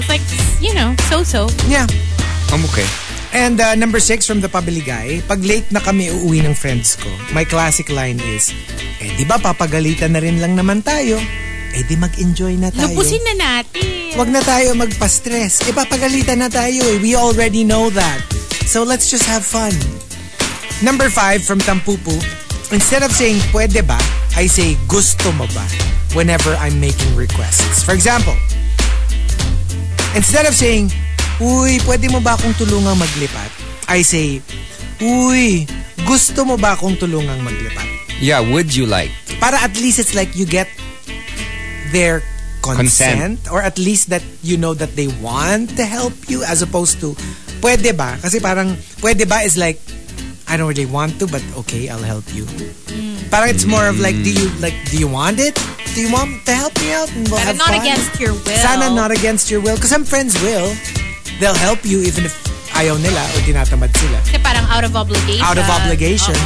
It's like, you know, so-so.
Yeah.
I'm okay.
And uh, number six from the Pabiligay, pag late na kami uuwi ng friends ko, my classic line is, eh di ba papagalitan na rin lang naman tayo? Eh di mag-enjoy na tayo.
Lupusin na natin.
Huwag na tayo magpa-stress. Eh papagalitan na tayo eh. We already know that. So let's just have fun. Number five from Tampupu, instead of saying pwede ba, I say gusto mo ba whenever I'm making requests. For example, instead of saying, Uy, pwede mo ba akong tulungang maglipat? I say, Uy, gusto mo ba akong tulungang maglipat?
Yeah, would you like?
Para at least it's like you get their consent,
Consent.
or at least that you know that they want to help you as opposed to pwede ba? Kasi parang pwede ba is like I don't really want to but okay, I'll help you.
Mm.
Parang it's more of like do you like do you want it? Do you want to help me out? And we'll
Pero
have
not
fun?
against your will.
Sana not against your will. Because some friends will. They'll help you even if ayaw nila o tinatamad sila.
Kasi parang out of obligation.
Out of obligation.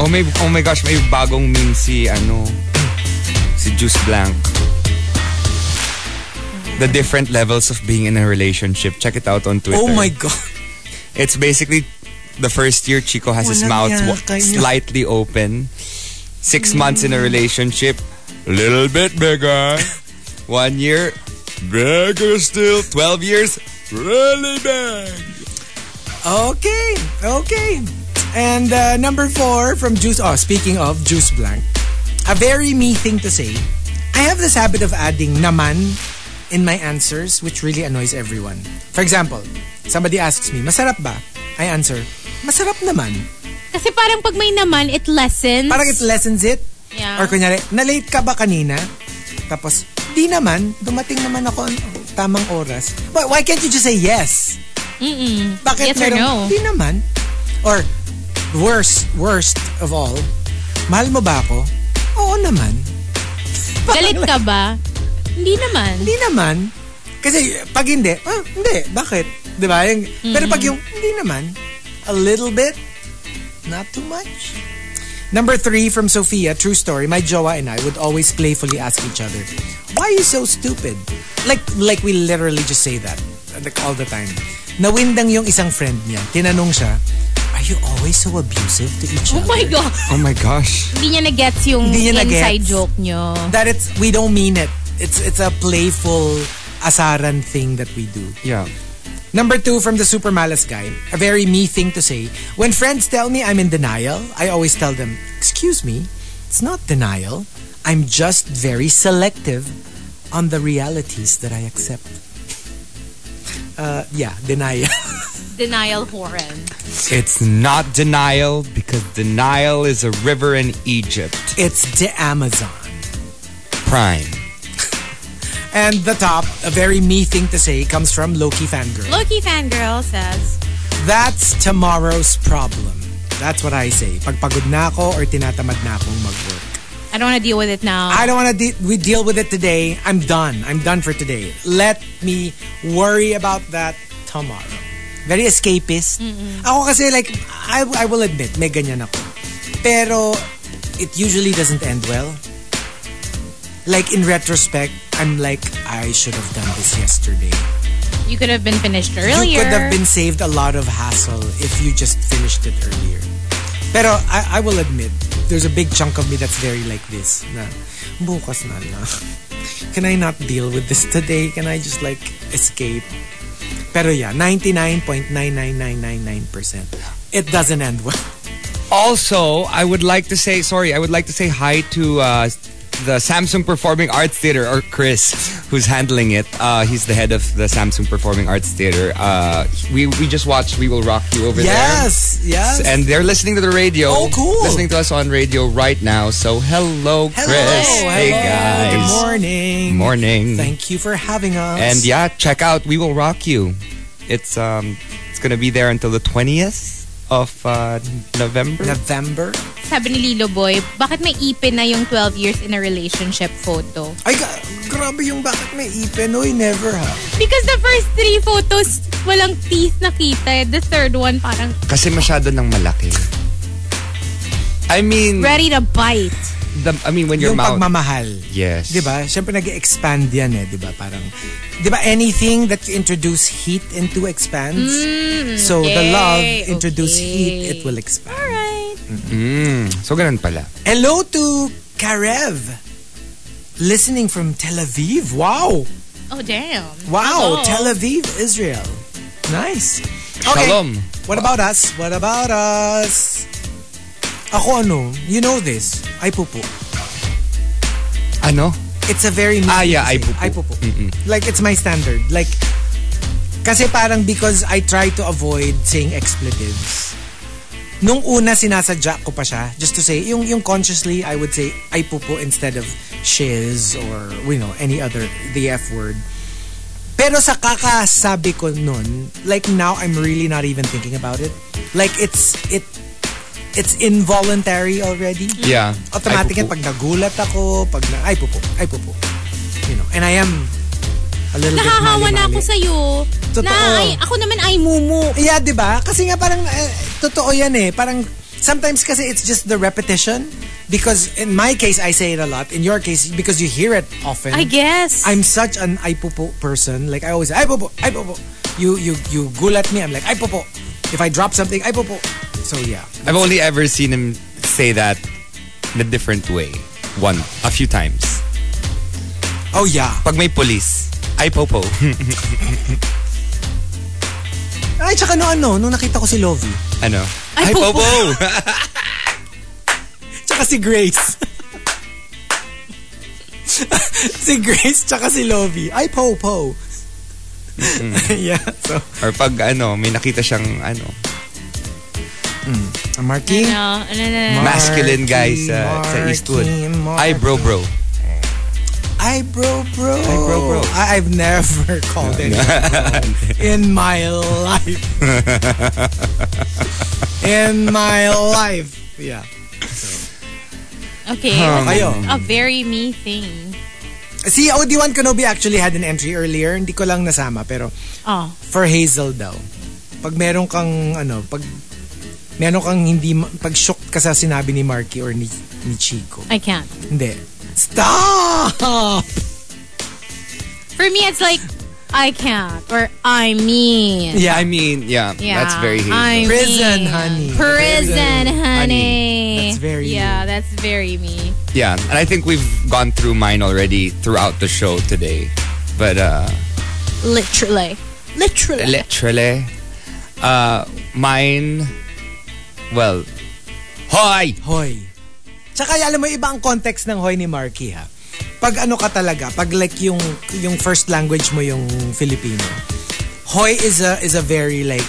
Oo.
Oh, may, oh my gosh, may bagong meme si, ano, si Juice Blank. The different levels of being in a relationship. Check it out on Twitter.
Oh my God.
It's basically the first year Chico has his
Walang
mouth wa-
yaka niya.
slightly open. Six months in a relationship, little bit bigger. One year, bigger still. Twelve years, really big.
Okay, okay. And uh, number four from Juice. Oh, speaking of Juice Blank, a very me thing to say. I have this habit of adding naman in my answers, which really annoys everyone. For example, somebody asks me, "Masarap ba?" I answer, "Masarap naman."
Kasi parang pag may naman, it lessens.
Parang it lessens it.
Yeah.
Or kunyari, na-late ka ba kanina? Tapos, di naman, dumating naman ako ang tamang oras. But why can't you just say yes?
Mm-mm.
Bakit
yes or no?
merong- Di naman. Or, worst, worst of all, mahal mo ba ako? Oo naman.
Galit ka ba? Hindi naman.
Hindi naman. Kasi pag hindi, ah, hindi, bakit? Di ba? Yung, Pero pag yung, hindi naman, a little bit, not too much. Number three from Sophia, true story, my jowa and I would always playfully ask each other, why are you so stupid? Like, like we literally just say that, like all the time. Nawindang yung isang friend niya, tinanong siya, are you always so abusive to each
Oh
other?
my God.
Oh my gosh.
Hindi niya na-gets yung
Hindi niya
inside
na-gets.
joke nyo.
That it's, we don't mean it. It's, it's a playful, asaran thing that we do.
Yeah.
Number two from the super malas guy, a very me thing to say. When friends tell me I'm in denial, I always tell them, "Excuse me, it's not denial. I'm just very selective on the realities that I accept." Uh, yeah, denial.
Denial Horan.
It's not denial because denial is a river in Egypt.
it's the Amazon.
Prime.
And the top, a very me thing to say, comes from Loki fangirl.
Loki fangirl says,
That's tomorrow's problem. That's what I say. Pagpagod na ako or tinatamad na akong mag-work.
I don't want to deal with it now.
I don't want to de- we deal with it today. I'm done. I'm done for today. Let me worry about that tomorrow. Very escapist. Ako kasi like, I, I will admit, may ganyan ako. Pero, it usually doesn't end well. Like, in retrospect, I'm like, I should have done this yesterday.
You could have been finished earlier.
You could have been saved a lot of hassle if you just finished it earlier. Pero I, I will admit, there's a big chunk of me that's very like this. Na, bukas na lang. Can I not deal with this today? Can I just like escape? Pero yeah, 99.99999%. It doesn't end well.
Also, I would like to say sorry. I would like to say hi to uh, the Samsung Performing Arts Theater or Chris, who's handling it. Uh, he's the head of the Samsung Performing Arts Theater. Uh, we we just watched We Will Rock You over
Yes,
there,
yes.
and they're listening to the radio.
Oh, cool.
Listening to us on radio right now. So hello, Chris.
hello,
Hey
hello.
guys.
Good morning.
Morning.
Thank you for having us.
And yeah, check out We Will Rock You. It's um it's gonna be there until the twentieth of uh, November.
November.
Sabi ni Lilo Boy, bakit may ipin na yung 12 years in a relationship photo?
Ay, ga- grabe yung bakit may ipin. Uy, never ha.
Because the first three photos, walang teeth nakita. eh. The third one, parang
Hmm.
Kasi masyado ng malaki. I mean,
ready to bite.
the, I mean when your
yung
mouth.
pagmamahal.
Yes.
'Di ba? Syempre nag-expand 'yan eh, 'di ba? Parang 'di ba anything that you introduce heat into expands. so the love introduce heat, it will expand.
Mm, so ganun pala.
Hello to Karev. Listening from Tel Aviv. Wow.
Oh, damn.
Wow, Tel Aviv, Israel. Nice. Okay.
Shalom.
What about us? What about us? Ako ano, you know this. Ay pupo.
Ano?
It's a very new
Ah, yeah,
thing to
ay pupo.
say. Ay pupo. Like, it's my standard. Like, kasi parang because I try to avoid saying expletives. Nung una sinasadya ko pa siya, just to say, yung, yung consciously, I would say ay pupo instead of shiz or, you know, any other, the F word. Pero sa kakasabi ko nun, like now, I'm really not even thinking about it. Like, it's, it, it's involuntary already
Yeah.
automatic yan.
Ay, pupo.
Pag nagulat ako, pag na, ay pupo, ay pupo. You know, and I am a little
Nahahawa
bit
na ako
mali-mali.
sa'yo. Na,
Totoo.
ay, ako naman ay mumu.
Yeah, di ba? Kasi nga parang, eh, totoo yan eh. Parang, sometimes kasi it's just the repetition. Because in my case, I say it a lot. In your case, because you hear it often.
I guess.
I'm such an ay pupo person. Like I always ay pupo, ay pupo. You you you gulat me. I'm like ay pupo. If I drop something, ay pupo. So yeah.
I've only ever seen him say that in a different way. One, a few times.
Oh yeah.
Pag may police, ay popo.
Ay tsaka no ano, nung nakita ko si Lovie.
ano?
Ay, popo.
tsaka si Grace. si Grace tsaka si Lovie. Ay, po, po. yeah, so.
Or pag ano, may nakita siyang ano,
Marky.
no, no, no, no.
masculine guy sa, sa
Marky,
Eastwood.
Marky.
Ay bro bro.
Ay, bro, bro.
Ay, bro, bro.
I- have never called it in my life. in my life. Yeah.
Okay.
Um,
Kayo.
A very me thing.
Si OD1 Kenobi actually had an entry earlier. Hindi ko lang nasama, pero
Oh.
for Hazel daw. Pag meron kang ano, pag meron kang hindi ma- pag shocked ka sa sinabi ni Marky or ni, ni Chico.
I can't.
Hindi. Stop!
For me, it's like, I can't. Or, I mean.
Yeah, I mean, yeah,
Yeah.
that's very hazel.
I
Prison,
mean.
honey.
Prison, honey.
That's very
Yeah, that's very me.
Yeah, and I think we've gone through mine already throughout the show today. But uh
Literally. Literally.
literally uh mine well Hoy!
Hoy. Tsaka alam mo iba ang context ng hoy ni Marky ha. Pag ano ka talaga, pag like yung yung first language mo yung Filipino. Hoy is a is a very like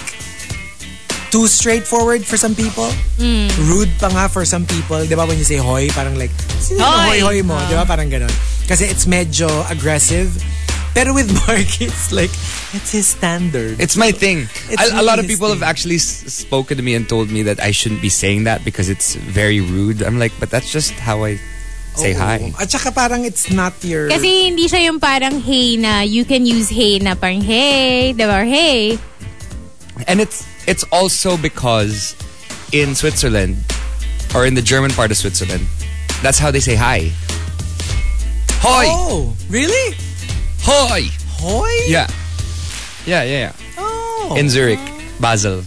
too straightforward for some people.
Mm.
Rude pa nga for some people. 'Di ba when you say hoy, parang like sino hoy
Hoy! Ah.
hoy mo, 'di ba? Parang ganun. Kasi it's medyo aggressive. Pero with Marky, it's like it's his standard.
It's my thing.
It's
a, a lot of
his
people have
thing.
actually s- spoken to me and told me that I shouldn't be saying that because it's very rude. I'm like, but that's just how I say
Oo.
hi.
Oh. At saka parang it's not your
Kasi hindi siya yung parang hey na, you can use hey na parang hey, diba? Or hey.
and it's it's also because in Switzerland or in the German part of Switzerland, that's how they say hi. Hoi,
Oh, really?
hoi.
Hoy?
Yeah. Yeah, yeah,
Oh.
yeah. In Zurich, Basel,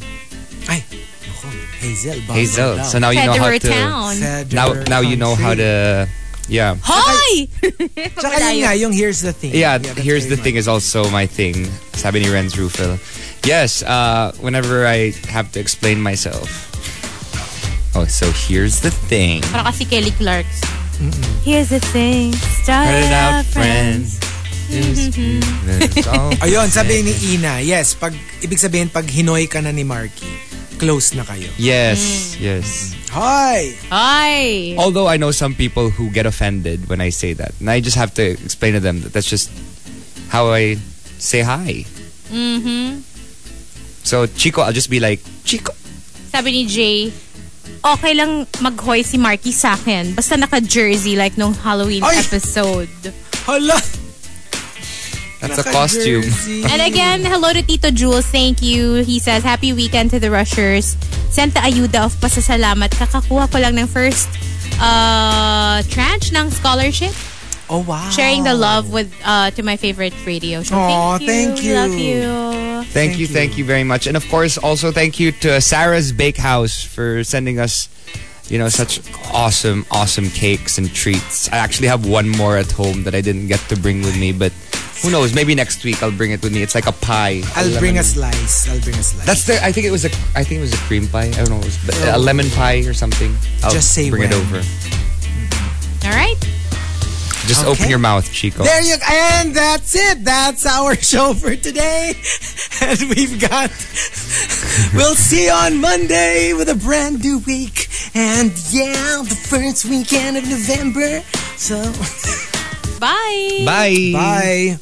Ay. nako, Hazel. Bumble
Hazel.
daw.
So now you know how
Federer
to
Town.
Feather
Now now you know how
country.
to yeah.
Hoy!
Tsaka yun nga, yung here's the thing.
Yeah,
that's
here's the
very
thing is also my thing. Sabi ni Renz Rufil. Yes, uh, whenever I have to explain myself. Oh, so here's the thing.
Para kasi Kelly Clark's.
Here's the thing.
Started
Started
out
out friends.
much. Ayun, sabi ni Ina, yes, pag, ibig sabihin, pag hinoy ka na ni Marky, close na kayo.
Yes, yes.
Hi!
Hoy!
Although I know some people who get offended when I say that. And I just have to explain to them that that's just how I say hi. Mm-hmm. So, Chico, I'll just be like, Chico.
Sabi ni Jay, okay lang mag-hoy si Marky sa akin. Basta naka-jersey like nung Halloween
Ay!
episode.
Hala!
That's a costume.
Naka-jersey.
And again, hello to Tito Jules. Thank you. He says, happy weekend to the rushers. Santa ayuda of pasasalamat. Kakakuha ko lang ng first uh, tranche ng scholarship.
Oh, wow.
Sharing the love with uh, to my favorite radio show.
Aw, thank
thank you.
you.
Love you.
Thank, you, thank you very much. And of course, also thank you to Sarah's Bakehouse for sending us, you know, such awesome, awesome cakes and treats. I actually have one more at home that I didn't get to bring with me, but who knows? Maybe next week I'll bring it with me. It's like a pie.
I'll
A
bring a
lemon-
slice. I'll bring a slice.
That's the. I think it was a. I think it was a cream pie. I don't know. It was but a lemon pie or something. I'll
Oh. Just say
bring it
when.
over.
All right.
Just
Okay.
open your mouth, Chico.
There you and that's it. That's our show for today. And we've got We'll see you on Monday with a brand new week. And yeah, the first weekend of November. So
Bye.
Bye.
bye.